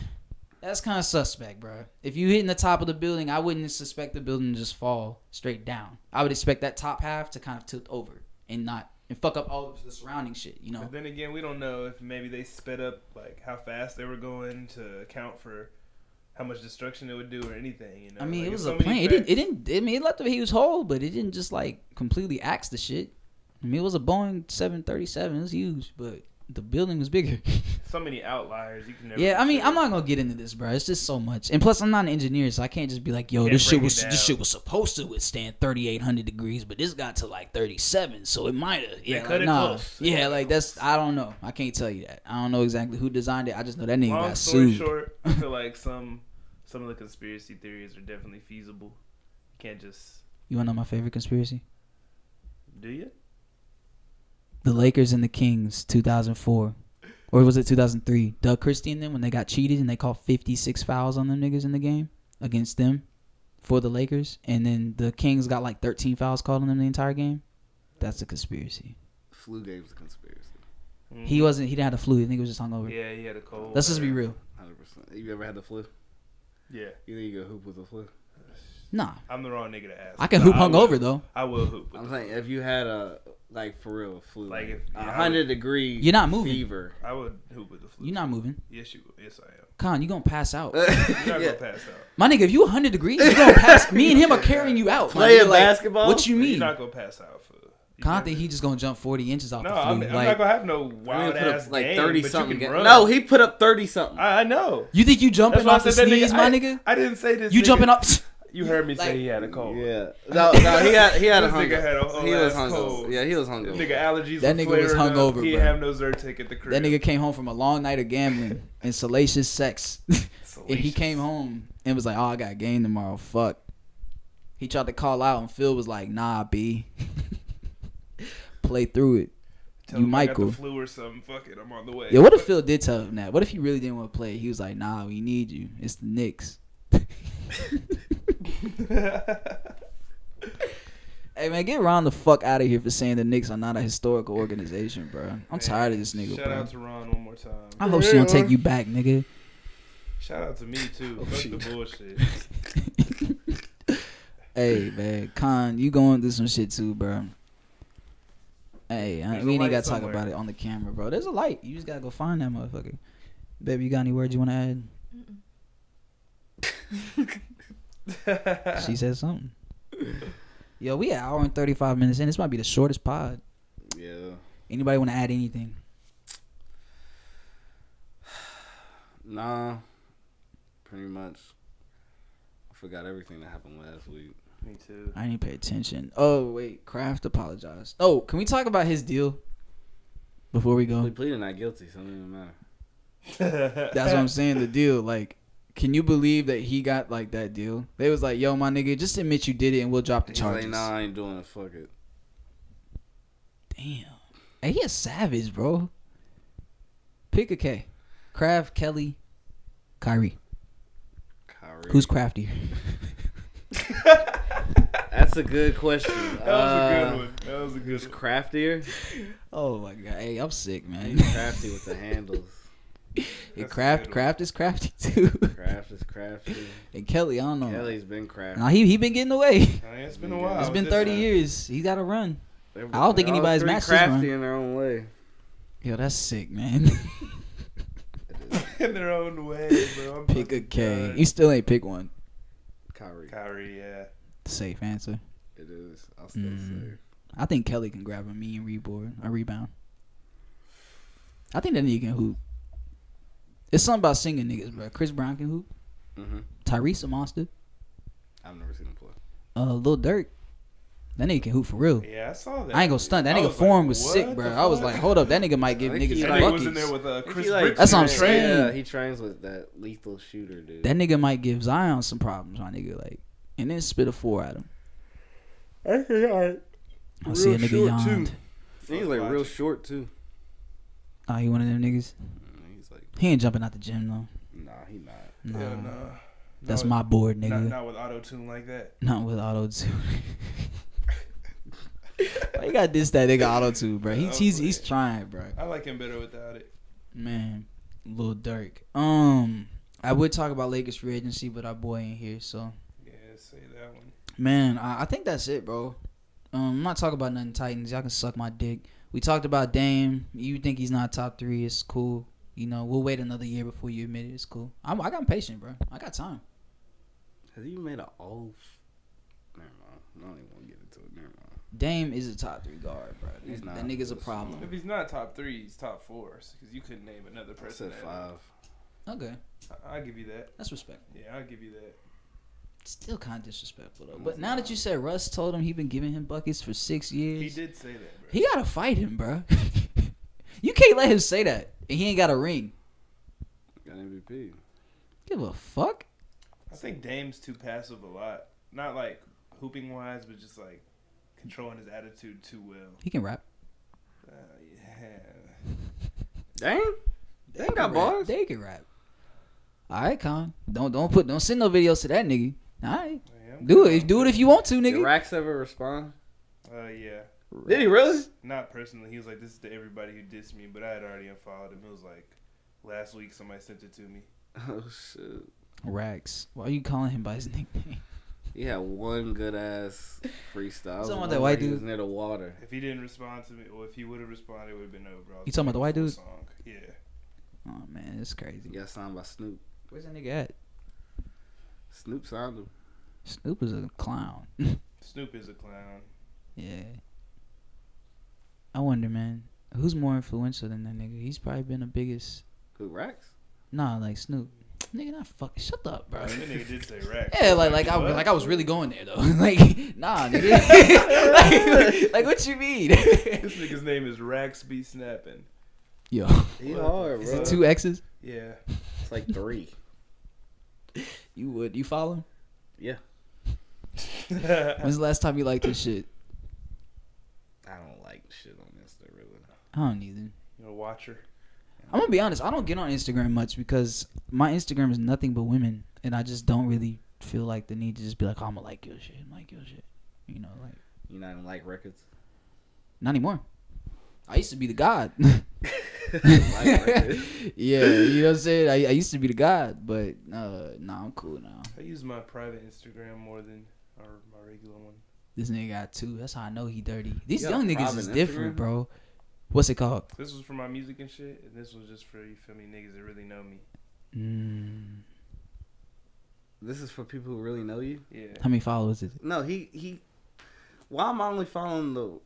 That's kind of suspect, bro. If you hitting the top of the building, I wouldn't suspect the building to just fall straight down. I would expect that top half to kind of tilt over and not and fuck up all of the surrounding shit. You know, But then again, we don't know if maybe they sped up like how fast they were going to account for how much destruction it would do or anything. You know, I mean, Like, it it's was so a many plane. It didn't, it facts. didn't. I mean, it left a huge hole, but it didn't just like completely axe the shit. I mean, it was a Boeing 737. It was huge, but the building was bigger. So many outliers. You can never. yeah, I mean, consider. I'm not gonna get into this, bro. It's just so much, and plus, I'm not an engineer, so I can't just be like, "Yo, Can't this shit break it was this down. shit was supposed to withstand 3,800 degrees, but this got to like 37, so it might have." Yeah, cut like, it nah. close. They yeah, cut it like that's I don't know. I can't tell you that. I don't know exactly who designed it. I just know that nigga Long got story sued. short, I feel like some some of the conspiracy theories are definitely feasible. You can't just You wanna know my favorite conspiracy? do you. the Lakers and the Kings, 2004, or was it 2003? Doug Christie and them when they got cheated and they called 56 fouls on them niggas in the game against them for the Lakers, and then the Kings got like 13 fouls called on them the entire game. That's a conspiracy. flu game's a conspiracy. Mhm. He wasn't. He didn't have the flu. I think he was just hungover. over. Yeah, he had a cold. Let's just be real. Hundred percent. You ever had the flu? Yeah, You think you could hoop with the flu? Nah, I'm the wrong nigga to ask. I can Nah, hoop I will- hungover though. I will hoop. With I'm the- saying if you had a like for real flu, Like, like, if- yeah, I a would- hundred degree, You're not moving. fever. I would hoop with the flu. You're not moving, Yes, you. Yes, I am. Con. You gonna pass out, You're not yeah. gonna pass out. my nigga? If you 100 degrees, you gonna pass. Me and him are carrying you out. my Playing nigga, like, basketball? What you You're mean? not gonna pass out for. you Con never- think he just gonna jump 40 inches off the No, flu. I'm, I'm like, not gonna have no I mean, wild put ass up like game, thirty but something. you can ga- run. No, he put up thirty something. I, I know. you think you jumping why I off the said that nigga- sneeze, my I- nigga? I didn't say this. You nigga- jumping up? You heard me like- say he had a cold. Yeah. No, no, he had he had a This nigga hunger. had a whole He was ass hungover. cold. Yeah, he was hungover. Nigga allergies. That were nigga was flaring up. hungover, He bro. didn't have no Zyrtec at the crib. That nigga came home from a long night of gambling and salacious sex. and he Salacious. came home and was like, "Oh, I got a game tomorrow. Fuck." He tried to call out, and Phil was like, "Nah, B, play through it." Tell You him I got the Michael. flu or something. Fuck it, I'm on the way. Yeah, what if Phil did tell him that? What if he really didn't want to play? He was like, "Nah, we need you. It's the Knicks." hey man, get Ron the fuck out of here for saying the Knicks are not a historical organization, bro. I'm tired of this nigga, Shout bro. out to Ron one more time. I hope she don't take you back, nigga. Shout out to me too. Oh, Fuck the shit. bullshit. hey man, Con, you going through some shit too, bro. Hey, I, There's we a ain't light gotta talk somewhere. about it on the camera, bro. There's a light. You just gotta go find that motherfucker. Baby, you got any words you wanna add? she said something. Yo, we an hour and thirty five minutes in. This might be the shortest pod. Yeah. Anybody want to add anything? Nah. Pretty much. I forgot everything that happened last week. me too. I didn't pay attention. Oh wait, Kraft apologized. Oh, can we talk about his deal before we We go? pleaded not guilty, so it doesn't even matter. That's what I'm saying. The deal, like, can you believe that he got like that deal? They was like, "Yo, my nigga, just admit you did it, and we'll drop the He's charges." like, nah, I ain't doing it. Fuck it. Damn, hey, he a savage, bro. Pick a K, Kraft, Kelly, Kyrie. Kyrie. Who's craftier? That's a good question. That was a Uh, good one. That was a Who's good one. craftier? Oh my god, hey, I'm sick, man. He's crafty with the handles. And That's a Kraft, good one. Kraft is crafty too. Craft is crafty. and Kelly, I don't know. Kelly's been crafty. Nah, he he been getting away. I mean, it's been a while. It's It's been Oh, This 30 time. years. He got to run. They're- I don't think they're all anybody's three matched this crafty one. in their own way. Yo, that's sick, man. in their own way, bro. I'm pick a fucking K. done. You still ain't pick one. Kyrie. Kyrie, yeah. Safe answer. It is. I'll still Mm. say. I think Kelly can grab a mean rebound. A rebound. I think that nigga can hoop. It's something about singing niggas, bro. Chris Brown can hoop. hmm Tyrese a monster. I've never seen him play. Uh, Lil Durk. That nigga can hoop for real. Yeah, I saw that. I ain't gonna dude. stunt. That I nigga was form like, was what sick, the bro. I was fuck? like, hold up, that nigga might give I think niggas he- That like, nigga was in buckets. there with uh, I think Chris he, like, Brooks. That's what I'm and saying. Yeah, he trains with that lethal shooter dude. That nigga might give Zion some problems, my nigga. Like, and then spit a four at him. I see a Real nigga short, yawned. too. he's like real short too. Oh, he one of them niggas. And He's like, He ain't jumping out the gym though. nah, he not. Drake. No, Yeah, nah. that's Not- my board, nigga. Not, Not, not with auto tune like that. with auto tune. Why you got this that nigga auto tune, bro? Oh, He's he's he's trying, bro. I like him better without it. Man, Lil Durk. Um, I would talk about Lakers free agency, but our boy ain't here, so Yeah, say that one. man, I, I think that's it, bro. Um, I'm not talking about nothing Titans. Y'all can suck my dick. We talked about Dame. You think he's not top three? It's cool. You know, we'll wait another year before you admit it. It's cool. I'm, I got patient, bro. I got time. Has he made an old? Never mind. I don't even want to get into it. Never mind. Dame is a top three guard, bro. He's that, not. that nigga's a He's problem. If he's not top three, he's top four. Because you couldn't name another I person. said five. Okay, I- I'll give you that. that's respectful. Yeah, I'll give you that. Still kind of disrespectful though. But now that you said Russ told him he been giving him buckets for six years, He did say that, bro. He gotta fight him, bro. you can't let him say that, and he ain't got a ring. Got MVP. Give a fuck. I think Dame's too passive a lot. Not like hooping wise, but just like controlling his attitude too well. He can rap. Uh, yeah. Dang. They ain't got can rap. bars. They can rap. All right, Con. Don't don't put don't send no videos to that nigga. All right, Yeah, I'm do good. it. Do it if you want to, Did nigga. Rax ever respond? Uh, yeah. Did he really? Not personally. He was like, "This is to everybody who dissed me," but I had already unfollowed him. It was like last week somebody sent it to me. Oh shit. Rax. Why are you calling him by his nickname? He had one good ass freestyle. I was Someone wondering that white he was dude. near the water. If he didn't respond to me, or if he would have responded, it would have been over. I was You talking about the white waiting dude? for a Song. Yeah. Oh man, it's He crazy. got signed by Snoop. Where's that nigga at? Snoop signed him. Snoop is a clown. Snoop is a clown. yeah. I wonder, man, who's more influential than that nigga? He's probably been the biggest. Who Rax? Nah, like Snoop. Nigga, not fuck. Shut up, bro. That nigga did say rack. Yeah, like like I What? like I was really going there though. like nah, nigga. like, like what you mean? This nigga's name is Rax B Snapping. Yo, He What? hard, is bro. it two X's? Yeah. It's like three. You would you follow? him? Yeah. When's the last time you liked this shit? I don't like shit on Insta really. I don't either. You're a watcher. I'm gonna be honest. I don't get on Instagram much because my Instagram is nothing but women, and I just don't really feel like the need to just be like, oh, I'm gonna like your shit, like your shit. You know, like You not even like records. not anymore. I used to be the god. like records. yeah, you know what I'm saying. I, I used to be the god, but uh, nah, I'm cool now. I use my private Instagram more than our, my regular one. This nigga got two. That's how I know he dirty. These You got young a niggas private is Instagram? different, bro. What's it called? This was for my music and shit, and this was just for you feel me niggas that really know me. Mm, this is for people who really know you. Yeah. how many followers is it? No, he he. Why am I only following the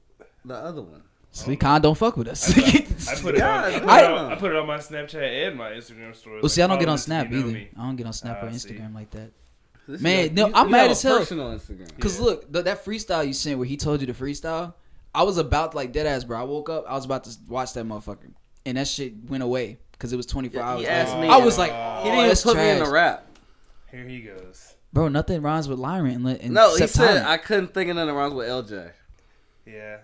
the other one? So we kind of don't fuck with us. Oh. I put it. On, I, put I- it on, I put it on my Snapchat and my Instagram story. well, see, I don't get on Snap you know either. me. I don't get on Snap Ah, or I see. Instagram like that. This Man, your- no, I'm you mad have a as hell. Personal Instagram. Cause Yeah. look, th- that freestyle you sent where he told you to freestyle, I was about like dead ass, bro. I woke up, I was about to s- watch that motherfucker, and that shit went away because it was 24 Yeah, hours. he later. asked me uh, I and- was like, He oh, He didn't even that's put me in trash." the rap. Uh, Here he goes. bro. Nothing rhymes with Lyron. And, and No, he except said Tyron. I couldn't think of nothing wrong with LJ. Yeah.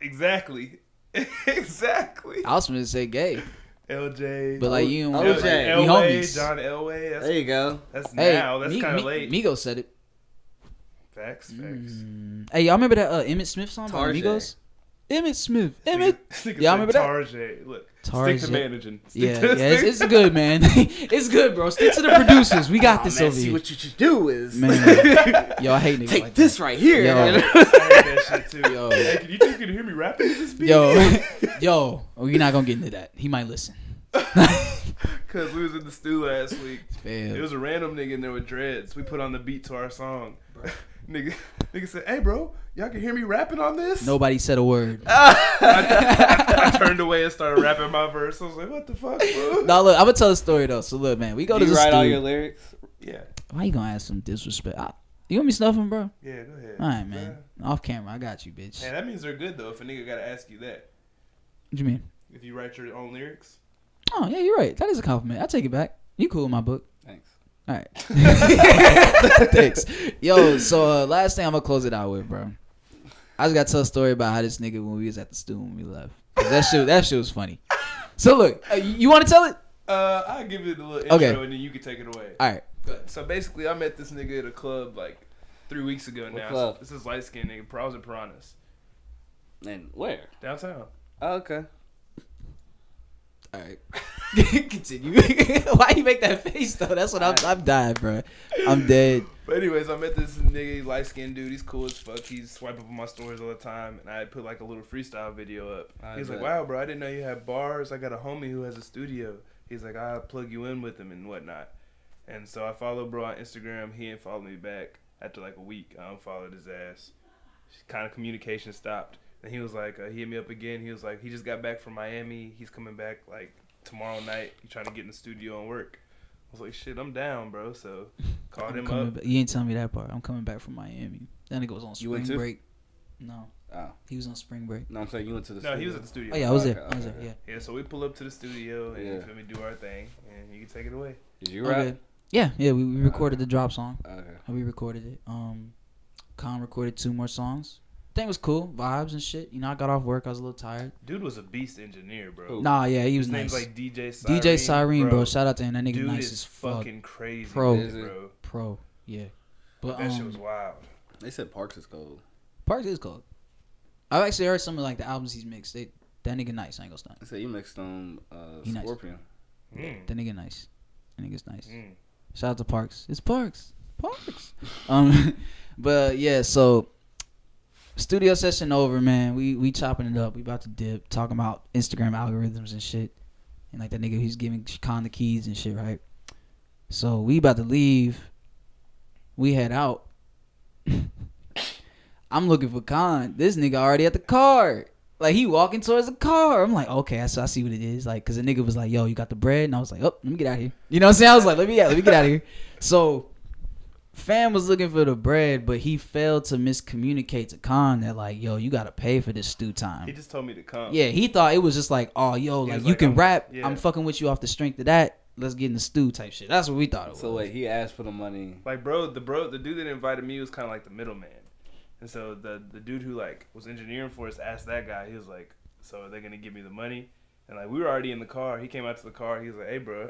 Exactly. exactly. I was gonna say gay, LJ. but like you, and Oh, L- LJ. we Elway, homies. John Elway. That's There you go. that's hey, now. That's Mi- kind of Mi- late. Migos said it. facts. Facts. Mm. Hey, y'all remember that uh, Emmett Smith song by Tarjay. Migos? Emmett Smith, This Emmett. nigga- this nigga Y'all said remember that? Tarjay. Look. Stick Tarjay. to managing. Stick Yeah, to, yeah, it's, stick- it's good, man. it's good, bro. Stick to the producers. We got Aw, this man, over see here. what you should do is Man, yo, I hate niggas take like this right here. Yo. I heard that shit too. Yo. Hey, can you two can hear me rapping to this that. beat? Yo, yo, we're not gonna get into that. He might listen. Cause we was in the stew last week. Fam. It was a random nigga in there with dreads. We put on the beat to our song. nigga, nigga said, "Hey, bro, y'all can hear me rapping on this." Nobody said a word. Ah. I, I turned away and started rapping my verse. I was like, "What the fuck, bro?" No, look, I'm gonna tell a story though. So look, man, we go Do to you the write all studio. your lyrics? Yeah, Why you gonna add some disrespect? I, you want me snuffing, bro? yeah, go ahead. All right, man. Off camera, I got you, bitch. Man, that means they're good though. If a nigga gotta ask you that, What you mean? if you write your own lyrics, Oh yeah, you're right. That is a compliment. I take it back. You cool in my book. Thanks. All right. Thanks. Yo, so uh, last thing I'm gonna close it out with, bro. I just gotta tell a story about how this nigga when we was at the stew when we left. 'Cause That shit, that shit was funny. So look, uh, you want to tell it? uh, I'll give it a little intro Okay. and then you can take it away. All right. So basically, I met this nigga at a club like three weeks ago now. club? This is light skinned nigga. I was at Piranha's And where? downtown. Oh, okay. All right. Continue. Why you make that face though? That's what I'm. I'm dying, bro. I'm dead. But anyways, I met this nigga, light skinned dude. He's cool as fuck. He's swiping up on my stories all the time, and I put like a little freestyle video up. I He's like, bet. "Wow, bro, I didn't know you had bars. I got a homie who has a studio." He's like, "I'll plug you in with him and whatnot." And so I followed bro on Instagram. He ain't followed me back after like a week. I unfollowed his ass. Kind of communication stopped. And he was like, uh, he hit me up again. He was like, he just got back from Miami. He's coming back like tomorrow night. He trying to get in the studio and work. I was like, shit, I'm down, bro. So called I'm him coming up. ba- You ain't telling me that part. I'm coming back from Miami. That nigga was on You spring went too? break. No, Oh he was on spring break. no, I'm saying you went to the. No, he was studio. at the studio. Oh yeah, I was Okay, there. I was there. okay. Yeah. Yeah, so we pull up to the studio and Yeah. yeah. we do our thing, and you can take it away. Did you rap? Okay. Yeah, yeah. We, we recorded the drop song. Okay. how we recorded it. Um, Khan recorded two more songs. Thing was cool, vibes and shit. You know, I got off work, I was a little tired. Dude was a beast engineer, bro. Who? Nah, yeah, he was His nice. name's like DJ Cyrene. DJ Cyrene, bro. Shout out to him. That nigga Dude nice is as fuck, fucking crazy, Pro. bro. Is it? pro. Yeah, but That shit was um, wild. They said Parks is cold. Parks is cold. I've actually heard some of like the albums he's mixed. They, that nigga nice. I ain't gonna stunt. They said you mixed on uh, He nice. Scorpion. Mm. That nigga nice. That nigga's nice. Mm. Shout out to Parks. It's Parks. Parks. um, but yeah, so studio session over, man. We we chopping it up. We about to dip, talking about Instagram algorithms and shit. And like that nigga who's giving Con the keys and shit, right? So we about to leave. We head out. I'm looking for Khan. This nigga already at the car. Like he walking towards the car. I'm like, okay, so I see what it is. Like, cause the nigga was like, yo, you got the bread, and I was like, oh, let me get out of here. You know what I'm saying? I was like, let me, yeah, let me get out of here. So, fam was looking for the bread, but he failed to miscommunicate to Khan that like, yo, you gotta pay for this stew He time. just told me to come. Yeah, he thought it was just like, oh, yo, He like was you like, can I'm- rap. yeah. I'm fucking with you off the strength of that. let's get in the stew type shit. That's what we thought it was. So wait, he asked for the money. Like bro, the bro, the dude that invited me was kind of like the middleman, and so the the dude who like was engineering for us asked that guy. He was like, "So are they gonna give me the money?" And like we were already in the car. He came out to the car. He was like, "Hey, bro."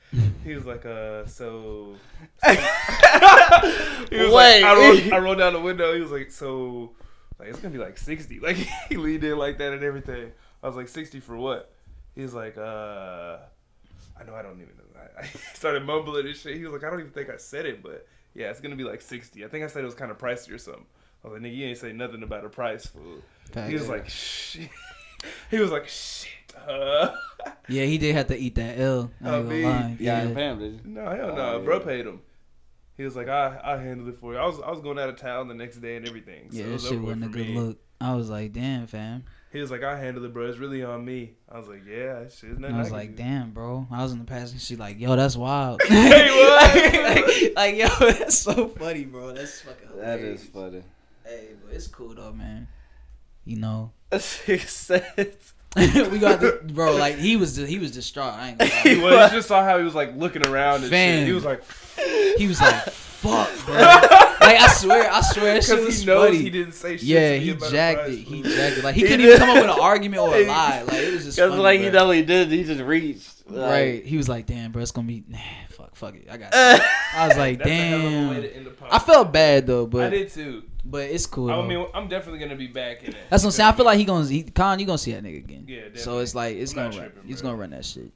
he was like, "Uh, so." he was Wait. like, I rolled, I rolled down the window. He was like, "So, like it's gonna be like 60. Like he leaned in like that and everything. I was like, "60 for what?" He was like, "Uh." I know I don't even know. I, I started mumbling and shit. He was like, I don't even think I said it, but yeah, it's gonna be like sixty. I think I said it was kind of pricey or something. I was like, Oh, nigga, you ain't say nothing about a price, fool. Fact. He was like, shit. He was like, shit. Uh, yeah, he did have to eat that L. I I ain't gonna mean, lie. Yeah, Yeah. Pam did. you? no, hell no, Oh, bro yeah. paid him. He was like, I I handled it for you. I was I was going out of town the next day and everything. So Yeah, it that was shit over with wasn't a for good me. look. I was like, damn, fam. He was like, I handled it, bro. It's really on me. I was like, yeah, shit's nothing. And I was can like, do." damn, bro. I was in the passenger seat, like, yo, that's wild. what? like, like, yo, that's so funny, bro. That's fucking That hilarious. is funny. Hey, but it's cool though, man. You know, Six cents. we got the, bro. Like he was, he was distraught. I ain't gonna lie. He was, you just saw how he was like looking around and Fam. shit. He was like, He was like, "Fuck, bro." Like I swear, I swear, that shit because was he knows funny. he didn't say shit. yeah, to me he about a jacked price, it. He fool. jacked it. Like he He couldn't did. even come up with an argument or a lie. Like it was just Because funny, like he bro. know what he did, he just reached. Like, right. He was like, "Damn, bro, it's gonna be nah, fuck, fuck it." I got. It. I was like, That's a hell of a way "Damn." to end the podcast. I felt bad though, I but did too. but it's cool. I though. mean, I'm definitely gonna be back in it. That's what I'm saying. I feel like he gonna he, Con, you gonna see that nigga again. Yeah, So definitely. it's like it's I'm gonna not run, tripping, it's bro. gonna run that shit.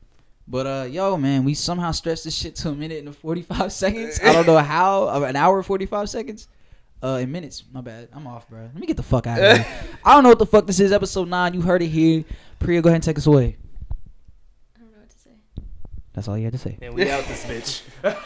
But uh, yo, man, we somehow stretched this shit to a minute and 45 seconds. I don't know how. uh, An hour and 45 seconds. Uh, in minutes. My bad. I'm off, bro. Let me get the fuck out of here. I don't know what the fuck this is. Episode nine. You heard it here. Priya, go ahead and take us away. I don't know what to say. That's all you had to say. and we out this bitch.